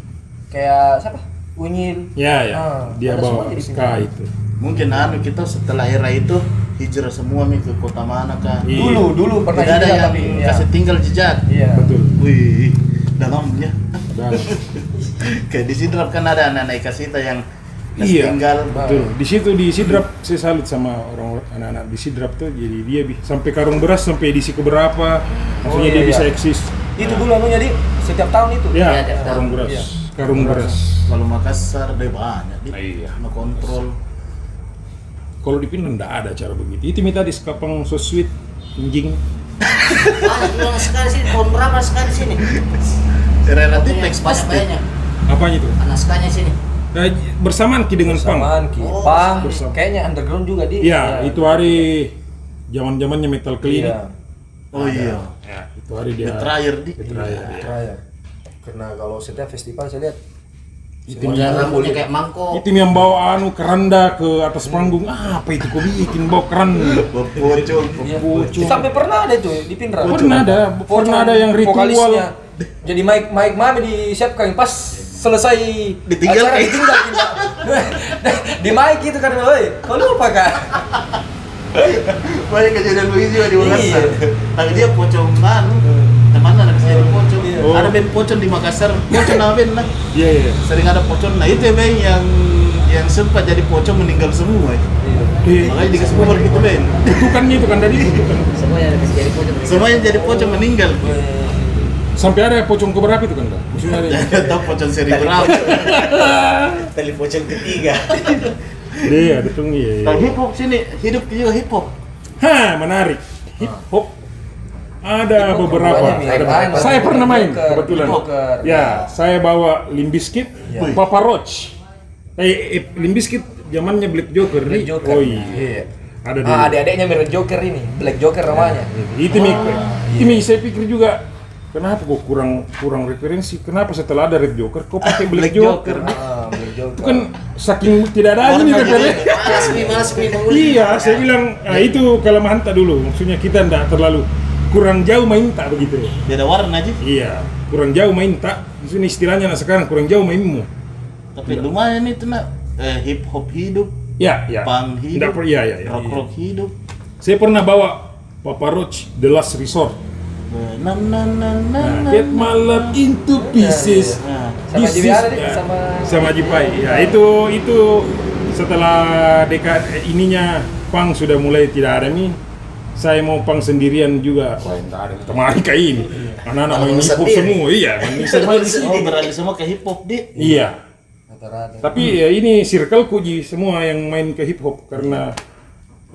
Speaker 4: Kayak siapa? Unyil.
Speaker 3: Ya ya,
Speaker 4: Ah,
Speaker 3: dia
Speaker 4: ada
Speaker 3: bawa
Speaker 4: semuanya di sini.
Speaker 3: Ska itu.
Speaker 1: mungkin anu kita setelah era itu hijrah semua mi ke kota mana kah?
Speaker 3: Iya.
Speaker 4: Dulu dulu pernah
Speaker 1: Tidak ada
Speaker 4: hijrah,
Speaker 1: yang
Speaker 4: tapi ya.
Speaker 1: kasih tinggal jejak.
Speaker 4: Iya.
Speaker 3: Betul.
Speaker 1: Wih, dalamnya.
Speaker 3: Dan-
Speaker 1: Kayak di Sidrap kan ada anak-anak kasita yang kasih
Speaker 3: Iya,
Speaker 1: tinggal.
Speaker 3: betul. Di situ di Sidrap saya salut sama orang anak-anak di Sidrap tuh. Jadi dia bi- sampai karung beras sampai diisi ke berapa, maksudnya dia
Speaker 4: iya, iya.
Speaker 3: bisa eksis.
Speaker 4: Itu dulu anunya di setiap tahun itu.
Speaker 3: Ya,
Speaker 2: Iya, tiap tahun.
Speaker 3: karung beras,
Speaker 4: Iya.
Speaker 3: karung beras.
Speaker 1: Kalau Makassar dia banyak. Dik.
Speaker 3: Iya.
Speaker 1: No kontrol.
Speaker 3: Kalau di Pinang nggak ada cara begitu. Itu minta di Skapang so sweet, anjing.
Speaker 2: ah yang sekali sini tahun berapa sekali sini
Speaker 1: Relatif
Speaker 2: Banyak-
Speaker 1: teks pasti.
Speaker 2: banyak-banyak.
Speaker 3: Apanya itu?
Speaker 2: anak sekanya sini
Speaker 3: Nah, j- bersamaan ki dengan Pang.
Speaker 4: Bersamaan
Speaker 2: Oh,
Speaker 4: Kipang,
Speaker 3: bersama.
Speaker 4: kayaknya underground juga di.
Speaker 3: Ya, itu hari zaman-zamannya metal klinik.
Speaker 4: Iya.
Speaker 1: Oh iya.
Speaker 3: Ya, itu hari dia.
Speaker 1: Betrayer dik.
Speaker 3: Betrayer, ya.
Speaker 4: Raya. Karena Iya, kalau setiap festival saya lihat
Speaker 3: Itu
Speaker 2: model
Speaker 3: yang-
Speaker 2: rambutnya kayak mangkok
Speaker 3: itu yang bawa anu keranda ke atas panggung. Ah, apa itu kok bikin bawa keranda?
Speaker 1: Bocong.
Speaker 3: Bocor.
Speaker 4: Iya. sampai pernah ada itu di Pinrang.
Speaker 3: Pernah ada, pernah ada yang
Speaker 4: vokalisnya.
Speaker 3: ritual.
Speaker 4: Jadi Mike Mike Mame disiapkan pas selesai
Speaker 1: Ditinggal,
Speaker 4: acara
Speaker 1: eh.
Speaker 4: ditinggal Pinrang. di Mike itu kan, "Woi, kau lupa kah?"
Speaker 1: Banyak kejadian begitu juga di
Speaker 4: Iya.
Speaker 1: Makassar. Tapi dia pocong kan. Teman anak saya di pocong.
Speaker 4: Iya.
Speaker 3: Oh.
Speaker 1: Ada band pocong di Makassar. Pocong apa band lah.
Speaker 3: Iya, iya.
Speaker 1: Sering ada pocong. Nah itu ya, band yang yang sempat jadi pocong meninggal semua. ya.
Speaker 3: Eh,
Speaker 1: Makanya dikasih bubar gitu band.
Speaker 3: kutukannya itu kan tadi kutukan.
Speaker 2: semua yang ada jadi pojok
Speaker 1: Semua yang jadi pocong meninggal.
Speaker 3: Sampai ada pocong keberapa itu kan? Kak? Maksudnya ada
Speaker 1: Jangan tahu pocong seri berapa.
Speaker 2: tali pojok ketiga
Speaker 3: Iya, ada tunggu ya.
Speaker 1: Kalau hip hop sini hidup juga hip hop.
Speaker 3: Hah, menarik. Hip hop ada beberapa.
Speaker 4: banyak,
Speaker 3: Ada
Speaker 4: banyak.
Speaker 3: beberapa. Saya
Speaker 4: Banyak.
Speaker 3: pernah main
Speaker 4: Poker,
Speaker 3: kebetulan.
Speaker 4: poker.
Speaker 3: Ya, saya bawa Limbiskit,
Speaker 4: Ya.
Speaker 3: Papa Roach. Eh, eh Limbiskit zamannya Black Joker nih.
Speaker 4: Black
Speaker 3: Oh
Speaker 4: Joker.
Speaker 3: iya.
Speaker 4: Iya.
Speaker 3: Ada di.
Speaker 4: Ah, adik-adiknya mirip Joker ini, Black Joker namanya.
Speaker 3: Itu nih.
Speaker 1: iya.
Speaker 3: Itu nih saya pikir juga kenapa kok kurang kurang referensi? Kenapa setelah ada Red Joker kok pakai Black,
Speaker 1: Black
Speaker 3: Joker?
Speaker 1: Joker.
Speaker 4: Ah,
Speaker 3: Itu
Speaker 4: Black Joker.
Speaker 3: kan saking tidak ada aja nih
Speaker 1: ya.
Speaker 3: referensi.
Speaker 2: malas mi malas mi mengulik.
Speaker 3: Iya, saya bilang nah, itu kelemahan tak dulu. Maksudnya kita tidak terlalu kurang jauh main tak begitu.
Speaker 1: Beda warna aja.
Speaker 3: Iya, kurang jauh main tak. Maksudnya istilahnya anak sekarang kurang jauh mainmu.
Speaker 1: Tapi lumayan itu nak. Eh, hip hop hidup,
Speaker 3: Ya, ya.
Speaker 1: punk
Speaker 3: Nggak
Speaker 1: hidup,
Speaker 3: per- iya, iya, iya.
Speaker 1: rock rock hidup.
Speaker 3: Saya pernah bawa Papa Roach The Last Resort.
Speaker 1: Na na na na
Speaker 3: Nah,
Speaker 1: na.
Speaker 3: get my love into pieces.
Speaker 1: Nah,
Speaker 4: Sama
Speaker 3: This
Speaker 4: Jibi
Speaker 3: is-
Speaker 4: ada nih,
Speaker 3: ya,
Speaker 4: sama
Speaker 3: sama Jipai. Ya, itu itu setelah dekat eh, ininya Pang sudah mulai tidak ada nih. Saya mau pang sendirian juga. Wah, tidak ada temari kayak ini. Anak-anak main
Speaker 2: Kalau
Speaker 3: hip hop
Speaker 2: sendiri.
Speaker 3: semua, iya. Main hip hop.
Speaker 1: Oh, beralih semua ke hip hop, Dik.
Speaker 3: Iya.
Speaker 2: rata-rata
Speaker 3: Tapi ya ini circle Ji semua yang main ke hip hop karena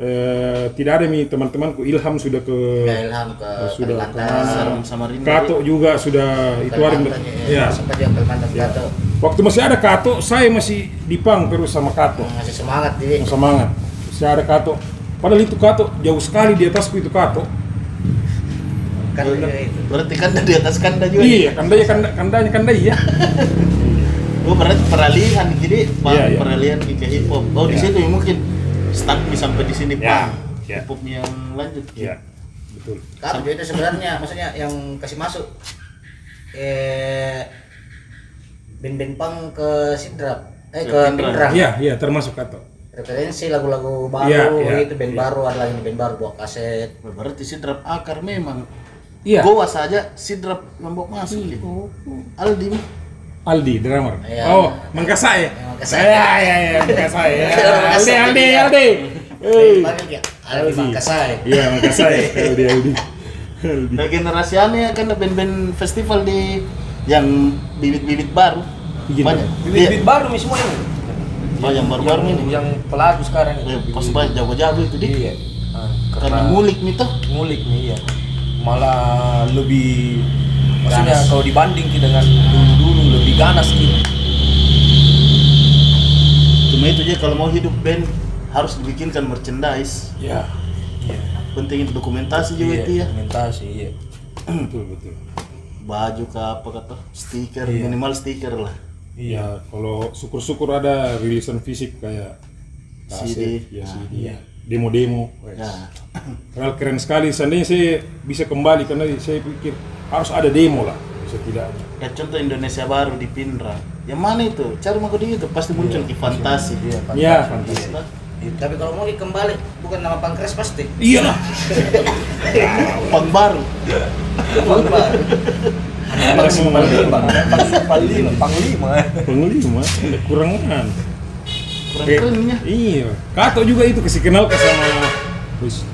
Speaker 3: eh, tidak ada nih teman-temanku Ilham sudah ke
Speaker 2: Ya, Ilham ke
Speaker 3: sudah
Speaker 2: Kalimantan
Speaker 1: Sama- sama Rindu.
Speaker 3: Kato juga sudah itu hari
Speaker 2: Kalimantan, ya,
Speaker 3: ya.
Speaker 2: sempat yang Kalimantan Kato
Speaker 3: Waktu masih ada Kato, saya masih dipang terus sama Kato.
Speaker 2: ngasih semangat jadi
Speaker 3: Yang semangat. Masih ada Kato. Padahal itu Kato jauh sekali di atasku itu Kato.
Speaker 2: kan itu
Speaker 1: Berarti kanda di atas kanda juga.
Speaker 3: Iya, kandai kanda kandanya kandai ya.
Speaker 1: Gue Oh, berarti peralihan jadi bang
Speaker 3: Iya, iya.
Speaker 1: peralihan ke ke hip hop. Oh di
Speaker 3: Iya.
Speaker 1: situ ya mungkin stuck nih sampai di sini
Speaker 3: Iya,
Speaker 1: pak.
Speaker 3: iya.
Speaker 1: Hip hop yang lanjut.
Speaker 3: Iya. Betul.
Speaker 2: Kato Kan itu sebenarnya maksudnya yang kasih masuk eh band-band punk ke Sidrap eh
Speaker 1: Ke
Speaker 2: ke
Speaker 1: Pindrang.
Speaker 2: Pindrang
Speaker 3: Iya, iya termasuk Kato.
Speaker 2: referensi lagu-lagu
Speaker 3: Iya,
Speaker 2: baru
Speaker 3: iya,
Speaker 2: itu band
Speaker 3: iya.
Speaker 2: baru ada lagi band baru buat kaset
Speaker 1: Nah, Berarti si drop akar memang.
Speaker 3: Iya.
Speaker 1: Goa saja si drop nombok masuk. Li. Aldi mah.
Speaker 3: Aldi drummer.
Speaker 2: Iya.
Speaker 3: Oh, Mangkasa ya.
Speaker 2: Mangkasa.
Speaker 3: Saya ya ya Mangkasa ya. Aldi
Speaker 2: Mangkasa,
Speaker 3: Aldi
Speaker 2: iya.
Speaker 3: Aldi. Hey.
Speaker 2: panggil ya Aldi Mangkasai
Speaker 3: Iya, Mangkasa ya. Aldi Aldi. Aldi.
Speaker 1: Dari generasi aneh kan ada band-band festival di yang bibit-bibit baru.
Speaker 3: Bikin
Speaker 1: banyak.
Speaker 4: Iya. Bibit-bibit baru nih semua ini.
Speaker 1: Iya, oh, yang baru-baru
Speaker 4: yang,
Speaker 1: ini.
Speaker 4: yang pelaku sekarang ini.
Speaker 1: Eh, Pas banyak jago-jago itu dik.
Speaker 4: Iya. Ah,
Speaker 1: Karena ngulik nih tuh.
Speaker 4: ngulik nih ya malah lebih maksudnya kalau dibanding ki dengan dulu dulu lebih ganas gitu
Speaker 1: Cuma itu aja kalau mau hidup band harus dibikinkan merchandise.
Speaker 2: Iya.
Speaker 3: Ya,
Speaker 1: Pentingin dokumentasi juga itu ya.
Speaker 4: komentasi iya
Speaker 3: betul betul.
Speaker 1: Baju ke apa kata stiker minimal stiker lah.
Speaker 3: Iya, kalau syukur-syukur ada rilisan fisik kayak kaset,
Speaker 1: CD.
Speaker 3: ya, CD, demo-demo. wes.
Speaker 1: Ya.
Speaker 3: Padahal keren sekali. Seandainya saya bisa kembali karena saya pikir harus ada demo lah, setidaknya.
Speaker 1: Ya contoh Indonesia baru di Pindra. Yang mana itu? Cari mah di itu pasti muncul di fantasi.
Speaker 4: iya Pak.
Speaker 3: Iya, fantastis.
Speaker 1: Lah,
Speaker 2: tapi kalau mau dikembali bukan nama pankres pasti
Speaker 3: Iya lah.
Speaker 1: Pang baru.
Speaker 2: Bang.
Speaker 4: panglima panglima panglima
Speaker 3: Penglima, kurangan.
Speaker 1: Kurang ya. kerennya.
Speaker 3: Iya. Kato juga itu kasih kenal ke sama Wis.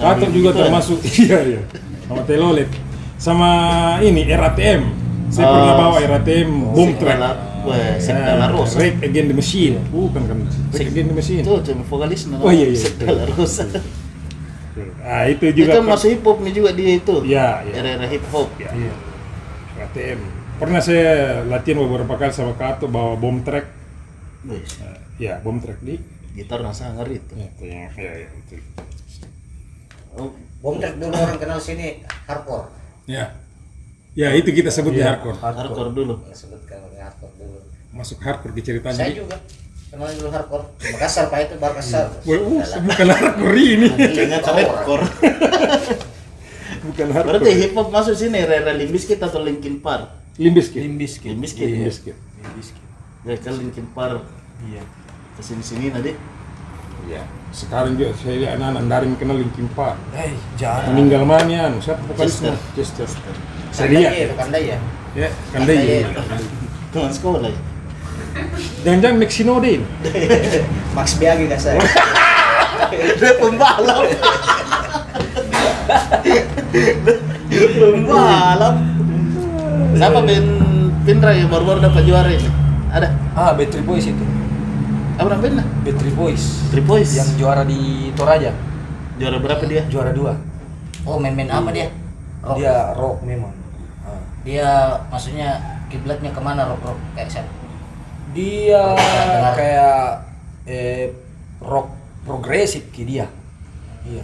Speaker 1: Nah,
Speaker 3: Kato juga
Speaker 1: gitu ya.
Speaker 3: termasuk iya iya. Sama Telolet. Sama ini RATM. Saya
Speaker 1: Oh.
Speaker 3: pernah bawa RATM boom track.
Speaker 1: Sekala- oh, Weh,
Speaker 3: Nah,
Speaker 1: Sekala Rosa.
Speaker 3: Rage Against the Machine. Bukan kan. Rage Against the Machine.
Speaker 1: Itu cuma vokalisnya.
Speaker 3: Oh, iya, iya.
Speaker 1: Sekala Rosa.
Speaker 3: Ah, itu juga.
Speaker 1: Itu
Speaker 3: per-
Speaker 1: masuk hip hop nih juga dia itu.
Speaker 3: Iya, iya.
Speaker 1: Era-era hip hop.
Speaker 3: Iya. RATM. Pernah saya latihan beberapa kali sama Kato bawa bom track.
Speaker 1: Wih,
Speaker 3: Eh, Ya, bom track di.
Speaker 1: gitar nasa sangar itu.
Speaker 3: Ya, tanya- ya, ya, betul.
Speaker 1: Oh,
Speaker 2: Bom Jack dulu orang kenal sini hardcore.
Speaker 3: Ya. Ya, itu kita sebut di hardcore.
Speaker 1: hardcore dulu.
Speaker 2: Nggak sebutkan orang hardcore dulu.
Speaker 3: masuk hardcore di ceritanya.
Speaker 2: Saya juga kenal dulu hardcore. Di Makassar pak itu baru Makassar.
Speaker 3: Wah, uh,
Speaker 2: Dalam.
Speaker 3: bukan hardcore ini.
Speaker 1: Kayaknya hardcore.
Speaker 3: bukan
Speaker 1: Berarti
Speaker 3: hardcore.
Speaker 1: hip hop masuk sini era-era Limbis kita atau Linkin Park.
Speaker 3: Limbiskit.
Speaker 4: limbis gitu
Speaker 1: Limbis gitu.
Speaker 4: Iya,
Speaker 1: Limbis
Speaker 3: Limbiskit.
Speaker 4: limbis gitu.
Speaker 1: Ya kan Linkin Park
Speaker 4: iya
Speaker 1: kesini sini nanti.
Speaker 3: Iya. Sekarang juga saya lihat anak-anak dari kenal Linkin Park.
Speaker 4: eh jangan
Speaker 3: Meninggal mania anu siapa vokalisnya?
Speaker 1: Chester.
Speaker 3: Saya
Speaker 2: Kandai
Speaker 3: lihat.
Speaker 2: ya, bukan Kandai ya.
Speaker 3: Ya, kandai.
Speaker 2: Kandai.
Speaker 3: ya.
Speaker 1: Teman sekolah. ya?
Speaker 3: Jangan-jangan Mexinode ini.
Speaker 2: Max Biagi nggak saya.
Speaker 1: Dia pembalap. Dia pembalap. Siapa Ben Pindra yang baru-baru dapat juara ini? Ada.
Speaker 4: ah battery boys itu Eh,
Speaker 1: Apa namanya? Ben?
Speaker 4: battery Iya. boys
Speaker 1: Three Boys.
Speaker 4: yang juara di toraja
Speaker 1: juara berapa dia?
Speaker 4: juara dua
Speaker 2: Oh main-main apa dia? Rock. Dia,
Speaker 4: dia rock memang Ah.
Speaker 2: maksudnya kiblatnya kemana rock rock kayak saya.
Speaker 4: dia
Speaker 2: Dengar.
Speaker 4: kayak eh, rock progresif ki dia iya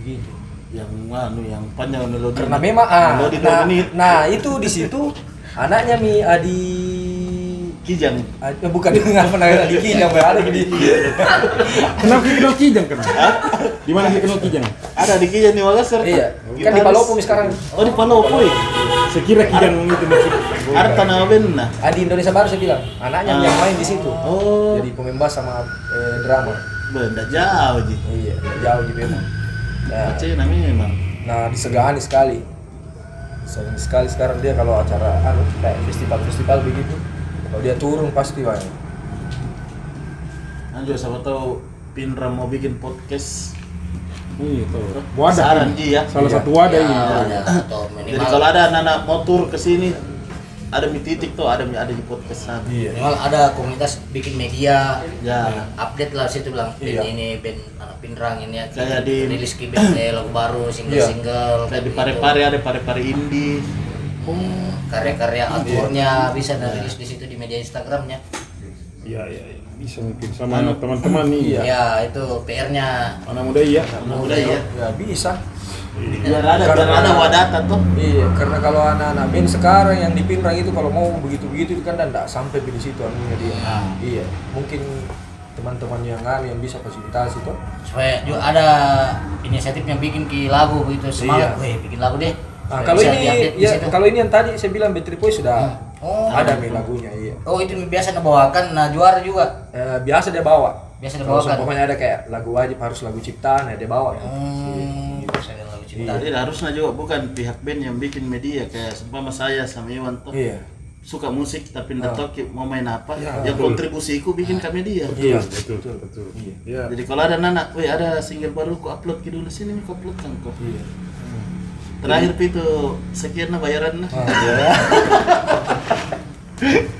Speaker 4: begitu
Speaker 1: Yang anu yang panjang melodi.
Speaker 4: karena memang ah
Speaker 1: melodi dua
Speaker 4: nah,
Speaker 1: menit.
Speaker 4: nah itu di situ anaknya mi adi
Speaker 1: Kijang.
Speaker 4: Ad- eh, bukan dengan penari adi kijang ya ada di
Speaker 3: Kenapa dia kenal Kijang kenal? Di mana dia kenal Kijang?
Speaker 1: Ada di Kijang di Makassar.
Speaker 4: iya kan
Speaker 1: Gitaris.
Speaker 4: di Palopo mi sekarang
Speaker 1: Oh di Palopo ya?
Speaker 3: Saya kira Kijang itu maksud.
Speaker 1: Ada tanah Benna.
Speaker 4: adi Indonesia baru saya bilang anaknya mi
Speaker 1: Ah.
Speaker 4: yang main di situ
Speaker 1: Oh.
Speaker 4: jadi pemembas sama eh, drama
Speaker 1: Benda jauh ji.
Speaker 4: iya jauh di memang nah,
Speaker 1: Aceh namanya memang.
Speaker 4: Nah, disegani sekali. Disegani sekali sekarang dia kalau acara anu kayak festival-festival begitu. Kalau dia turun pasti wah.
Speaker 1: Anjir siapa tahu Pindra mau bikin podcast.
Speaker 3: Iya, tahu. Wadah.
Speaker 1: Saran ji ya.
Speaker 3: Salah satu wadah Oh, iya. ini.
Speaker 2: Ya, Iya, atau
Speaker 1: Jadi
Speaker 2: minimal.
Speaker 1: kalau ada anak-anak motor ke sini ada mi titik tuh ada mi ada di podcastan
Speaker 3: Iya.
Speaker 2: Minimal ada komunitas bikin media, Nah,
Speaker 1: Ya.
Speaker 2: update lah situ bilang band
Speaker 3: Iya.
Speaker 2: ini band anak pinrang ini ya,
Speaker 1: Kayak di-
Speaker 2: rilis ki band eh, lagu baru gitu. single single
Speaker 1: kayak di pare-pare ada pare-pare indie
Speaker 2: Hmm, karya-karya autornya bisa dari rilis di situ di media Instagramnya
Speaker 3: Iya, iya, iya. Bisa mungkin sama anak teman-teman
Speaker 2: ya,
Speaker 3: nih. Iya.
Speaker 2: itu PR-nya
Speaker 3: Anak muda iya.
Speaker 1: anak muda ya
Speaker 4: ya bisa
Speaker 1: biar ada biar ada wadah tuh
Speaker 4: Iya, karena kalau anak-anak band sekarang yang di Pinrang itu kalau mau begitu-begitu kan tidak sampai di situ anunya dia.
Speaker 2: Ah.
Speaker 4: Iya, mungkin teman-teman yang anu yang bisa fasilitasi itu.
Speaker 2: supaya juga ada inisiatif yang bikin ki lagu begitu semangat
Speaker 4: Iya.
Speaker 2: weh bikin lagu deh
Speaker 4: Nah,
Speaker 2: Supaya
Speaker 4: kalau
Speaker 2: bisa
Speaker 4: ini
Speaker 2: diupdate di
Speaker 4: ya
Speaker 2: situ.
Speaker 4: kalau ini yang tadi saya bilang Battery Boy sudah
Speaker 2: Oh.
Speaker 4: ada nih lagunya, iya.
Speaker 2: oh itu biasa dibawakan nah juara juga
Speaker 4: Eh, biasa dia bawa.
Speaker 2: Biasa dia
Speaker 4: Kalau
Speaker 2: bawakan.
Speaker 4: seumpamanya ada kayak lagu wajib harus lagu ciptaan ya dia bawa. gitu.
Speaker 2: hmm,
Speaker 4: Iya.
Speaker 2: saya ada lagu ciptaan
Speaker 1: jadi harusnya juga bukan pihak band yang bikin media kayak seumpama saya sama Iwan tuh
Speaker 4: Iya.
Speaker 1: suka musik tapi
Speaker 4: Ah.
Speaker 1: nggak tahu ki- mau main apa
Speaker 4: Ya,
Speaker 1: yang kontribusiku bikin ke media
Speaker 4: Iya.
Speaker 3: Betul, betul, betul.
Speaker 4: Iya.
Speaker 3: Iya.
Speaker 1: jadi kalau ada anak, weh ada single baru ku upload ki dulu sini ku upload kan ku
Speaker 4: Iya.
Speaker 1: terakhir pi itu sekian lah bayaran lah
Speaker 4: Ah,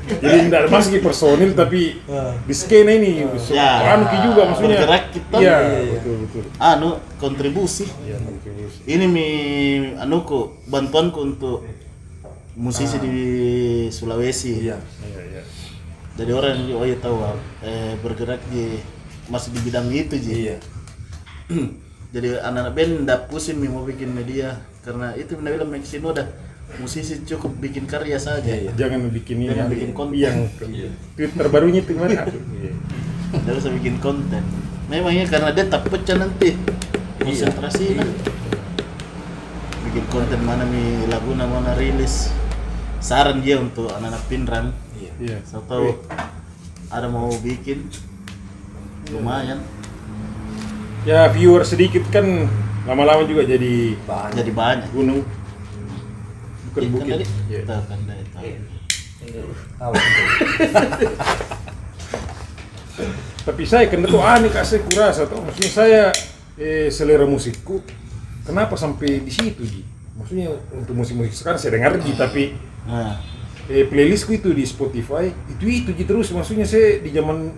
Speaker 3: Jadi tidak ada masuk personil tapi
Speaker 4: Ah.
Speaker 3: di skena ini
Speaker 1: Ya.
Speaker 3: ya. Anu ki juga maksudnya.
Speaker 1: Bergerak kita.
Speaker 3: Iya,
Speaker 4: Iya, iya.
Speaker 3: betul, betul.
Speaker 1: anu kontribusi
Speaker 3: Iya, kontribusi.
Speaker 1: ini mi anu anuku bantuanku untuk musisi di Sulawesi
Speaker 4: Ah. Iya.
Speaker 3: Iya, iya.
Speaker 1: jadi orang yang oh iya tahu eh, bergerak di masih di bidang itu ji
Speaker 4: Iya.
Speaker 1: jadi anak-anak band ndak pusing nih mau bikin media karena itu benar bilang Maxino udah musisi cukup bikin karya saja
Speaker 4: Iya, iya.
Speaker 3: Jangan bikin ini
Speaker 1: Jangan bikin konten. Iya.
Speaker 3: yang tweet terbarunya itu gimana? Iya.
Speaker 1: nggak usah bikin konten memangnya karena dia tak pecah nanti
Speaker 3: Iya,
Speaker 1: konsentrasi nah. bikin konten mana mi lagu mana rilis saran dia untuk anak-anak pinran
Speaker 4: Iya.
Speaker 3: Iya.
Speaker 1: saya tahu ada mau bikin lumayan
Speaker 3: Ya viewer sedikit kan lama-lama juga jadi
Speaker 4: Bahan.
Speaker 1: jadi banyak
Speaker 3: gunung bukan
Speaker 1: Iya, kan,
Speaker 3: bukit.
Speaker 1: tadi?
Speaker 3: Iya.
Speaker 1: Tahu kan, tadi, tahu.
Speaker 4: Tahu.
Speaker 3: Tapi saya kena tuh aneh kasih kurasa tuh. Maksudnya saya eh, selera musikku kenapa sampai di situ Ji? Maksudnya untuk musik-musik sekarang saya dengar Ji tapi
Speaker 1: nah
Speaker 3: eh, playlistku itu di Spotify itu itu Ji terus maksudnya saya di zaman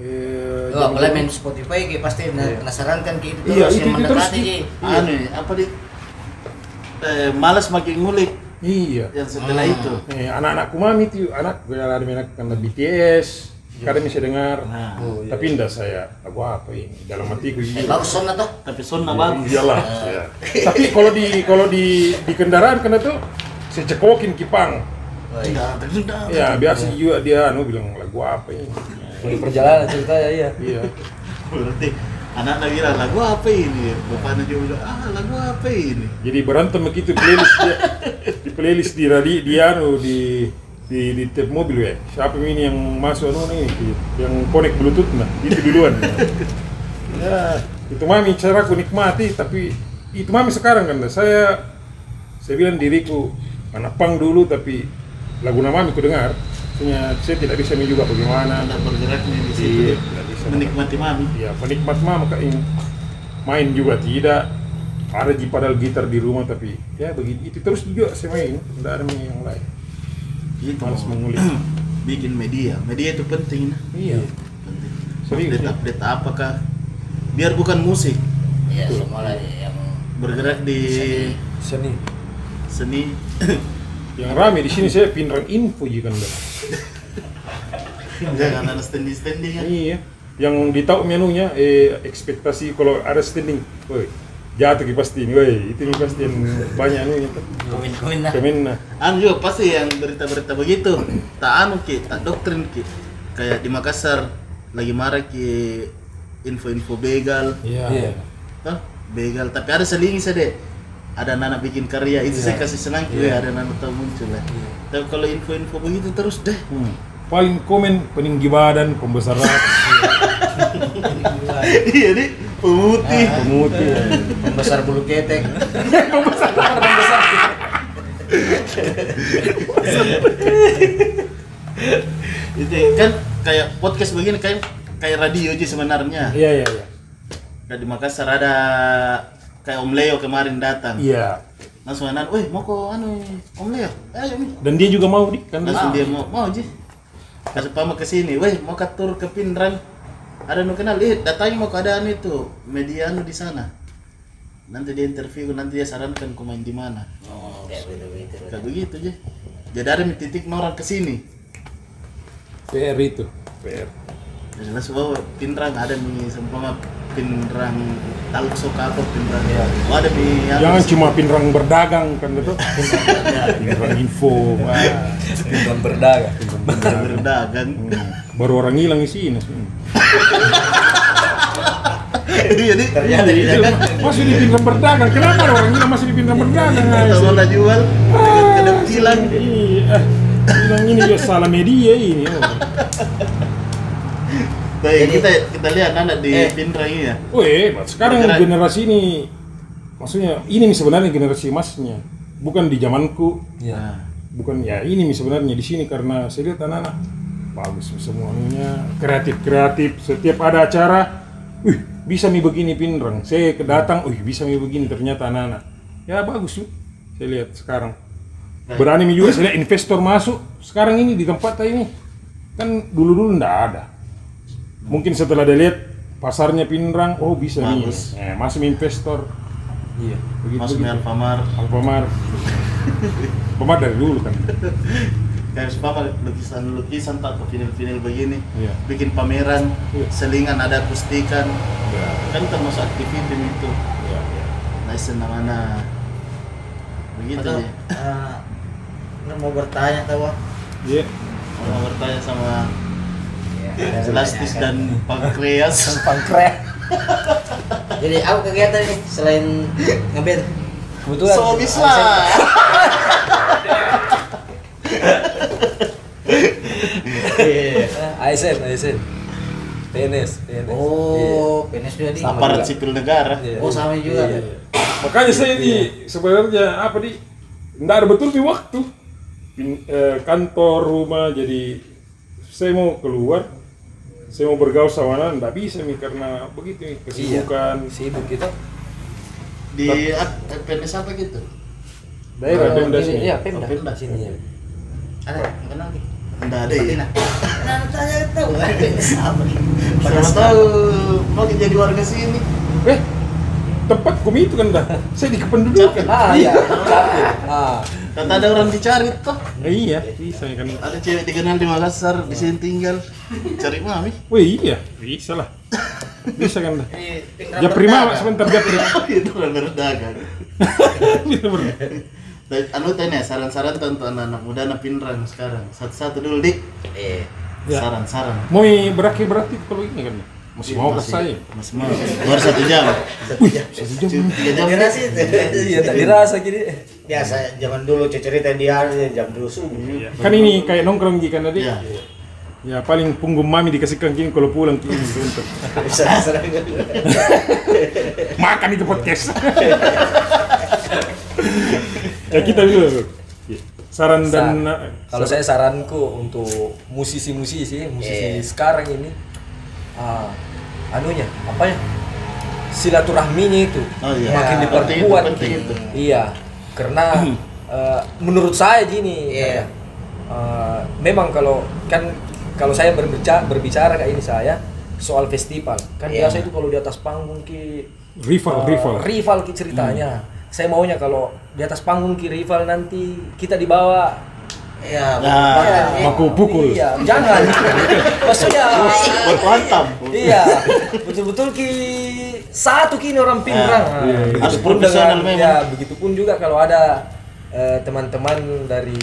Speaker 3: eh,
Speaker 2: Tuh, apalagi main
Speaker 3: zaman-
Speaker 2: Spotify ki pasti penasaran kan ki itu
Speaker 3: Iya,
Speaker 2: terus
Speaker 3: itu-
Speaker 2: yang
Speaker 3: itu terus,
Speaker 2: mendekati
Speaker 3: Ki.
Speaker 2: ki
Speaker 1: aneh Anu, apa di eh, malas makin ngulik
Speaker 3: iya
Speaker 1: yang setelah itu
Speaker 3: eh, anak-anakku mami itu anak gue ada anak karena BTS kadang bisa dengar
Speaker 1: Nah.
Speaker 4: Oh, iya.
Speaker 3: tapi enggak saya lagu apa ini dalam hatiku
Speaker 2: eh,
Speaker 3: Ji.
Speaker 2: bagus son lah, toh
Speaker 1: tapi sonna bagus
Speaker 3: Iyalah. iya. Tapi kalau di kalau di di kendaraan kena tuh saya cekokin kipang.
Speaker 1: Tidak, tidak.
Speaker 3: Ya biasa juga dia anu bilang lagu apa ini.
Speaker 4: Di perjalanan ceritanya iya.
Speaker 3: Iya.
Speaker 1: berarti anak lagi bilang, lagu apa ini bapaknya juga bilang ah lagu apa ini
Speaker 3: Jadi berantem begitu playlist dia, di playlist di radio dia anu di di di tiap mobil ya. Siapa ini yang masuk anu nih yang connect bluetooth nah itu duluan. ya itu mami cara aku nikmati tapi itu mami sekarang kan saya saya bilang diriku anak pang dulu tapi lagu nama mami ku dengar Maksudnya, saya tidak bisa mi juga bagaimana
Speaker 1: anak bergeraknya Nah, di situ
Speaker 3: Iya, tidak bisa.
Speaker 1: menikmati mami
Speaker 3: ya penikmat mah maka ini main juga tidak ada ji padahal gitar di rumah tapi ya begitu itu terus juga saya main tidak ada main yang lain
Speaker 1: gitu
Speaker 3: harus
Speaker 1: Mama.
Speaker 3: mengulik
Speaker 1: bikin media media itu penting nah.
Speaker 3: iya
Speaker 1: penting update
Speaker 3: Serius, ya?
Speaker 1: update apakah biar bukan musik
Speaker 2: ya semua lah yang
Speaker 1: bergerak di
Speaker 4: Seni.
Speaker 1: seni
Speaker 3: yang rame di sini saya pinrang info kan, juga enggak
Speaker 1: jangan ada standing standing kan
Speaker 3: iya yang ditau menunya eh ekspektasi kalau ada standing woi jatuh ki pasti ini woi itu ini pasti yang banyak nih
Speaker 2: komen komen lah
Speaker 3: komen nah
Speaker 1: anu juga pasti yang berita-berita begitu tak anu ki tak doktrin ki kayak di Makassar lagi marah ki info-info begal
Speaker 4: Iya.
Speaker 1: Hah? begal tapi ada selingi sedek ada anak bikin karya itu
Speaker 3: Iya.
Speaker 1: saya kasih senang ki, weh, ada anak tahu muncul lah tapi kalau info-info begitu terus deh
Speaker 3: Hmm. paling komen peninggi badan pembesar rat, Ah,
Speaker 1: iya nih pemutih
Speaker 3: pemutih
Speaker 2: pembesar bulu ketek
Speaker 4: Iya.
Speaker 1: itu kan kayak podcast begini kayak kayak radio aja sebenarnya
Speaker 3: iya iya iya
Speaker 1: Kayak di Makassar ada kayak Om Leo kemarin datang
Speaker 3: iya
Speaker 1: langsung anak weh mau kok anu om Leo "Eh, ayo Mi."
Speaker 3: Dan dia juga mau dik kan.
Speaker 1: langsung dia mau mau ji kasih pama ke sini weh mau katur ke Pindrang ada nu kenal eh datanya mau keadaan itu media anu di sana nanti dia interview nanti dia sarankan ku main di mana
Speaker 2: Oh, kayak begitu-begitu.
Speaker 1: kayak begitu ji jadi ada mi titik mau orang ke sini
Speaker 3: PR itu. PR.
Speaker 1: jadi langsung bawa Pindrang ada mi sempama Pindrang taluk soka apa Pindrang
Speaker 2: Iya.
Speaker 1: ya oh, ada mi anu,
Speaker 3: Jangan cuma pinrang berdagang kan betul. pinrang info. Wah.
Speaker 4: Bukan berdagang.
Speaker 1: berdagang
Speaker 3: Hmm. Baru orang hilang isinya.
Speaker 1: jadi
Speaker 2: Ternyata di
Speaker 1: kan.
Speaker 2: dagang.
Speaker 3: Masih di pinrang berdagang. Kenapa ada orang hilang masih di pinrang berdagang?
Speaker 1: Kita mau nak jual, dengan kedap hilang.
Speaker 3: Iya. Bilang ini ya salah media ini. oh.
Speaker 1: Baik, kita kita lihat anak di
Speaker 2: Eh.
Speaker 1: Pindrang ini ya.
Speaker 3: Weh, Mas, sekarang
Speaker 1: Bergerak.
Speaker 3: generasi ini maksudnya ini nih sebenarnya generasi emasnya. Bukan di zamanku,
Speaker 4: Iya.
Speaker 3: bukan ya ini nih sebenarnya di sini karena saya lihat anak-anak bagus semuanya kreatif kreatif setiap ada acara wih bisa mi begini pinrang saya kedatang wih bisa mi begini ternyata anak-anak ya bagus tuh saya lihat sekarang Nah, berani mi juga saya lihat investor masuk sekarang ini di tempat saya ini kan dulu dulu ndak ada mungkin setelah dia lihat pasarnya pinrang oh bisa nih
Speaker 1: Bagus.
Speaker 3: eh, masuk investor
Speaker 4: Iya.
Speaker 3: begitu
Speaker 1: Masuk di
Speaker 3: begitu
Speaker 1: Alfamart.
Speaker 3: Alfamart Alfamart dari dulu kan
Speaker 1: Kayak sepapa lukisan-lukisan tak ke vinil-vinil begini.
Speaker 3: Iya.
Speaker 1: Bikin pameran,
Speaker 3: Iya.
Speaker 1: selingan ada akustikan.
Speaker 3: Ya.
Speaker 1: Kan termasuk aktivitas itu.
Speaker 3: iya,
Speaker 1: Nah, senang mana. Begitu ya.
Speaker 2: Atau, eh, lu mau bertanya tahu?
Speaker 3: Iya.
Speaker 1: Orang bertanya sama
Speaker 4: Iya,
Speaker 2: Ya,
Speaker 1: Elastis dan Pankreas.
Speaker 4: Pangkreh.
Speaker 2: Jadi apa kegiatan ini selain ngeband?
Speaker 4: Kebetulan.
Speaker 1: Sobis lah.
Speaker 2: Iya.
Speaker 4: ASN, ASN. PNS, PNS.
Speaker 2: Oh, PNS juga di.
Speaker 1: Aparat sipil negara.
Speaker 4: Iya.
Speaker 2: Oh, sama juga.
Speaker 4: Iya.
Speaker 3: Makanya saya ini sebenarnya apa di nggak ada betul di waktu Pin- eh, kantor rumah jadi saya mau keluar saya mau bergaul sama anak nggak bisa nih karena begitu nih kesibukan
Speaker 4: Sibuk kita.
Speaker 1: Di ak- PNS apa gitu?
Speaker 3: daerah
Speaker 4: Eh,
Speaker 3: Pemda
Speaker 4: ini-
Speaker 3: sini.
Speaker 4: Iya, Pemda.
Speaker 1: Oh, Pemda.
Speaker 4: Sini ya.
Speaker 2: Ada, kenal nih.
Speaker 1: Enggak gitu. ada ya.
Speaker 2: Kenapa Nah, tanya tahu? Sama.
Speaker 1: Siapa tahu mau jadi warga sini.
Speaker 3: Eh tempat kumi itu kan dah saya kan. di kependudukan.
Speaker 4: Ah, iya. Capit. Ah.
Speaker 1: Kata ada orang dicari tuh.
Speaker 3: Eh, iya bisa kan.
Speaker 1: Ada cewek dikenal di Makassar, di sini tinggal. Cari mami.
Speaker 3: Wih iya bisa lah bisa kan dah.
Speaker 2: Ini pinggang
Speaker 3: Ya prima
Speaker 2: berdarah.
Speaker 3: sebentar ya prima.
Speaker 1: Itu kan berdagang. Dan anu tanya saran-saran tuh untuk anak-anak muda anak pinrang sekarang. Satu-satu dulu dik.
Speaker 2: Iya.
Speaker 3: Ya.
Speaker 1: Saran-saran.
Speaker 3: Mau berakhir berakhir kalau ini kan. Masih mau
Speaker 1: Iya,
Speaker 3: ke
Speaker 1: Masih-
Speaker 3: saya.
Speaker 1: Masih mau. Baru satu jam.
Speaker 3: Satu jam.
Speaker 1: Tiga jam.
Speaker 2: Generasi itu.
Speaker 4: Iya, tak dirasa gini.
Speaker 2: Biasa zaman dulu cerita dia ya, jam 2 subuh.
Speaker 4: Iya.
Speaker 3: Kan ini kayak nongkrong gitu kan tadi.
Speaker 1: Iya.
Speaker 3: Ya paling punggung mami dikasih kangking kalau pulang kini untuk
Speaker 2: Bisa serang.
Speaker 3: makan itu podcast. ya kita dulu. Saran dan eh,
Speaker 4: kalau saya saranku untuk musisi-musisi,
Speaker 1: Iya.
Speaker 4: musisi
Speaker 2: Eh.
Speaker 4: sekarang ini ah, anunya, apa ya? Silaturahminya itu
Speaker 1: Oh, iya.
Speaker 4: makin
Speaker 1: Ya,
Speaker 4: diperkuat.
Speaker 1: penting itu, penting itu.
Speaker 4: Iya, karena eh, menurut saya gini,
Speaker 2: Iya.
Speaker 4: kayak, eh, memang kalau kan kalau saya berbicara berbicara kayak ini saya soal festival, kan
Speaker 2: Iya.
Speaker 4: biasa itu kalau di atas panggung ki
Speaker 3: rival
Speaker 4: Eh,
Speaker 3: rival. Hmm.
Speaker 4: rival ki ceritanya saya maunya kalau di atas panggung ki rival nanti kita dibawa
Speaker 2: Iya.
Speaker 1: Nah.
Speaker 2: bahkan, eh,
Speaker 3: Ah, Maku pukul.
Speaker 4: iya jangan maksudnya
Speaker 1: Berkuantam.
Speaker 4: iya betul-betul ki satu kini orang pinrang
Speaker 1: Ah,
Speaker 3: iya, iya.
Speaker 1: Harus
Speaker 4: Begitupun
Speaker 1: profesional
Speaker 4: dengan-
Speaker 1: memang.
Speaker 4: ya begitupun juga kalau ada eh, teman-teman dari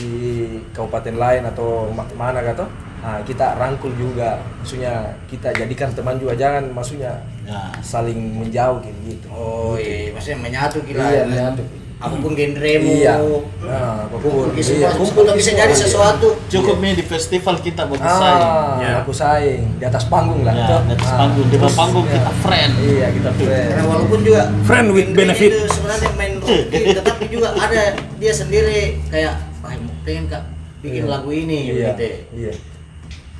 Speaker 4: kabupaten lain atau ma- mana gitu nah, kita rangkul juga maksudnya kita jadikan teman juga jangan maksudnya
Speaker 1: Ya.
Speaker 4: saling menjauh kayak gitu
Speaker 2: Oh iya, maksudnya menyatu kita.
Speaker 4: Iya, menyatu.
Speaker 2: Apapun genremu.
Speaker 4: Iya. Nah, apapun.
Speaker 2: kumpul ke semua,
Speaker 4: Iya, kumpul
Speaker 2: kumpul
Speaker 4: ke
Speaker 2: bisa
Speaker 4: semua,
Speaker 2: jadi
Speaker 4: iya.
Speaker 2: sesuatu.
Speaker 1: Cukup nih di festival kita bagus saja.
Speaker 4: Ah,
Speaker 3: Ya.
Speaker 4: aku saing di atas panggung lah.
Speaker 1: Ya,
Speaker 4: toh.
Speaker 1: Iya. di atas
Speaker 4: Ah,
Speaker 1: panggung, di bawah
Speaker 4: terus,
Speaker 1: panggung
Speaker 3: Ya.
Speaker 4: iya.
Speaker 1: kita friend.
Speaker 4: Iya, kita friend.
Speaker 2: Karena Nah, walaupun juga
Speaker 3: Friend with
Speaker 2: genrenya
Speaker 3: benefit.
Speaker 2: itu sebenarnya main rookie, tetapi juga ada dia sendiri kayak wah pengen kak bikin
Speaker 4: Iya.
Speaker 2: lagu ini
Speaker 4: iya.
Speaker 2: gitu.
Speaker 4: Iya.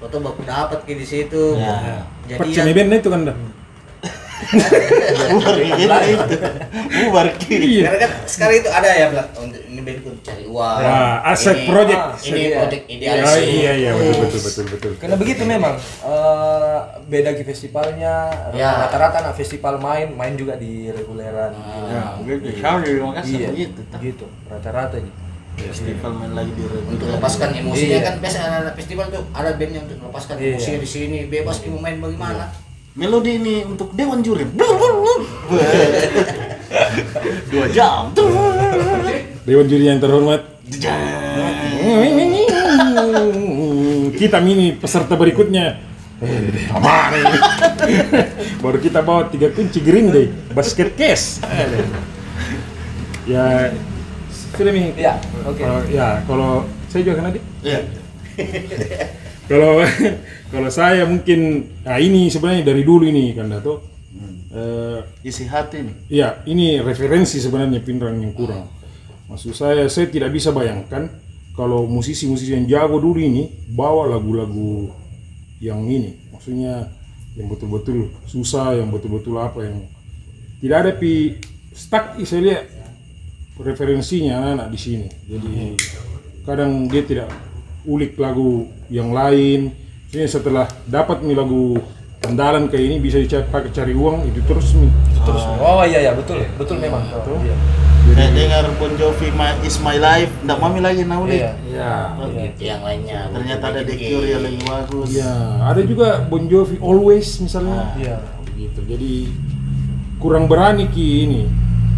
Speaker 2: Foto baku dapat kayak di situ. Nah,
Speaker 1: Ya.
Speaker 2: Jadi
Speaker 3: Percaya band itu kan dah.
Speaker 1: bubar kita itu bubar ki
Speaker 3: Iya.
Speaker 2: Karena kan sekarang itu ada ya Blak, untuk ini bandku cari uang.
Speaker 3: Nah, aset
Speaker 2: ini-
Speaker 3: project.
Speaker 2: Ini
Speaker 4: Iya.
Speaker 2: project idealis.
Speaker 3: Oh, iya iya betul betul betul betul.
Speaker 4: Karena begitu memang eh, beda di festivalnya.
Speaker 2: Ya.
Speaker 4: Rata-rata anak festival main, main juga di reguleran.
Speaker 1: ya gitu sama di Makassar
Speaker 4: Iya,
Speaker 1: gitu
Speaker 4: gitu. Rata-rata gitu.
Speaker 1: festival main lagi di
Speaker 2: Untuk lepaskan emosinya
Speaker 4: Iya.
Speaker 2: kan biasa anak-anak festival tuh ada band yang untuk melepaskan
Speaker 4: Iya.
Speaker 2: emosinya di sini, bebas mau main bagaimana.
Speaker 1: melodi ini untuk dewan juri dua jam
Speaker 3: Dewan juri yang terhormat. Kita mini peserta berikutnya. Eh, apaan ini? Baru kita bawa tiga kunci green deh, basket case. ya sudah nih.
Speaker 4: Iya, oke.
Speaker 3: Kalau ya kalau saya juga kan adik.
Speaker 1: ya
Speaker 3: Kalau kalau saya mungkin nah ini sebenarnya dari dulu ini kan Dato. Eh,
Speaker 1: isi hati nih
Speaker 3: Iya, ini referensi sebenarnya Pindrang yang kurang. Maksud saya, saya tidak bisa bayangkan kalau musisi-musisi yang jago dulu ini bawa lagu-lagu yang ini, maksudnya yang betul-betul susah, yang betul-betul apa yang tidak ada pi stuck saya lihat referensinya anak-anak di sini. Jadi kadang dia tidak ulik lagu yang lain. Ini setelah dapat nih lagu andalan kayak ini bisa dica- pakai cari uang itu terus nih.
Speaker 4: Terus oh iya ya betul, betul memang.
Speaker 3: Betul.
Speaker 4: Iya.
Speaker 1: kayak dengar Bon Jovi My, Is My Life ndak mami lagi nauli
Speaker 4: Iya.
Speaker 3: Ya.
Speaker 2: Itu Gitu, yang lainnya.
Speaker 1: ternyata ada The Cure yang lebih bagus
Speaker 3: Ya, ada juga Bon Jovi Always misalnya.
Speaker 4: Iya.
Speaker 3: Gitu. Jadi kurang berani ki ini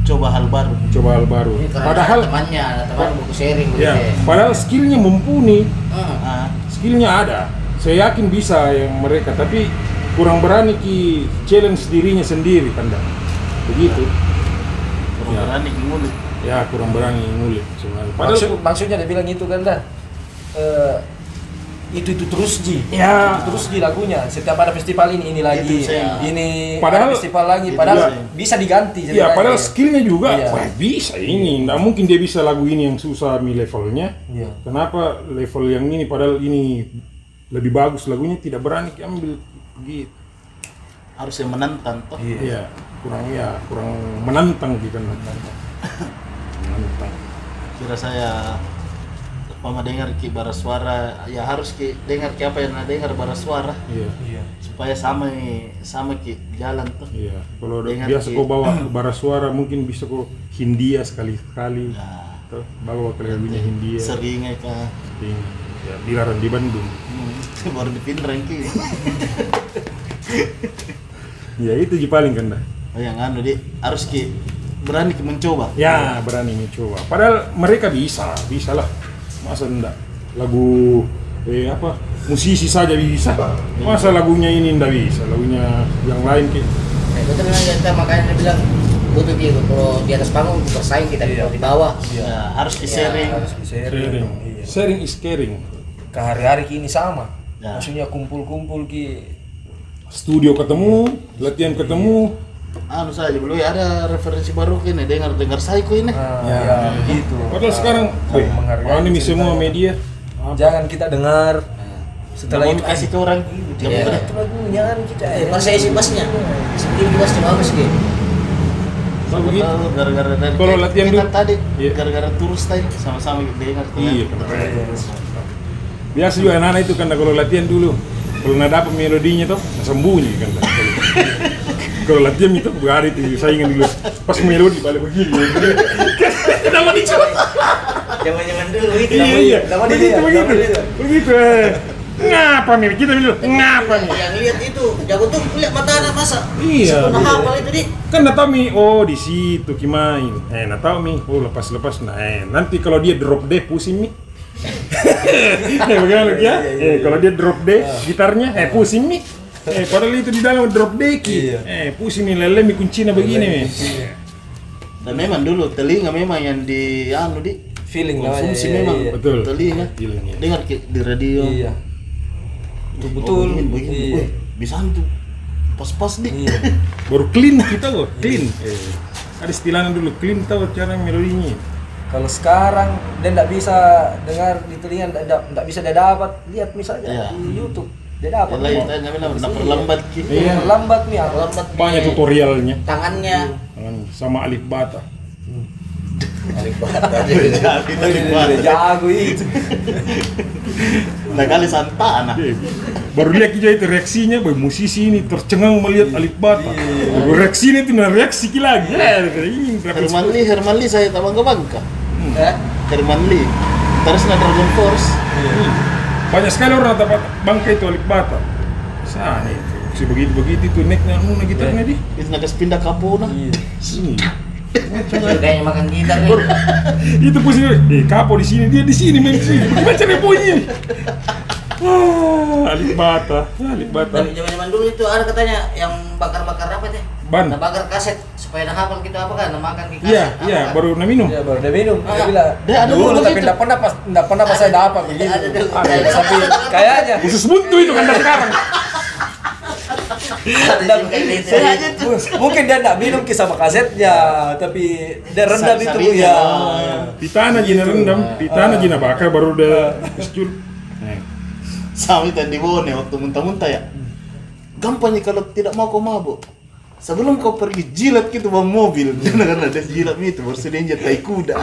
Speaker 1: coba hal baru
Speaker 3: coba hal baru.
Speaker 2: Ini karena
Speaker 3: Padahal
Speaker 2: ada temannya, ada teman buku sharing gitu.
Speaker 3: ya, padahal skillnya mumpuni,
Speaker 2: Heeh.
Speaker 1: ah
Speaker 3: skillnya ada. Saya yakin bisa yang mereka, tapi kurang berani ki challenge dirinya sendiri tanda. Begitu.
Speaker 1: kurang berani ngulik
Speaker 3: Ya, kurang berani ngulik sebenarnya. Padahal iya,
Speaker 4: Maksud, maksudnya dia bilang itu kan dah. itu itu terus ji.
Speaker 3: ya,
Speaker 4: Itu terus di lagunya setiap ada festival ini ini lagi
Speaker 1: Itu saya.
Speaker 4: ini
Speaker 3: Padahal-
Speaker 4: ada festival lagi
Speaker 1: Itu
Speaker 4: padahal
Speaker 1: saya.
Speaker 4: bisa diganti
Speaker 3: Iya,
Speaker 4: ceritanya.
Speaker 3: padahal skillnya juga
Speaker 4: Iya.
Speaker 3: wah, bisa ini. Nggak mungkin dia bisa lagu ini yang susah mi levelnya.
Speaker 4: Iya.
Speaker 3: Kenapa level yang ini padahal ini lebih bagus lagunya tidak berani diambil gitu.
Speaker 1: harus yang menantang toh
Speaker 3: Iya, kurang ya, kurang menantang gitu kan. menantang.
Speaker 1: kira saya mama dengar ki bara suara ya harus ki dengar ki apa yang nak dengar bara suara
Speaker 3: Iya.
Speaker 4: Iya.
Speaker 1: supaya sama nih sama ki jalan tuh
Speaker 3: Iya, kalau udah
Speaker 1: Dengan
Speaker 3: biasa
Speaker 1: ki-
Speaker 3: kau bawa ke bara suara mungkin bisa kau Hindia sekali-kali.
Speaker 1: nah,
Speaker 3: Tuh, Bawa ke lagunya Hindia.
Speaker 1: sering ka
Speaker 3: Ting. Ya, dilarang di Bandung.
Speaker 1: hmm, baru dipindahin ki
Speaker 3: Ya itu je paling kan dah.
Speaker 1: oh, yang anu di harus ki berani ki mencoba
Speaker 3: Ya berani mencoba. Padahal mereka bisa, bisa lah. Masa enggak? Lagu eh apa? Musisi saja bisa. Masa lagunya ini enggak bisa, lagunya yang lain ki.
Speaker 2: Nah, itu memang kita makanya dia bilang butuh dia kalau di atas panggung bersaing kita kalau di bawah.
Speaker 1: Ya, harus di sharing
Speaker 4: harus bisa
Speaker 3: Sharing.
Speaker 4: Iya.
Speaker 3: Sharing is caring.
Speaker 4: ke hari-hari ki ini sama
Speaker 1: Ya.
Speaker 4: maksudnya kumpul-kumpul ki
Speaker 3: Studio ketemu, latihan ketemu.
Speaker 1: anu saja belum ya ada referensi baru ki nih dengar dengar saiku ini
Speaker 4: ah,
Speaker 3: Ya.
Speaker 4: ya, gitu
Speaker 3: Padahal
Speaker 4: Ah,
Speaker 3: sekarang, weh,
Speaker 4: menghargai
Speaker 3: mana nih
Speaker 4: cerita. ya.
Speaker 3: semua media?
Speaker 4: jangan kita dengar setelah
Speaker 1: Nggak
Speaker 4: itu
Speaker 1: mau kasih Ya. ke orang dia
Speaker 2: Iya.
Speaker 1: mau
Speaker 4: "Ah, itu lagunya kan kita
Speaker 2: Eh, pas saya isi basnya, sebelum basnya bagus gitu.
Speaker 1: Tahu
Speaker 3: Begitu.
Speaker 1: tahu, gara-gara dari
Speaker 3: Oh, gitu. Kalau latihan
Speaker 1: kita
Speaker 3: dulu.
Speaker 1: tadi
Speaker 3: Iya.
Speaker 1: gara-gara turus tadi sama-sama kita dengar tuh
Speaker 3: Iya,
Speaker 1: kan.
Speaker 3: keren. Biasa juga anak-anak itu kan kalau latihan dulu kalau nggak dapat melodinya tuh nah sembunyi kan Kalau- kalau latihan itu berhari itu saingan dulu pas melodi balik begini kenapa dicoba
Speaker 2: Zaman-zaman dulu itu.
Speaker 3: iya iya
Speaker 4: Nama dia,
Speaker 3: begitu
Speaker 4: nama
Speaker 3: begitu
Speaker 4: dia.
Speaker 3: begitu eh. ngapa mir kita dulu ngapa mir
Speaker 2: Yang lihat itu, jago tuh lihat mata anak masa.
Speaker 3: Iya.
Speaker 2: Siapa hafal itu di.
Speaker 3: kan nggak tahu mi oh di situ kimain eh nggak tahu mi oh lepas lepas nah eh, nanti kalau dia drop D pusing mi eh bagaimana ya eh kalau dia drop D gitarnya eh pusing mi eh padahal itu di dalam drop D ki
Speaker 4: Iya.
Speaker 3: eh pusing mi lele mi kuncinya begini mi
Speaker 1: Dan memang dulu telinga memang yang di anu di
Speaker 4: feeling namanya
Speaker 1: konsumsi
Speaker 4: iya,
Speaker 1: memang
Speaker 4: iya.
Speaker 3: Betul.
Speaker 1: telinga.
Speaker 3: Feeling, iya.
Speaker 1: Dengar ki- di radio.
Speaker 4: iya
Speaker 1: Oh,
Speaker 4: betul
Speaker 1: begini, begini.
Speaker 4: iya
Speaker 1: Wih, bisa tuh. Pas-pas dik.
Speaker 4: Iya.
Speaker 3: baru clean kita kok clean eh. ada istilahnya dulu clean tahu cara melodinya
Speaker 4: Kalau sekarang dia tidak bisa dengar di telinga, tidak bisa dia dapat lihat misalnya
Speaker 1: Iya.
Speaker 4: di YouTube. dia dapat
Speaker 1: Yang lain tanya bilang, nak perlambat ki.
Speaker 3: Iya.
Speaker 4: lambat nih aku
Speaker 2: Lambat
Speaker 3: Banyak
Speaker 2: nih.
Speaker 3: tutorialnya.
Speaker 2: Tangannya.
Speaker 3: Hmm, Sama Alif Bata.
Speaker 2: Alif Bata.
Speaker 4: Iya,
Speaker 1: Jadi tadi
Speaker 4: Udah jago itu
Speaker 1: Nah kali santana.
Speaker 3: Iya. Baru lihat gitu aja itu reaksinya, boy musisi ini tercengang melihat Alif Bata. Baru reaksi ini tuh nah, reaksi ki lagi. Ya, ini grafis.
Speaker 1: Herman Lee, Herman Lee saya tabang ke bangka.
Speaker 2: Eh,
Speaker 1: Herman Lee. Terus nak Dragon Force.
Speaker 3: Banyak sekali orang dapat bangkai itu Alif Bata. Sana itu. Si begitu begitu itu necknya nu nah gitarnya di.
Speaker 1: Itu nak pindah nah. kapuna.
Speaker 3: Iya. Sini.
Speaker 2: kayaknya makan gitar nih.
Speaker 3: itu pusing eh kapo di sini dia di sini main di sini gimana cara bunyi ini? ah, alik bata alik bata
Speaker 2: Dari zaman-zaman dulu itu ada katanya yang bakar-bakar apa teh?
Speaker 3: Ban.
Speaker 2: Nah, bakar kaset supaya nah hafal kita apa kan, nah makan di kaset.
Speaker 3: iya
Speaker 2: apa
Speaker 3: iya
Speaker 2: kan.
Speaker 3: baru na minum
Speaker 4: dia baru dia minum dia
Speaker 2: Ah.
Speaker 4: bilang
Speaker 1: Dia ada
Speaker 4: dulu
Speaker 1: dulu
Speaker 4: tapi
Speaker 1: gitu.
Speaker 4: tidak pernah pas tidak pernah pas saya dapat begitu Ah,
Speaker 2: Ada dulu.
Speaker 4: Ada, tapi kayaknya
Speaker 3: khusus buntu itu kan dari sekarang
Speaker 2: Ada juga yang gitu.
Speaker 4: Saya- mungkin dia tidak minum kisah sama kasetnya tapi dia rendam itu
Speaker 1: Sari-sarinya.
Speaker 4: ya
Speaker 3: di tanah jina rendam di tanah jina bakar baru udah Nah, iscur
Speaker 1: Sami tadi bone waktu muntah-muntah ya. Gampangnya kalau tidak mau kau mabuk. Sebelum kau pergi jilat gitu bang mobil, jangan karena ada jilat itu baru sudah injak tai kuda.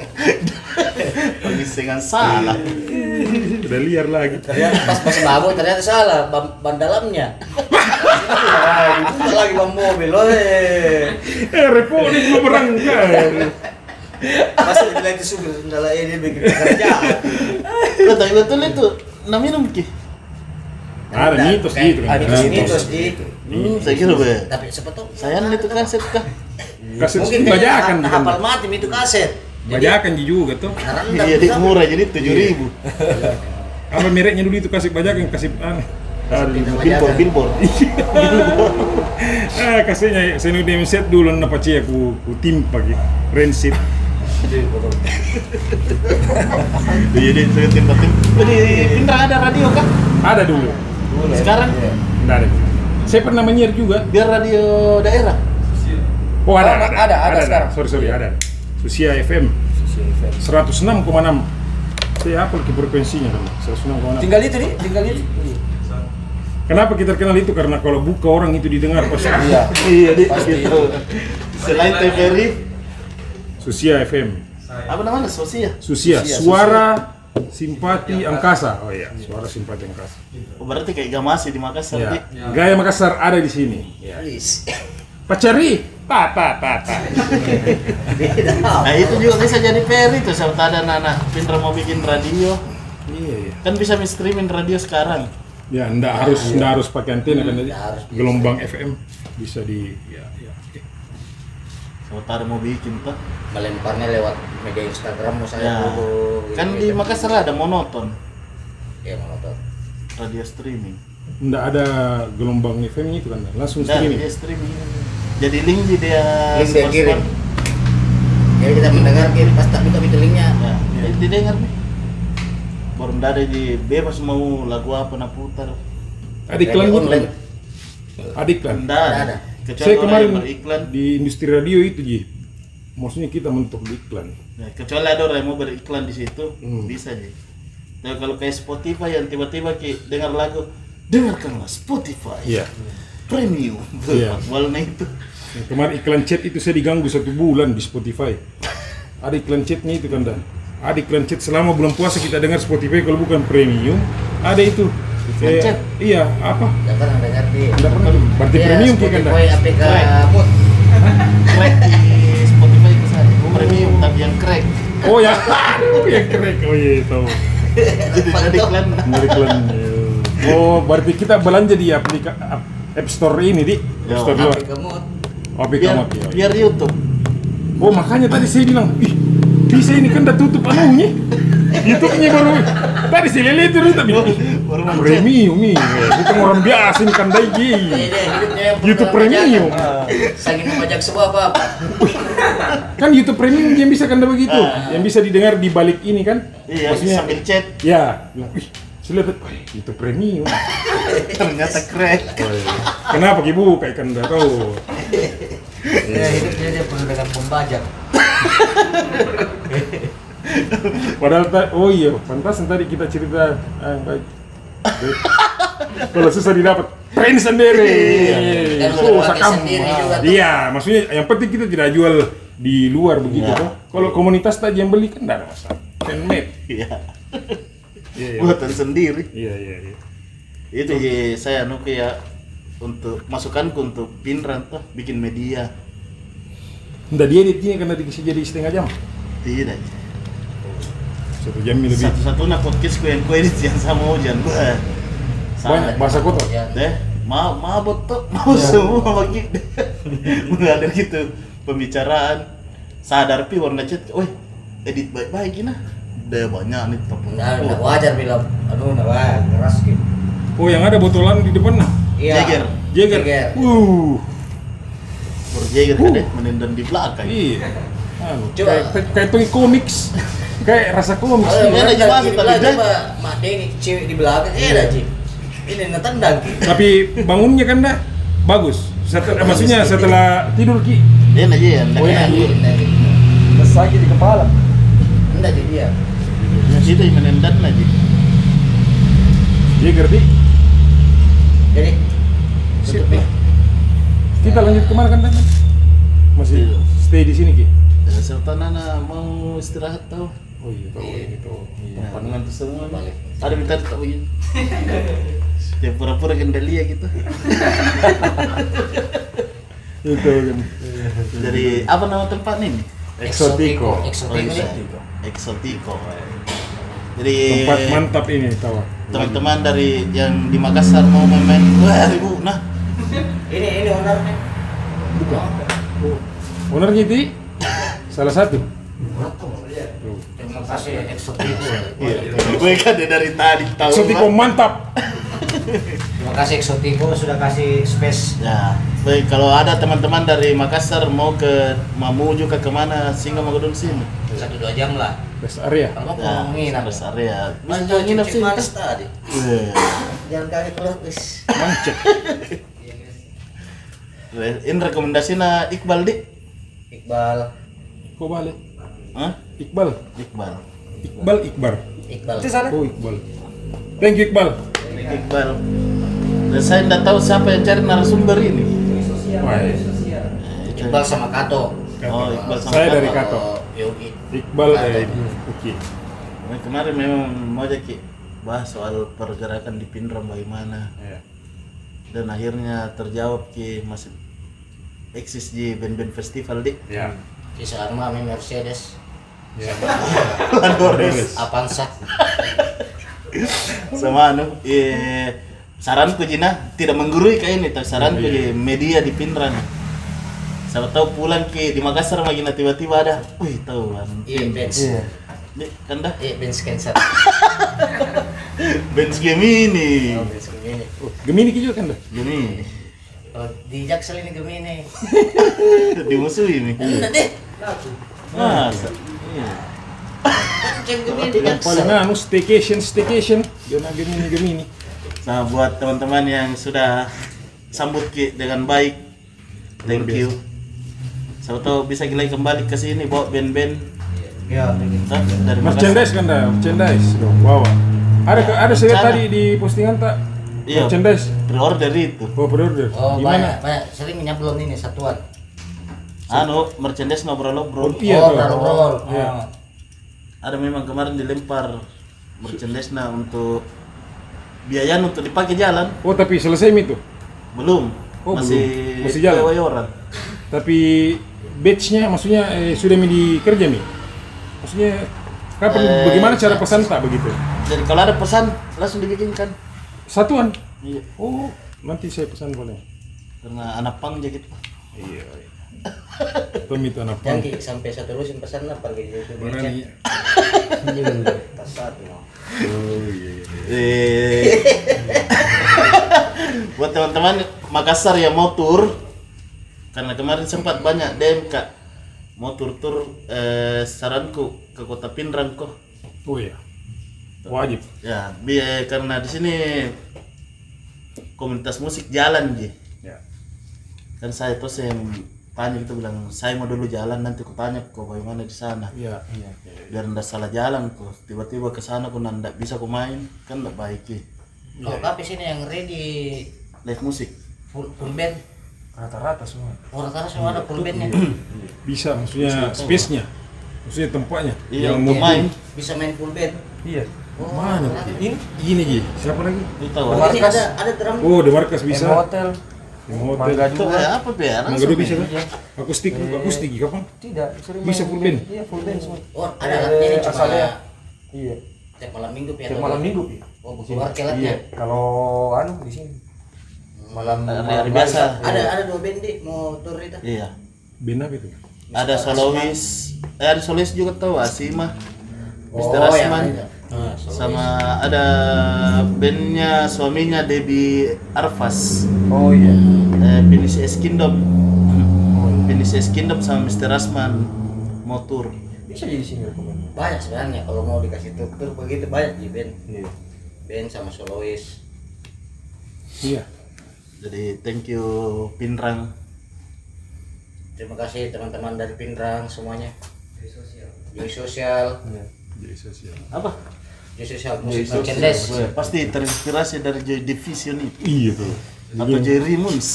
Speaker 1: pergi dengan kan salah.
Speaker 3: udah liar lagi
Speaker 2: Ternyata Iya, pas pas mabuk ternyata salah ban, ban dalamnya. Itu lagi bang mobil, oi.
Speaker 3: eh repot nih belum berangkat
Speaker 2: Masih bilang itu sumber kendala ini bikin kerja.
Speaker 1: Lo tapi betul itu, nah minum ki.
Speaker 3: ada mitos gitu kan
Speaker 2: Eh, Ada mitos mitos
Speaker 3: Nah,
Speaker 2: di.
Speaker 1: Hmm, saya kira be.
Speaker 2: Tapi sepatu.
Speaker 1: Sayang itu kan kaset kah?
Speaker 3: kasus
Speaker 2: Mungkin
Speaker 3: bajakan
Speaker 2: kayaknya
Speaker 3: bukan
Speaker 2: hafal mati itu kaset.
Speaker 3: bajakan juga tuh
Speaker 2: Karena
Speaker 1: Iya, dia murah jadi tujuh ribu.
Speaker 3: apa mereknya dulu itu kasih bajakan kasih ah. aneh
Speaker 1: Billboard, billboard.
Speaker 3: Eh, kasihnya seni dem set dulu na paci aku ku tim pagi rensit.
Speaker 1: Iya, dia saya tim tim. Di pindah ada radio kah?
Speaker 3: Ada dulu.
Speaker 1: Sekarang
Speaker 4: Iya.
Speaker 3: Nggak ada. Saya pernah menyiar juga.
Speaker 1: biar radio daerah.
Speaker 3: Oh, ada.
Speaker 4: Oh, ada, ada sekarang.
Speaker 3: Sorry, sorry, ada. Susia FM 106,6. Saya apa ke frekuensinya dong? 106,6.
Speaker 4: tinggal itu nih tinggal itu
Speaker 3: Kenapa kita terkenal itu? Karena kalau buka orang itu didengar pasti.
Speaker 4: iya
Speaker 1: Iya, dia
Speaker 4: Pasti.
Speaker 1: gitu. Selain TVRI,
Speaker 3: Susia FM.
Speaker 1: apa namanya? Sosia.
Speaker 3: Susia,
Speaker 4: Susia,
Speaker 3: suara simpati angkasa. Oh iya, suara simpati angkasa.
Speaker 1: Oh, berarti kayak gak masih di Makassar
Speaker 3: Ya.
Speaker 1: Di.
Speaker 3: Gaya Makassar ada di sini.
Speaker 2: Iya.
Speaker 1: iya.
Speaker 3: Pacari, ta ta ta ta.
Speaker 1: Nah itu juga bisa jadi peri tuh sama ada anak Pinter mau bikin radio
Speaker 3: Iya, iya.
Speaker 1: kan bisa mi streamin radio sekarang.
Speaker 3: Ya, ndak harus ndak harus pakai antena kan jadi
Speaker 2: Ndak harus.
Speaker 3: gelombang FM bisa di ya, ya.
Speaker 1: Sama ada mau bikin tuh.
Speaker 2: melemparnya lewat media Instagram mau saya
Speaker 1: Ya.
Speaker 2: dulu.
Speaker 1: Kan
Speaker 2: gitu,
Speaker 1: di
Speaker 2: gitu.
Speaker 1: Makassar ada monoton
Speaker 2: Ya monoton.
Speaker 1: radio streaming.
Speaker 3: Ndak ada gelombang FM itu kan langsung
Speaker 1: Dan
Speaker 3: streaming.
Speaker 1: dia streaming. Jadi link di dia
Speaker 2: Link dia
Speaker 1: sponsor.
Speaker 2: kirim. Jadi kita mendengarkan pas tak buka pintu linknya.
Speaker 1: Ya, jadi didengar nih. Baru ada di bebas mau lagu apa nak putar.
Speaker 3: Ada iklan gitu.
Speaker 2: radio
Speaker 3: juga.
Speaker 2: online.
Speaker 3: Ada iklan.
Speaker 1: Nggak
Speaker 2: ada.
Speaker 1: ada. Kecuali
Speaker 3: Saya
Speaker 1: orang
Speaker 3: kemarin
Speaker 1: yang beriklan.
Speaker 3: di industri radio itu Ji. Maksudnya kita mentok di iklan.
Speaker 1: Nah, kecuali ada orang yang mau beriklan di situ,
Speaker 3: Hmm.
Speaker 1: bisa nih. Tapi kalau kayak Spotify yang tiba-tiba ki dengar lagu, dengarkanlah Spotify.
Speaker 3: Iya.
Speaker 1: Premium.
Speaker 3: Iya.
Speaker 1: Walna itu.
Speaker 3: Yang Kemarin iklan chat itu saya diganggu satu bulan di Spotify. Ada iklan chatnya itu kan dan. Ada iklan chat selama bulan puasa kita dengar Spotify kalau bukan premium. Ada itu.
Speaker 1: Iklan
Speaker 3: Kayak-
Speaker 1: chat?
Speaker 3: Iya, apa?
Speaker 2: Tidak pernah dengar di.
Speaker 3: Ndak pernah. Berarti
Speaker 2: Iya,
Speaker 3: premium
Speaker 1: ya.
Speaker 3: kan Anda?
Speaker 2: Spotify APK Mood.
Speaker 1: Crack di Spotify itu saja. Premium tapi yang crack.
Speaker 3: Oh ya, yang krek. Oh iya, tahu.
Speaker 1: Jadi ada iklan.
Speaker 3: Iklan. Oh, berarti kita belanja di aplikasi App Store ini, Di. App
Speaker 1: Yo, Iya.
Speaker 3: Store luar.
Speaker 2: APK Mood. Iya,
Speaker 3: APK
Speaker 1: Biar,
Speaker 3: Mafia.
Speaker 1: biar YouTube.
Speaker 3: Oh, makanya tadi saya bilang, ih, bisa ini kan udah tutup anunya. YouTube-nya baru. Tadi saya lihat terus tapi
Speaker 1: Baru mau chat.
Speaker 3: Iya. premium nih. Bukan orang biasa ini kan daiji.
Speaker 2: Iya, dia hidupnya yang
Speaker 3: YouTube
Speaker 2: pernah
Speaker 3: premium.
Speaker 2: pajak. Saking pajak sebuah apa apa.
Speaker 3: Kan YouTube premium yang bisa kan begitu. Yang bisa didengar di balik ini kan.
Speaker 1: Iya, sambil chat
Speaker 3: Ya, bilang, ih, saya lihat, wah, YouTube premium.
Speaker 1: ternyata crack.
Speaker 3: Kenapa ibu kayak kan udah tahu.
Speaker 2: Iya, hidupnya dia penuh dengan pembajak.
Speaker 3: Padahal ta- oh iya, pantas tadi kita cerita eh, baik. Kalau susah didapat, print sendiri. Iya.
Speaker 2: Dan
Speaker 3: Susah,
Speaker 2: untuk pakai
Speaker 3: kamu.
Speaker 2: sendiri juga tuh.
Speaker 3: Iya, maksudnya yang penting kita tidak jual di luar begitu
Speaker 1: Iya.
Speaker 3: toh. Kalau komunitas tadi yang beli kan tidak ada masalah. Handmade.
Speaker 1: Iya.
Speaker 3: Iya, iya.
Speaker 1: Buatan sendiri.
Speaker 3: Iya, iya, iya.
Speaker 1: itu ya saya anu kayak untuk masukanku untuk pinran tuh bikin media
Speaker 3: Nggak dia editnya karena dikasih jadi setengah jam.
Speaker 1: tidak
Speaker 3: Satu jam lebih.
Speaker 1: satu-satunya podcastku yang ku edit yang sama hujan gua
Speaker 3: Banyak bahasa kota.
Speaker 2: Ya.
Speaker 1: deh mau mabot tuh mau semua bagi mengalir gitu pembicaraan sadar pi warna chat weh edit baik-baik nah deh banyak nih Oh, tepung
Speaker 2: Nah, nggak wajar bilang, aduh, nggak wajar, keras gitu.
Speaker 3: Oh, yang ada botolan di depan nah.
Speaker 2: Iya.
Speaker 1: Jeger.
Speaker 3: Jager.
Speaker 2: Jeger.
Speaker 3: Uh.
Speaker 1: berjager
Speaker 3: Uh.
Speaker 1: kadeh menendang kan di belakang
Speaker 3: Iya. Anu,
Speaker 2: Coba. Oh,
Speaker 3: Kayak kayak- kayak tuh komiks. kayak rasa gitu. komiks.
Speaker 2: Kalau
Speaker 1: Iya,
Speaker 2: ada
Speaker 1: ada jelas,
Speaker 2: jelas
Speaker 1: tapi dia-
Speaker 2: coba mak Denny, cewek di belakang, eh dah Ji. Ini netendang.
Speaker 3: Tapi bangunnya kan dah bagus. Setel- eh, maksudnya setelah tidur ki.
Speaker 1: dia aja ya
Speaker 3: Oh,
Speaker 2: Nah,
Speaker 3: iya,
Speaker 2: gitu, nah, gitu.
Speaker 4: sakit di kepala
Speaker 2: Enggak jadi dia.
Speaker 1: itu yang menendang aja
Speaker 3: Jager Ki.
Speaker 2: Jadi tutup ya.
Speaker 3: Kita lanjut kemana kan tadi? Masih
Speaker 1: Iya.
Speaker 3: stay di sini ki.
Speaker 1: Ya, serta Nana mau istirahat tau Ya,
Speaker 3: Oh iya, tahu gitu. Iya.
Speaker 1: Pandangan tuh semua
Speaker 2: Balik.
Speaker 1: Ada minta tak begini. Ya pura-pura gendalia gitu.
Speaker 3: Itu kan.
Speaker 1: Dari
Speaker 3: Hmm.
Speaker 1: apa nama tempat ini?
Speaker 3: Exotico. Oh, iya.
Speaker 2: Exotico.
Speaker 1: Exotico. Exotico. oh, iya. Jadi
Speaker 3: Tempat mantap ini tawa.
Speaker 1: teman-teman dari yang di Makassar mau main, wah ribu nah
Speaker 2: Ini ini ownernya.
Speaker 3: Buka. Ownernya itu salah satu. Tuh.
Speaker 2: Terima kasih Exotico.
Speaker 1: iya gue kan dia dari tadi tahu
Speaker 3: Exotico
Speaker 1: Mak.
Speaker 3: mantap.
Speaker 2: Terima kasih Exotico sudah kasih space.
Speaker 1: ya baik kalau ada teman-teman dari Makassar mau ke Mamuju ke kemana singgah mau ke sini
Speaker 2: Satu dua jam lah.
Speaker 3: Rest area.
Speaker 2: Kalau mau
Speaker 1: ya
Speaker 2: ngomongin apa?
Speaker 1: Makassar ya bisa
Speaker 2: Lanjut
Speaker 1: jangan nginep
Speaker 2: nginep
Speaker 1: sih
Speaker 2: tadi.
Speaker 1: Weh.
Speaker 2: Jangan kali keluar guys.
Speaker 1: In rekomendasinya Iqbal dik.
Speaker 2: Iqbal,
Speaker 3: Kok balik?
Speaker 1: Hah?
Speaker 3: Iqbal.
Speaker 1: Iqbal.
Speaker 3: Iqbal Iqbar.
Speaker 2: Iqbal.
Speaker 4: itu sana
Speaker 3: Oh Iqbal. Thank you Iqbal.
Speaker 1: Iqbal. Dan saya tidak tahu siapa yang cari narasumber ini.
Speaker 3: Wah,
Speaker 2: Iqbal sama Kato.
Speaker 1: Oh, Iqbal sama
Speaker 3: Saya
Speaker 1: Kato.
Speaker 3: dari Kato.
Speaker 2: Yogi.
Speaker 3: Iqbal eh, Oke.
Speaker 1: Nah, kemarin memang mau aja Ki, bahas soal pergerakan di Pinram bagaimana
Speaker 3: Iya.
Speaker 1: dan akhirnya terjawab ki masih eksis di band-band festival dik.
Speaker 3: Ya.
Speaker 2: Kisah Armami Mercedes.
Speaker 3: Ya.
Speaker 1: Landores
Speaker 2: Avanza.
Speaker 1: sama anu eh saranku Jina tidak menggurui kayak ini tapi saranku di media di Pinram. Siapa tahu pulang ke di Makassar magina tiba-tiba ada. Wih, tahu kan.
Speaker 2: Iya, Benz.
Speaker 1: Dik, kan dah
Speaker 2: Iya, Benz Cancer.
Speaker 1: Benz Gemini.
Speaker 2: Oh, Benz Gemini.
Speaker 3: Oh, Gemini Ki juga kan dah.
Speaker 1: Gemini.
Speaker 2: Kalau di Jaksel ini Gemini.
Speaker 1: Dimusuhi nih.
Speaker 2: Enggak deh.
Speaker 1: Masa? Iya.
Speaker 2: Cem Gemini di
Speaker 3: Yang paling
Speaker 2: Jaksel.
Speaker 3: anu staycation staycation. Jona Gemini Gemini.
Speaker 1: Nah, buat teman-teman yang sudah sambut Ki dengan baik, thank
Speaker 3: Luar biasa.
Speaker 1: you. Siapa tahu bisa gila kembali ke sini bawa band-band
Speaker 2: Ya,
Speaker 1: entah dari Makassar.
Speaker 3: Merchandise kan dah, merchandise
Speaker 2: Iya.
Speaker 3: dong bawa. Ada ke, ada saya lihat tadi di postingan tak?
Speaker 1: Iya.
Speaker 3: Merchandise.
Speaker 1: Pre-order itu.
Speaker 3: Oh, pre-order.
Speaker 2: Oh,
Speaker 3: Gimana?
Speaker 2: banyak, banyak. Sering nyablon ini satuan.
Speaker 1: Anu, merchandise ngobrol-ngobrol.
Speaker 3: Iya,
Speaker 2: oh,
Speaker 3: tuh.
Speaker 2: roll.
Speaker 3: Iya.
Speaker 1: Ada memang kemarin dilempar merchandise nah untuk biaya untuk dipakai jalan
Speaker 3: Oh, tapi selesai itu.
Speaker 1: belum
Speaker 3: Oh,
Speaker 1: masih
Speaker 3: belum. Masih jalan.
Speaker 1: tewayoran.
Speaker 3: Tapi batch-nya maksudnya eh, sudah mi di kerja mi. Maksudnya kapan
Speaker 1: Eh,
Speaker 3: bagaimana cara pesan tak begitu?
Speaker 1: jadi kalau ada pesan langsung dibikinkan
Speaker 3: Satuan.
Speaker 1: iya
Speaker 3: Oh, nanti saya pesan boleh.
Speaker 1: karena anak pang aja gitu
Speaker 3: Iya. Tommy itu anak pang.
Speaker 2: Jangan Ki, sampai satu lusin pesan lah pergi di situ.
Speaker 3: Berani.
Speaker 2: Kasar, no.
Speaker 3: Oh iya. iya.
Speaker 1: Eh. buat teman-teman Makassar yang mau tur karena kemarin sempat banyak DM kak mau tur-tur eh, saranku ke kota Pinrang kok
Speaker 3: Oh iya. Wajib.
Speaker 1: ya bi eh, karena di sini komunitas musik jalan ji
Speaker 3: Ya.
Speaker 1: kan saya tuh saya yang tanya gitu bilang saya mau dulu jalan nanti ku tanya kok bagaimana di sana
Speaker 3: Iya, iya.
Speaker 1: biar ndak salah jalan kok tiba-tiba ke sana kok ndak bisa ku main kan ndak baik ya.
Speaker 2: Kalau kafe sini yang ready
Speaker 1: live musik
Speaker 2: full, full band,
Speaker 4: rata-rata semua
Speaker 2: orang-orang semua ada full bandnya.
Speaker 3: bisa maksudnya space-nya maksudnya tempatnya
Speaker 1: Iya,
Speaker 3: yang
Speaker 1: mau
Speaker 2: Iya,
Speaker 1: main.
Speaker 2: Bisa main full band.
Speaker 4: iya
Speaker 2: Oh,
Speaker 3: mana
Speaker 2: kenapa?
Speaker 3: ini ini Gi. siapa lagi
Speaker 1: lu tahu
Speaker 2: Di
Speaker 1: apa?
Speaker 2: sini
Speaker 4: Markas.
Speaker 2: ada ada drum.
Speaker 3: oh the Markas
Speaker 4: Emo
Speaker 3: bisa
Speaker 4: hotel
Speaker 3: Emo Hotel.
Speaker 4: mangga
Speaker 1: itu
Speaker 4: juga
Speaker 2: Iya.
Speaker 1: kayak apa biar
Speaker 3: Mangga Dua bisa kan akustik akustik Gi, kapan
Speaker 4: tidak sering
Speaker 3: Bisa
Speaker 4: main
Speaker 3: full band?
Speaker 4: iya full band semua
Speaker 2: Oh, ada
Speaker 4: Eh,
Speaker 2: alatnya ini cuma
Speaker 4: asalnya iya
Speaker 2: tiap malam minggu ya.
Speaker 4: tiap
Speaker 2: atau-
Speaker 4: malam minggu ya
Speaker 2: Oh, keluar kelatnya.
Speaker 4: kalau anu di sini malam
Speaker 1: Hari-hari
Speaker 4: malam
Speaker 1: biasa.
Speaker 4: Iya.
Speaker 2: Ada ada dua band di mau tour itu.
Speaker 1: iya
Speaker 3: band apa itu
Speaker 1: ada solois eh, ada solois juga tahu Asima Mr.
Speaker 2: Oh, yang
Speaker 1: Asman
Speaker 2: ada. Ah, so-
Speaker 1: sama ada bandnya suaminya Debbie Arfas
Speaker 4: oh iya
Speaker 1: eh, Finish Eskindom Finish Eskindom sama Mr. Asman motor
Speaker 4: bisa jadi single pemain
Speaker 2: banyak sebenarnya kalau mau dikasih tour tour begitu banyak di band.
Speaker 4: iya
Speaker 2: Band sama solois.
Speaker 3: iya
Speaker 1: jadi thank you Pinrang
Speaker 2: Terima kasih teman-teman dari Pindrang semuanya. Joi sosial.
Speaker 4: iya
Speaker 3: jadi sosial
Speaker 1: apa
Speaker 2: Joi sosial musik merchandise.
Speaker 1: Gue pasti terinspirasi dari Joy Division itu
Speaker 3: iya tuh
Speaker 1: atau Joy Rimuns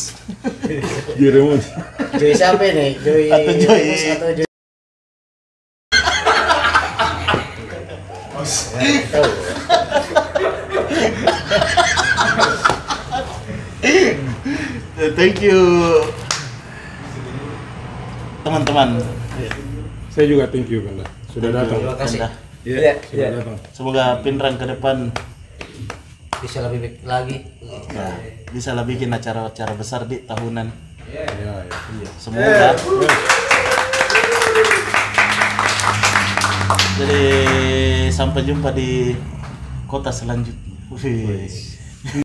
Speaker 3: Jeremon
Speaker 2: Joy siapa nih? Joy
Speaker 1: Atau Joy-
Speaker 2: Mus atau Joy
Speaker 1: Eh, thank you teman-teman
Speaker 3: saya juga thank you Benda sudah datang
Speaker 2: Terima kasih.
Speaker 1: Anda.
Speaker 4: Iya,
Speaker 3: sudah
Speaker 4: iya.
Speaker 3: datang
Speaker 1: semoga Pinrang ke depan
Speaker 2: bisa lebih baik lagi.
Speaker 1: nah, bisa lah bikin acara-acara besar di tahunan
Speaker 3: iya iya
Speaker 1: semoga jadi sampai jumpa di kota selanjutnya Wih.